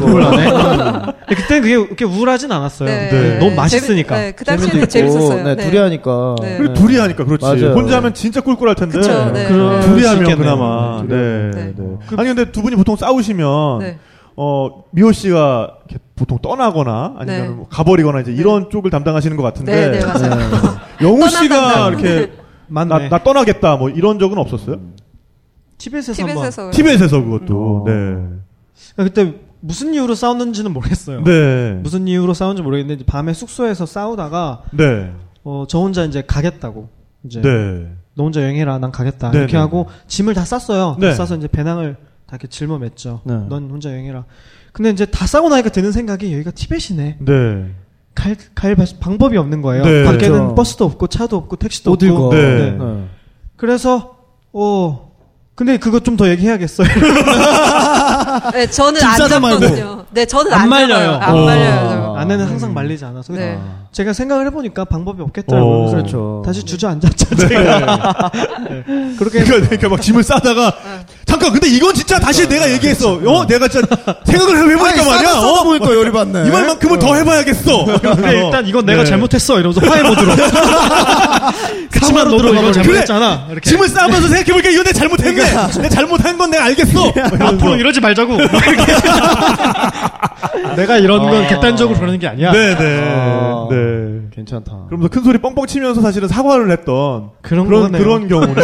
근데 그때 그게 그렇게 우울하진 않았어요. 네. 네. 너무 맛있으니까. 재밌- 네, 그 당시에는 재밌었어요. 네, 둘이 하니까. 네. 그리고 둘이 하니까 그렇지. 맞아요. 혼자 하면 진짜 꿀꿀할 텐데. 그쵸, 네. 그럴 네. 수 둘이 하면 있겠네요. 그나마. 네. 네. 네. 네. 아니 근데 두 분이 보통 싸우시면 네. 어 미호 씨가 이렇게 보통 떠나거나 아니면 네. 뭐 가버리거나 이제 이런 쪽을 담당하시는 것 같은데 네, 네, 맞아요. 영우 떠나간다. 씨가 이렇게 [LAUGHS] 나, 맞네. 나 떠나겠다 뭐 이런 적은 없었어요? TBS에서 한번. [LAUGHS] TV에서 TV에서 그것도 어. 네. 그러니까 그때 무슨 이유로 싸웠는지는 모르겠어요. 네. 무슨 이유로 싸운지 모르겠는데 밤에 숙소에서 싸우다가 네. 어, 저 혼자 이제 가겠다고 이제 네. 너 혼자 여행해라 난 가겠다 네, 이렇게 네. 하고 짐을 다 쌌어요 네. 다 싸서 이제 배낭을 다 이렇게 짊어맸죠 네. 넌 혼자 여행해라 근데 이제 다 싸고 나니까 드는 생각이 여기가 티벳이네 네. 갈, 갈 바- 방법이 없는 거예요 네. 밖에는 그렇죠. 버스도 없고 차도 없고 택시도 옷 없고 입고. 네. 네. 그래서 어 근데 그거 좀 더 [LAUGHS] 얘기해야겠어요 네, 저는 짐 안 싸다 말고. 잡거든요. 네, 저는 안 안, 말려요. 잡아요. 안 어. 말려요. 저는. [LAUGHS] 아내는 음. 항상 말리지 않아서 네. 제가 생각을 해보니까 방법이 어. 없겠더라고요 그래서 그렇죠. 네. 다시 주저앉았죠 [LAUGHS] 제가 [LAUGHS] 그렇게 해서 그러니까, 그러니까 막 짐을 싸다가 잠깐 근데 이건 진짜 다시 네, 내가 얘기했어. 그렇죠. 어? 내가 진짜 생각을 해보니까 말이야. 어? 보니까 열이 받네. 이 말만큼은 더 해봐야겠어. [LAUGHS] 그래 일단 이건 내가 네. 잘못했어 이러면서 화해 [LAUGHS] 모드로 그치만 너도 들어가 이거 버려. 잘못했잖아 이렇게 그러니까 짐을 싸면서 생각해보니까 이거 내가 잘못했네. 내가 잘못한 건 내가 알겠어. [LAUGHS] [LAUGHS] 앞으로 이러지 말자고 [LAUGHS] 내가 이런 건 객단적으로 그러는 게 아니야 아. 네네. 어. 아. 네. 괜찮다. 그러면서 큰 소리 뻥뻥 치면서 사실은 사과를 했던 그런 그런 거네요. 그런 [LAUGHS] 경우네.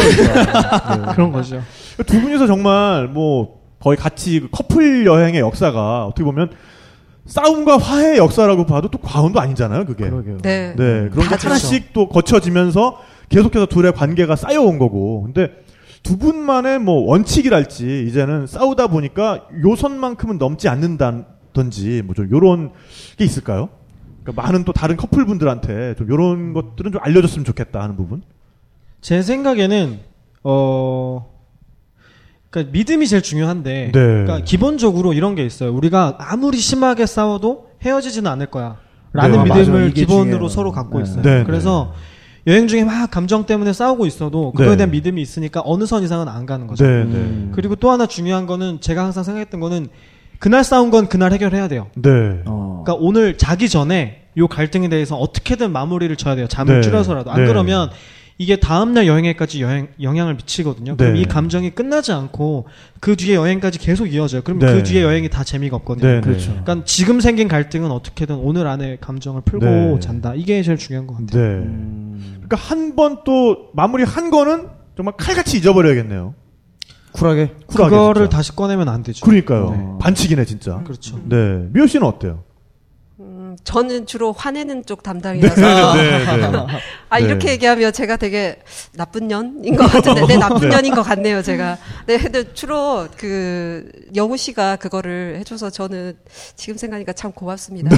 [LAUGHS] 그런 거죠 두 분이서 정말 뭐 거의 같이 그 커플 여행의 역사가 어떻게 보면 싸움과 화해의 역사라고 봐도 또 과언도 아니잖아요, 그게. 그러게요. 네. 음, 네. 그런 게 다르죠. 하나씩 또 거쳐지면서 계속해서 둘의 관계가 쌓여온 거고. 근데 두 분만의 뭐 원칙이랄지 이제는 싸우다 보니까 요선만큼은 넘지 않는다든지 뭐 좀 요런 게 있을까요? 그러니까 많은 또 다른 커플분들한테 좀 요런 것들은 좀 알려줬으면 좋겠다 하는 부분. 제 생각에는 어 그러니까 믿음이 제일 중요한데 네. 그러니까 기본적으로 이런 게 있어요 우리가 아무리 심하게 싸워도 헤어지지는 않을 거야 네, 라는 믿음을 맞아요. 이게 기본으로 중요해요. 서로 갖고 네. 있어요 네, 그래서 여행 중에 막 감정 때문에 싸우고 있어도 그거에 네. 대한 믿음이 있으니까 어느 선 이상은 안 가는 거죠 네, 음. 그리고 또 하나 중요한 거는 제가 항상 생각했던 거는 그날 싸운 건 그날 해결해야 돼요. 네. 네. 어. 그러니까 오늘 그러니까 자기 전에 요 갈등에 대해서 어떻게든 마무리를 쳐야 돼요. 잠을 네. 줄여서라도. 안 네. 그러면 이게 다음날 여행에까지 여행, 영향을 미치거든요. 그럼 네. 이 감정이 끝나지 않고 그 뒤에 여행까지 계속 이어져요. 그럼 네. 그 뒤에 여행이 다 재미가 없거든요. 네, 그렇죠. 네. 그러니까 지금 생긴 갈등은 어떻게든 오늘 안에 감정을 풀고 네. 잔다. 이게 제일 중요한 것 같아요. 네. 음. 그러니까 한 번 또 마무리 한 거는 정말 칼같이 잊어버려야겠네요. 쿨하게. 쿨하게 그거를 진짜. 다시 꺼내면 안 되죠. 그러니까요. 네. 반칙이네 진짜. 그렇죠. 네. 미호 씨는 어때요? 음, 저는 주로 화내는 쪽 담당이라서 아 네. 이렇게 얘기하면 제가 되게 나쁜 년인 것 같은데 네 나쁜 년인 것 같네요 제가 네 근데 주로 그 영우 씨가 그거를 해줘서 저는 지금 생각하니까 참 고맙습니다 [LAUGHS]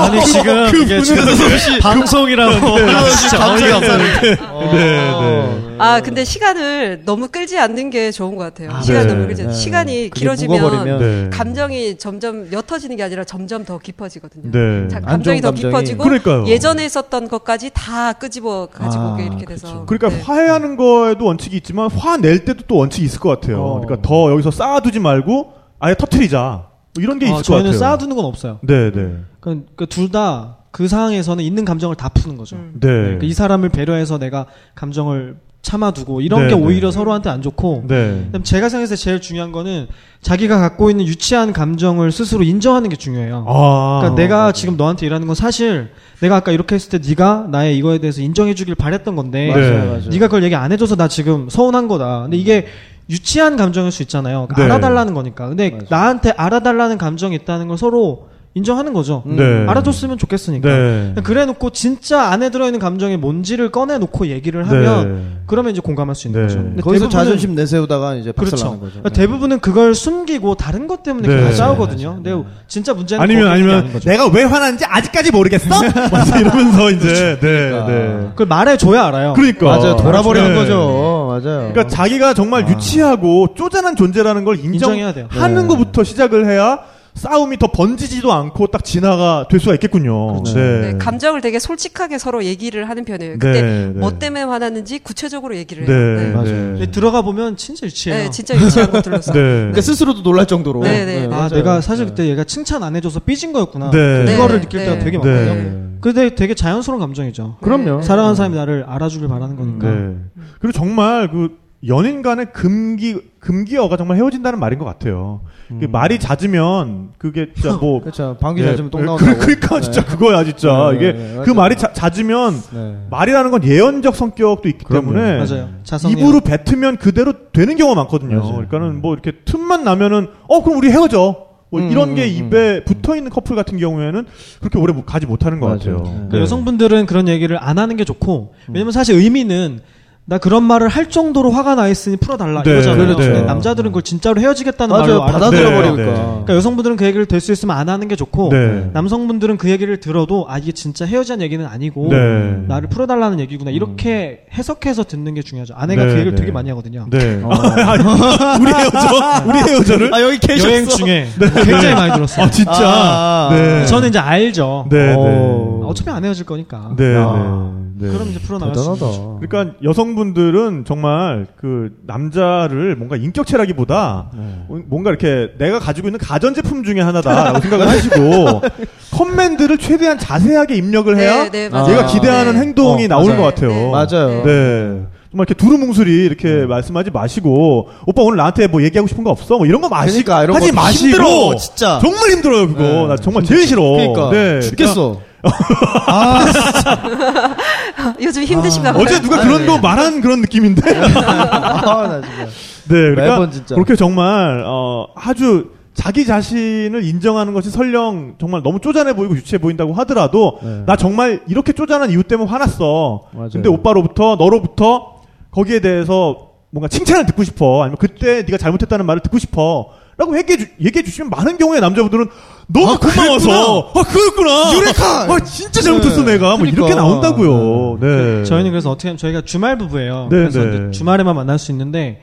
아니 지금 이게 지금 [LAUGHS] 방송이라고 네. [LAUGHS] 진짜 어이가 없네. 어. 아 근데 시간을 너무 끌지 않는 게 좋은 것 같아요 아, 시간 네, 너무 끌지 않- 네. 시간이 그게 길어지면 묵어버리면 네. 감정이 점점 옅어지는 게 아니라 점점 더 깊어지거든요 네. 자, 안 좋은 감정이 더 감정이. 깊어지고 그러니까요. 예전에 있었던 것까지 다 끄집어 가지고 아, 이렇게 돼서 그러니까 네. 화해하는 거에도 원칙이 있지만 화낼 때도 또 원칙이 있을 것 같아요. 어. 그러니까 더 여기서 쌓아두지 말고 아예 터트리자. 뭐 이런 게 어, 있을 것 같아요. 저희는 쌓아두는 건 없어요. 네, 네, 그둘 다 그 상황에서는 있는 감정을 다 푸는 거죠. 음. 네, 그러니까 이 사람을 배려해서 내가 감정을 참아두고 네, 이런 게 네. 오히려 서로한테 안 좋고. 네, 그다음 제가 생각해서 제일 중요한 거는 자기가 갖고 있는 유치한 감정을 스스로 인정하는 게 중요해요. 아, 그러니까 내가 지금 너한테 일하는 건 사실 내가 아까 이렇게 했을 때 네가 나의 이거에 대해서 인정해주길 바랬던 건데 네. 맞아요, 맞아요. 네가 그걸 얘기 안 해줘서 나 지금 서운한 거다. 근데 이게 유치한 감정일 수 있잖아요. 그러니까 네. 알아달라는 거니까. 근데 맞아요. 나한테 알아달라는 감정이 있다는 걸 서로 인정하는 거죠. 네. 알아줬으면 좋겠으니까. 네. 그래놓고 진짜 안에 들어있는 감정이 뭔지를 꺼내놓고 얘기를 하면 그러면 이제 공감할 수 있는 네. 거죠. 근데 거기서 대부분은- 자존심 내세우다가 이제 박살 그렇죠. 나는 거죠. 아, 그러니까 대부분은 그걸 숨기고 다른 것 때문에 네. 계속 싸우거든요. 네. 근데 진짜 문제는 아니면 거기 있는 게 아니면 아닌 거죠. 내가 왜 화났는지 아직까지 [LAUGHS] 모르겠어? 막 이러면서 이제 네, 그러니까. 네. 그렇죠. 그걸 말해줘야 알아요. 그러니까 맞아요. 돌아버리는 네. 거죠. 맞아요. 그러니까 자기가 정말 유치하고 쪼잔한 존재라는 걸 인정해야 돼요. 인정하는 네. 것부터 시작을 해야 싸움이 더 번지지도 않고 딱 진화가 될 수가 있겠군요. 그렇죠. 네, 감정을 되게 솔직하게 서로 얘기를 하는 편이에요. 네, 그때 네. 뭐 때문에 화났는지 구체적으로 얘기를 해요. 네, 네. 맞아요. 근데 들어가 보면 진짜 유치해요. 네, 진짜 유치한 것들로서. 네. 그러니까 스스로도 놀랄 정도로. 네, 네, 네. 아, 내가 사실 그때 얘가 칭찬 안 해줘서 삐진 거였구나. 네. 그거를 네, 느낄 네. 때가 네. 되게 많거든요. 근데 되게 자연스러운 감정이죠. 그럼요. 사랑하는 사람이 나를 알아주길 바라는 거니까. 네. 그리고 정말 그 연인 간의 금기 금기어가 정말 헤어진다는 말인 것 같아요. 이게 그 말이 잦으면 그게 진짜 뭐 음. 그렇죠. 방귀 예, 잦으면 똥 그- 나온다고. 그러니까 진짜 그거야 진짜 네, 이게 네, 네, 그 맞아요. 말이 자- 잦으면 네. 말이라는 건 예언적 성격도 있기 그럼요. 때문에 맞아요. 자성이 네. 입으로 뱉으면 그대로 되는 경우가 많거든요. 맞아요. 그러니까는 뭐 이렇게 틈만 나면은 어 그럼 우리 헤어져. 뭐 음, 이런 게 음, 입에 붙어 있는 커플 같은 경우에는 그렇게 오래 못- 가지 못하는 것 같아요. 맞아요. 네. 그 여성분들은 그런 얘기를 안 하는 게 좋고 음. 왜냐면 사실 의미는 나 그런 말을 할 정도로 화가 나 있으니 풀어달라 네, 이거잖아요. 그렇죠. 근데 남자들은 그걸 진짜로 헤어지겠다는 맞아요. 말로 알아. 받아들여 네, 버리니까. 그러니까 여성분들은 그 얘기를 될 수 있으면 안 하는 게 좋고 네. 남성분들은 그 얘기를 들어도 아 이게 진짜 헤어지는 얘기는 아니고 네. 음. 나를 풀어달라는 얘기구나 이렇게 해석해서 듣는 게 중요하죠. 아내가 네, 그 얘기를 네. 되게 많이 하거든요. 네. [LAUGHS] 아, 우리 헤어져? 우리 헤어져를? 어. 아 여기 네. 계셨어. 여행 중에 [LAUGHS] 굉장히 많이 들었어요. 아 진짜. 아, 아, 네. 저는 이제 알죠. 네, 어. 아. 네. 어차피 안 헤어질 거니까. 네, 야. 네, 네. 그럼 이제 풀어나갈 수 있는 대단하다. 거죠. 그러니까 여성분들은 정말 그 남자를 뭔가 인격체라기보다 뭔가 이렇게 내가 가지고 있는 가전제품 중에 하나다라고 생각을 [LAUGHS] 하시고 커맨드를 최대한 자세하게 입력을 해야 네, 네, 맞아요. 얘가 기대하는 네. 행동이 어, 나오는 맞아요. 것 같아요. 네. 맞아요. 네. 정말 이렇게 두루뭉술이 이렇게 말씀하지 마시고 오빠 오늘 나한테 뭐 얘기하고 싶은 거 없어? 뭐 이런 거 마시 그러니까 이런 하지 거 마시고 힘들어, 진짜. 정말 힘들어요 그거 네. 나 정말 제일 싫어 그러니까 네. 죽겠어. 아, 요즘 힘드신가 봐요. 아. 그러니까 어제 누가 네. 그런 거 말한 그런 느낌인데 아, 나 진짜. 네, 그러니까 매번 진짜. 그렇게 정말 어, 아주 자기 자신을 인정하는 것이 설령 정말 너무 쪼잔해 보이고 유치해 보인다고 하더라도 네. 나 정말 이렇게 쪼잔한 이유 때문에 화났어. 맞아요. 근데 오빠로부터 너로부터 거기에 대해서 뭔가 칭찬을 듣고 싶어. 아니면 그때 네가 잘못했다는 말을 듣고 싶어. 라고 얘기해, 주, 시면 많은 경우에 남자분들은 너무 고마워서 아 그랬구나 유레카 아 진짜 잘못했어 네. 내가 뭐 이렇게 그러니까. 나온다고요 네 저희는 그래서 어떻게 하면 저희가 주말 부부예요. 네, 그래서 네. 이제 주말에만 만날 수 있는데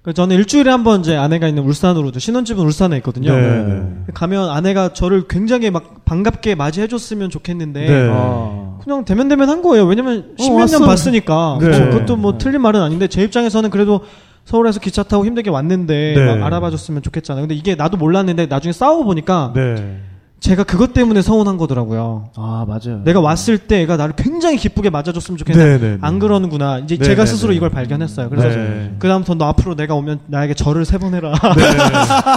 그 저는 일주일에 한 번 이제 아내가 있는 울산으로도 신혼집은 울산에 있거든요. 네, 네. 가면 아내가 저를 굉장히 막 반갑게 맞이해줬으면 좋겠는데 네. 아. 그냥 대면 대면 한 거예요. 왜냐면 십몇 왔어. 년 봤으니까 네. 그쵸? 그것도 뭐 틀린 말은 아닌데 제 입장에서는 그래도 서울에서 기차 타고 힘들게 왔는데 네. 막 알아봐줬으면 좋겠잖아요. 근데 이게 나도 몰랐는데 나중에 싸우고 보니까 네. 제가 그것 때문에 서운한 거더라고요. 아 맞아요. 내가 왔을 때 얘가 나를 굉장히 기쁘게 맞아줬으면 네, 좋겠는데 네, 네. 안 그러는구나. 이제 네, 제가 네, 스스로 네. 이걸 발견했어요. 그래서 네. 그다음부터 너 앞으로 내가 오면 나에게 절을 세 번 해라. [LAUGHS]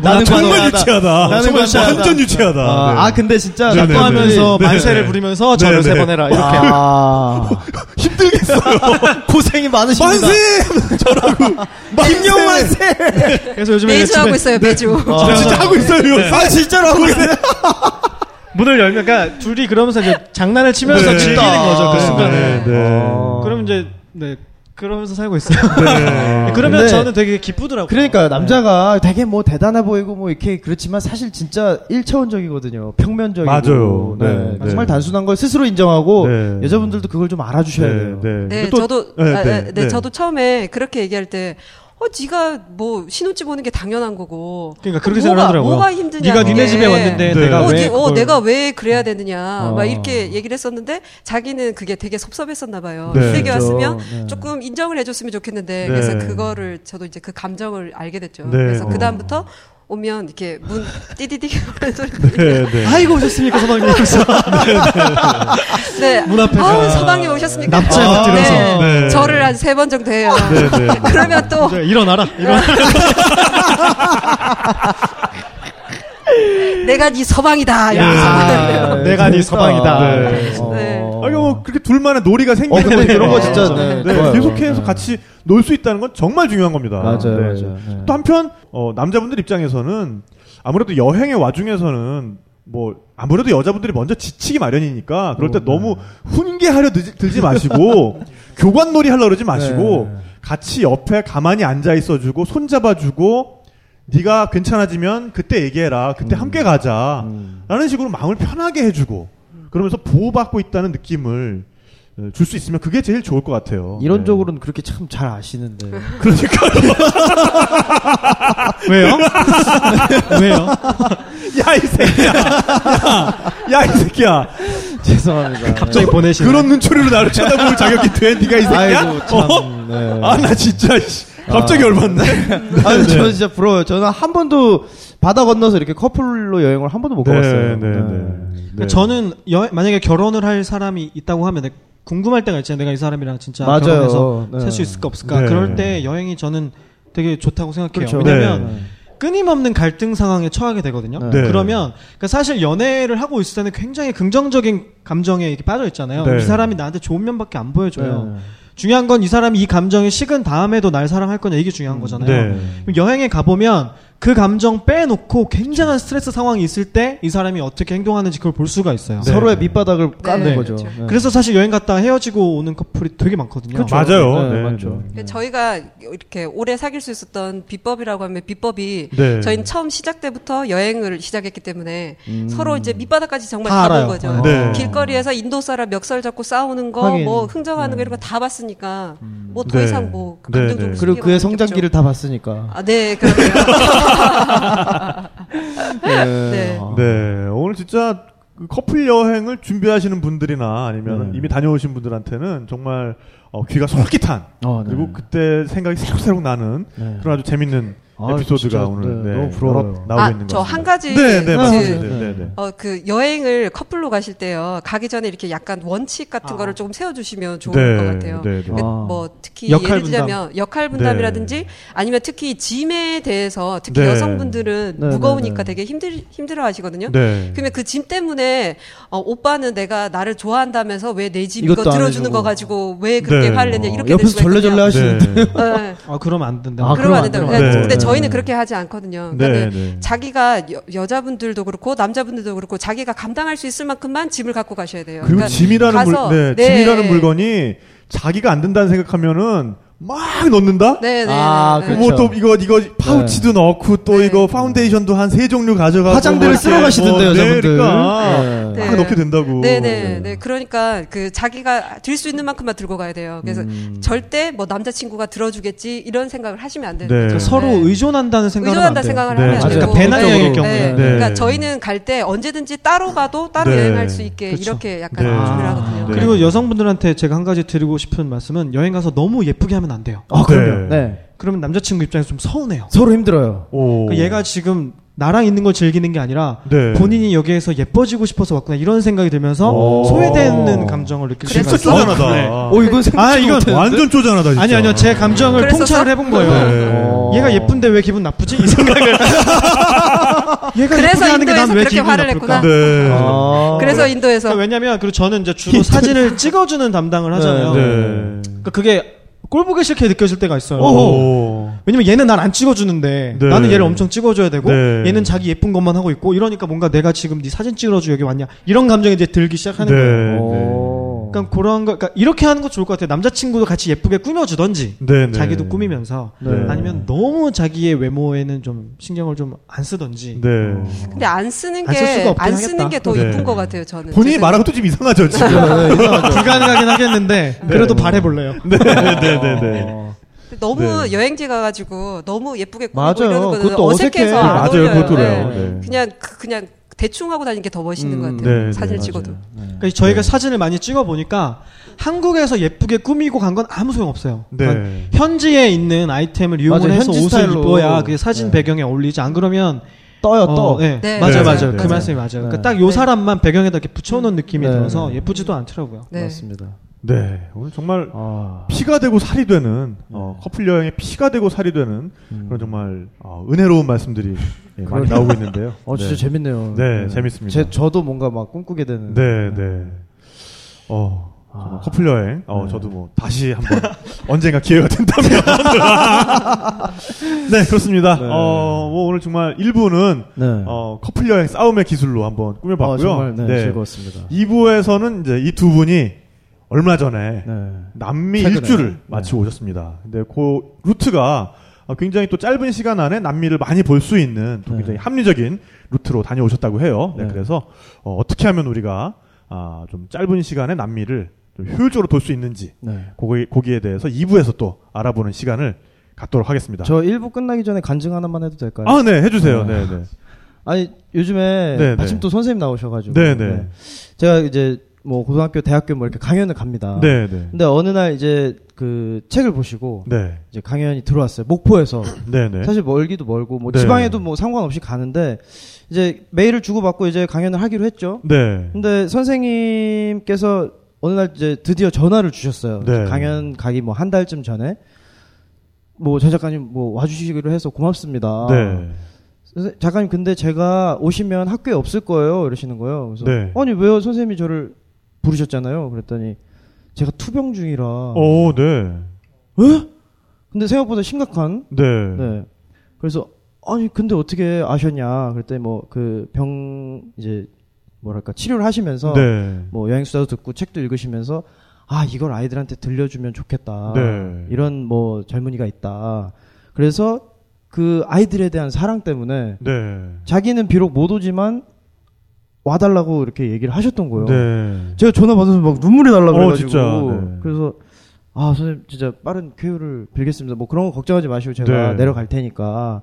나는 정말 관원하다. 유치하다. 나는 정말 관원하다. 완전 유치하다. 아, 네. 아, 근데 진짜 네, 네, 네, 작동하면서 네. 만세를 부리면서 절을 네, 네. 세 번 해라 이렇게. 힘들겠어요. 아. [LAUGHS] 고생이 아, 많으십니다. 만세! 김영 만세. 네. 그래서 요즘에 이제 매주 집에 하고 있어요, 네. 매주. 네. 저 진짜 하고 있어요. 이거. 아 진짜로 하고 있어요. 문을 열면 그러니까 둘이 그러면서 이제 장난을 치면서 네. 즐기는 아, 거죠 그 순간을. 네, 네. 그럼 이제 네 그러면서 살고 있어요. 네. [LAUGHS] 그러면 근데- 저는 되게 기쁘더라고요. 그러니까 남자가 되게 뭐 대단해 보이고 뭐 이렇게 그렇지만 사실 진짜 일차원적이거든요. 평면적이고. 맞아요. 네. 네, 네. 정말 단순한 걸 스스로 인정하고 네. 여자분들도 그걸 좀 알아주셔야 돼요. 네, 근데 또- 저도 네, 아, 네, 네, 네. 저도 처음에 그렇게 얘기할 때. 어, 네가 뭐 신혼집 오는 게 당연한 거고. 그러니까 그렇게 뭐가- 생각하더라고요. 뭐가 힘드냐. 네가 니네 그게. 집에 왔는데 네. 내가 어, 왜 네, 어, 그걸- 내가 왜 그래야 아. 되느냐. 어. 막 이렇게 얘기를 했었는데 자기는 그게 되게 섭섭했었나 봐요. 네. 이 세계 왔으면 그렇죠. 네. 조금 인정을 해줬으면 좋겠는데 네. 그래서 그거를 저도 이제 그 감정을 알게 됐죠. 네. 그래서 어. 그 다음부터 오면 이렇게 문 띠디디 하는 소리. 네, 네. 아이고 오셨습니까 [LAUGHS] 서방님. 네. 문 앞에서. 아우 서방님 오셨습니까? 납작에 엎드려서. 네. 네. 저를 한 세 번 정도 해요. 네, 네, 네. [LAUGHS] 그러면 또 이제 일어나라. 일어나라. 내가 네 서방이다. 야, 아, 이러면서. 내가 네 서방이다. 네. 네. 아니 뭐 그렇게 둘만의 놀이가 어, 생기는 근데 거니까. 그런 거 진짜 네, 좋아요. 계속해서 네. 같이 놀 수 있다는 건 정말 중요한 겁니다. 맞아요, 네. 맞아요. 네. 또 한편 어, 남자분들 입장에서는 아무래도 여행의 와중에서는 뭐 아무래도 여자분들이 먼저 지치기 마련이니까 그럴 때 오, 네. 너무 훈계하려 들지, 들지 마시고 [LAUGHS] 교관놀이 하려 그러지 마시고 네. 같이 옆에 가만히 앉아 있어주고 손 잡아주고 네가 괜찮아지면 그때 얘기해라 그때 함께 가자 음. 라는 식으로 마음을 편하게 해주고 그러면서 보호받고 있다는 느낌을 어, 줄 수 있으면 그게 제일 좋을 것 같아요. 네. 그러니까, 이런 쪽으로는 그렇게 참 잘 아시는데. [LAUGHS] 왜요? 왜요? [LAUGHS] 야, 이 새끼야! 야, 이 새끼야! [LAUGHS] 죄송합니다. 갑자기 보내시는. 그런 눈초리로 나를 쳐다볼 자격이 돼? 네가 이 네. 새끼야? 아이고 참. 아. 네. 아, 나 진짜, 씨. 갑자기 열받네. 아니, 저는 진짜 부러워요. 저는 한 번도 바다 건너서 이렇게 커플로 여행을 한 네, 번도 못 가봤어요. 네. 그러니까 네, 저는 여- 만약에 결혼을 할 사람이 있다고 하면 내- 궁금할 때가 있잖아요. 내가 이 사람이랑 진짜 맞아요. 결혼해서 네. 살 수 있을까 없을까. 네. 그럴 때 여행이 저는 되게 좋다고 생각해요. 그렇죠. 왜냐면 네. 끊임없는 갈등 상황에 처하게 되거든요. 네. 그러면 그러니까 사실 연애를 하고 있을 때는 굉장히 긍정적인 감정에 이렇게 빠져 있잖아요. 네. 이 사람이 나한테 좋은 면밖에 안 보여줘요. 네. 중요한 건 이 사람이 이 감정이 식은 다음에도 날 사랑할 거냐 이게 음. 중요한 거잖아요. 네. 그럼 여행에 가보면 그 감정 빼놓고 굉장한 스트레스 상황이 있을 때 이 사람이 어떻게 행동하는지 그걸 볼 수가 있어요. 네. 서로의 밑바닥을 까는 네. 거죠. 그렇죠. 네. 그래서 사실 여행 갔다가 헤어지고 오는 커플이 되게 많거든요. 그렇죠. 맞아요. 네, 네, 맞죠. 그러니까 저희가 이렇게 오래 사귈 수 있었던 비법이라고 하면 비법이 네. 저희는 처음 시작 때부터 여행을 시작했기 때문에 서로 이제 밑바닥까지 정말 다 다 알아요. 본 거죠. 음. 네. 길거리에서 인도 사람 멱살 잡고 싸우는 거, 하긴. 뭐 흥정하는 거 네. 이런 거 다 봤으니까 뭐 더 네. 이상 뭐 네, 감정 좀 네. 그리고 그의 성장기를 다 봤으니까. 아, 네, 그럼요. 네. 아. 네. 오늘 진짜 그 커플 여행을 준비하시는 분들이나 아니면 네. 이미 다녀오신 분들한테는 정말 어, 귀가 솔깃한 어, 네. 그리고 그때 생각이 새록새록 나는 네. 그런 아주 재밌는 아, 에피소드가 진짜, 오늘 네, 네, 너무 여러 부러워요. [LAUGHS] 나오고 아, 있는 것 저 한 가지 네, 네, 그 맞습니다. 그- 네, 네, 네. 어, 그 여행을 커플로 가실 때요. 가기 전에 이렇게 약간 원칙 같은 거를 조금 세워주시면 좋을 네, 것 같아요. 네, 네. 그러니까 아. 뭐 특히 역할 예를 들자면 역할 분담이라든지 아니면 특히 짐에 대해서 특히 네. 여성분들은 네, 네, 무거우니까 되게 힘들 힘들어 하시거든요. 네. 그러면 그 짐 때문에 어, 오빠는 내가 나를 좋아한다면서 왜 내 짐 이거 이것도 안 들어주는 해주고. 거 가지고 왜 그렇게 네. 화내냐 이렇게 될 옆에서 수가 있거든요. 절레절레 하시는데. 네. 네. 아, 그러면 안 된다. 아, 그럼 그러면 안 안 된다고. 돼요. 네. 네. 근데 네. 저희는 그렇게 하지 않거든요. 네, 그러니까 네. 자기가 여, 자분들도 그렇고 남자분들도 그렇고 자기가 감당할 수 있을 만큼만 짐을 갖고 가셔야 돼요. 그러니까 그리고 짐이라는 물, 가서- 네, 네. 짐이라는 물건이 자기가 안 든다는 생각하면은 막 넣는다. 네, 네. 아, 네. 그렇죠. 뭐 또 이거 이거 파우치도 넣고 또 네. 이거 파운데이션도 한 세 종류 가져가고 뭐 화장대를 이렇게 쓸어 가시던데, 뭐, 네, 여자분들. 그러니까 네. 막 네. 넣게 된다고. 네, 네, 네. 그러니까 그 자기가 들 수 있는 만큼만 들고 가야 돼요. 그래서 음. 절대 뭐 남자친구가 들어주겠지 이런 생각을 하시면 안 되는 네. 거죠. 그러니까 서로 네. 의존한다는 생각은 의존한다 안 돼요. 생각을 네. 하면 안 맞아요. 되고 그러니까 배낭 네. 여행의 네. 네. 경우는 네. 그러니까 저희는 갈 때 언제든지 따로 가도 따로 네. 여행할 수 있게 그렇죠. 이렇게 약간 네. 준비를 아, 하거든요. 네. 그리고 여성분들한테 제가 한 가지 드리고 싶은 말씀은 여행 가서 너무 예쁘게 하면 안 돼요. 아, 그럼요. 네. 네. 그러면 남자친구 입장에서 좀 서운해요. 서로 힘들어요. 오. 그러니까 얘가 지금 나랑 있는 걸 즐기는 게 아니라 네. 본인이 여기에서 예뻐지고 싶어서 왔구나 이런 생각이 들면서 오. 소외되는 감정을 느낄 진짜 수가 있어요. 쪼잔하다. 어 이건 아, 생각지도 이건 못했는데? 완전 쪼잔하다 진짜. 아니 아니요 제 네. 감정을 그랬었어? 통찰을 해본 거예요. 어. 어. 네. 얘가 예쁜데 왜 기분 나쁘지? 이 [LAUGHS] 생각을. 얘가 그래서 예쁘게 하는 게 난 인도에서 왜 그렇게 기분 화를 나쁠까? 냈구나. 네. 아. 그래서 인도에서 그러니까 왜냐면 그리고 저는 이제 주로 사진을 찍어주는 담당을 하잖아요. 네. 그러니까 그게 꼴 보기 싫게 느껴질 때가 있어요. 오. 왜냐면 얘는 날 안 찍어주는데 네. 나는 얘를 엄청 찍어줘야 되고 네. 얘는 자기 예쁜 것만 하고 있고 이러니까 뭔가 내가 지금 네 사진 찍으러 여기 왔냐 이런 감정이 이제 들기 시작하는 거예요. 네. 오. 그러니까 그런 거, 그러니까 이렇게 하는 거 좋을 것 같아요. 남자친구도 같이 예쁘게 꾸며주던지 네. 네. 자기도 꾸미면서 네. 아니면 너무 자기의 외모에는 좀 신경을 좀 안 쓰던지 네. 근데 안 쓰는 안쓸 수가 게 없긴 안 쓰는 하겠다. 게 더 네. 이쁜 것 같아요. 저는 본인이 제 말하고 또 지금 이상하죠 지금. 네, 이상하죠. 불가능하긴 하겠는데 네. 그래도 바래볼래요. 네네네. 네. 어. 생각- 너무 네. 여행지 가가지고 너무 예쁘게 꾸미고 맞아요. 이러는 거는 그것도 어색해. 어색해서 안 맞아요, 어울려요. 그것도 그래요. 네. 네. 그냥 그- 그냥 대충 하고 다니는 게 더 멋있는 음, 것 같아요. 네, 사진을 네, 찍어도. 그러니까 저희가 네. 사진을 많이 찍어 보니까 한국에서 예쁘게 꾸미고 간 건 아무 소용 없어요. 그러니까 네. 현지에 있는 아이템을 이용을 맞아요. 해서 현지 옷을 스타일로. 입어야 그게 사진 네. 배경에 어울리지 안 그러면 떠요 어, 떠. 네. 네, 맞아요, 네, 맞아요. 맞아요. 그 맞아요. 말씀이 맞아요. 네. 그러니까 딱 요 사람만 배경에다 이렇게 붙여놓은 느낌이 네. 들어서 예쁘지도 않더라고요. 네. 맞습니다. 네. 오늘 정말 아. 피가 되고 살이 되는 네. 어, 커플 여행에 피가 되고 살이 되는 그런 정말 어, 은혜로운 [LAUGHS] 말씀들이 예, 많이 음. 그러네요. 나오고 있는데요. [LAUGHS] 어 진짜 네. 재밌네요. 네, 재밌습니다. 제, 저도 뭔가 막 꿈꾸게 되는. 네, 네. 어. 아. 정말 커플 여행. 어, 네. 저도 뭐 다시 한번 [LAUGHS] 언젠가 기회가 된다면. [LAUGHS] 네, 그렇습니다. 어, 뭐 오늘 정말 1부는 네. 어, 커플 여행 싸움의 기술로 한번 꾸며봤고요. 아, 정말 네, 즐거웠습니다. 2부에서는 이제 이 두 분이 얼마 전에 네. 남미 최근에. 네. 일주를 마치고 오셨습니다. 근데 그 루트가 굉장히 또 짧은 시간 안에 남미를 많이 볼 수 있는 또 네. 굉장히 합리적인 루트로 다녀오셨다고 해요. 네, 네. 그래서 어, 떻게 하면 우리가 아, 좀 짧은 시간에 남미를 좀 효율적으로 돌 수 있는지 네. 거기, 거기에 대해서 2부에서 또 알아보는 시간을 갖도록 하겠습니다. 저 1부 끝나기 전에 간증 하나만 해도 될까요? 아, 네, 해주세요. 네. 네, 네. 아니 요즘에 네, 마침 네. 또 선생님 나오셔가지고 네, 네. 제가 이제 뭐 고등학교 대학교 뭐 이렇게 강연을 갑니다 네, 네. 근데 어느 날 이제 그 책을 보시고 네, 이제 강연이 들어왔어요 목포에서 네, 네. 사실 멀기도 멀고 뭐 네. 지방에도 뭐 상관없이 가는데 이제 메일을 주고받고 이제 강연을 하기로 했죠 네. 근데 선생님께서 어느 날 이제 드디어 전화를 주셨어요 네. 강연 가기 뭐 한 달쯤 전에 뭐 저 작가님 뭐 와주시기로 해서 고맙습니다 네. 선생- 작가님 근데 제가 오시면 학교에 없을 거예요 이러시는 거예요. 그래서 네. 아니 왜요 선생님이 저를 부르셨잖아요. 그랬더니 제가 투병 중이라. 오, 네. 근데 생각보다 심각한. 네. 네. 그래서 아니 근데 어떻게 아셨냐? 그랬더니 뭐 그 병 이제 뭐랄까 치료를 하시면서 네. 뭐 여행 수다도 듣고 책도 읽으시면서 아 이걸 아이들한테 들려주면 좋겠다. 네. 아, 이런 뭐 젊은이가 있다. 그래서 그 아이들에 대한 사랑 때문에 네. 자기는 비록 못 오지만 와달라고 이렇게 얘기를 하셨던 거예요. 네. 제가 전화 받아서 막 눈물이 날라 어, 그래가지고 진짜, 네. 그래서 아 선생님 진짜 빠른 쾌유를 빌겠습니다. 뭐 그런 거 걱정하지 마시고 제가 네. 내려갈 테니까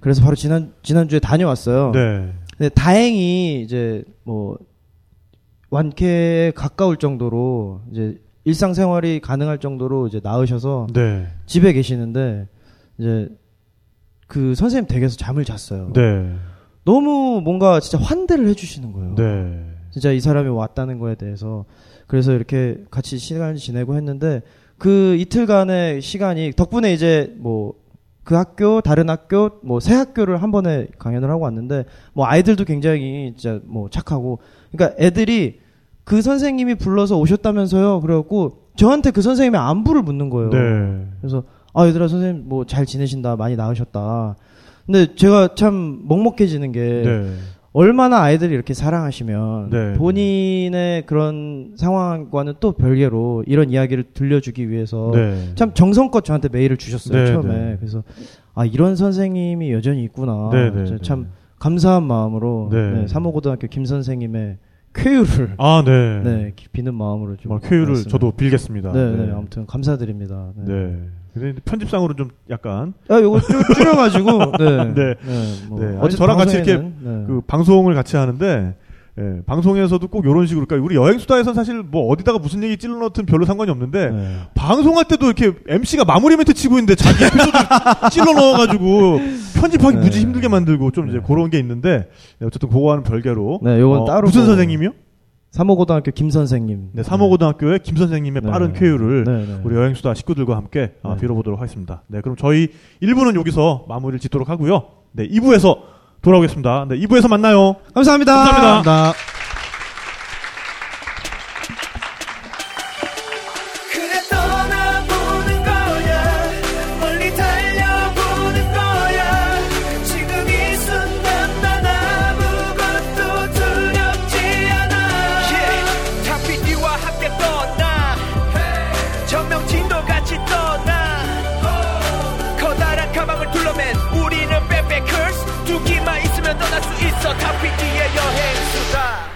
그래서 바로 지난 지난 주에 다녀왔어요. 네. 근데 다행히 이제 뭐 완쾌에 가까울 정도로 이제 일상생활이 가능할 정도로 이제 나으셔서 네. 집에 계시는데 이제 그 선생님 댁에서 잠을 잤어요. 네. 너무 뭔가 진짜 환대를 해주시는 거예요. 네. 진짜 이 사람이 왔다는 거에 대해서 그래서 이렇게 같이 시간을 지내고 했는데 그 이틀간의 시간이 덕분에 이제 뭐 그 학교 다른 학교 뭐 새 학교를 한 번에 강연을 하고 왔는데 뭐 아이들도 굉장히 진짜 뭐 착하고 그러니까 애들이 그 선생님이 불러서 오셨다면서요 그래갖고 저한테 그 선생님의 안부를 묻는 거예요. 네. 그래서 아 얘들아 선생님 뭐 잘 지내신다 많이 나으셨다. 근데 제가 참 먹먹해지는 게 네. 얼마나 아이들이 이렇게 사랑하시면 네. 본인의 그런 상황과는 또 별개로 이런 이야기를 들려주기 위해서 네. 참 정성껏 저한테 메일을 주셨어요 네, 처음에 네. 그래서 아 이런 선생님이 여전히 있구나 네, 네, 저 네. 참 감사한 마음으로 네. 네, 삼호고등학교 김 선생님의 쾌유를 아, 네. 네, 비는 마음으로 좀 정말 쾌유를 받았습니다. 저도 빌겠습니다. 네, 네, 아무튼 감사드립니다 네. 네. 근데 편집상으로 좀 약간 아, 요거 줄, 줄여가지고, 네. [LAUGHS] 네. 네, 뭐 네. 아니, 어쨌든 저랑 같이 방송에는, 네. 그 방송을 같이 하는데 예, 방송에서도 꼭 이런 식으로 그러니까 우리 여행 수다에선 사실 뭐 어디다가 무슨 얘기 찔러 넣든 별로 상관이 없는데 네. 방송할 때도 이렇게 MC가 마무리 멘트 치고 있는데 자기 에피소드 [LAUGHS] 찔러 넣어가지고 편집하기 네. 무지 힘들게 만들고 좀 이제 그런 게 있는데 네, 어쨌든 그거와는 별개로 어, 네, 요건 따로 무슨 뭐- 선생님이요? 삼호고등학교 김 선생님. 네, 삼호고등학교의 김 선생님의 네. 빠른 쾌유를 네, 네. 우리 여행수다 식구들과 함께 아, 네. 빌어보도록 하겠습니다. 네, 그럼 저희 1부는 여기서 마무리를 짓도록 하고요. 네, 2부에서 돌아오겠습니다. 네, 2부에서 만나요. 감사합니다. 감사합니다. 그래 떠나보는 거야 멀리 달려보는 거야 지금 이 순간 난 아무것도 두렵지 않아 탑피디와 함께 떠나 전명 진도 같이 떠나 Oh. 커다란 가방을 둘러맨 우리는 백패커스 두기만 있으면 떠날 수 있어 탑피디의 여행수다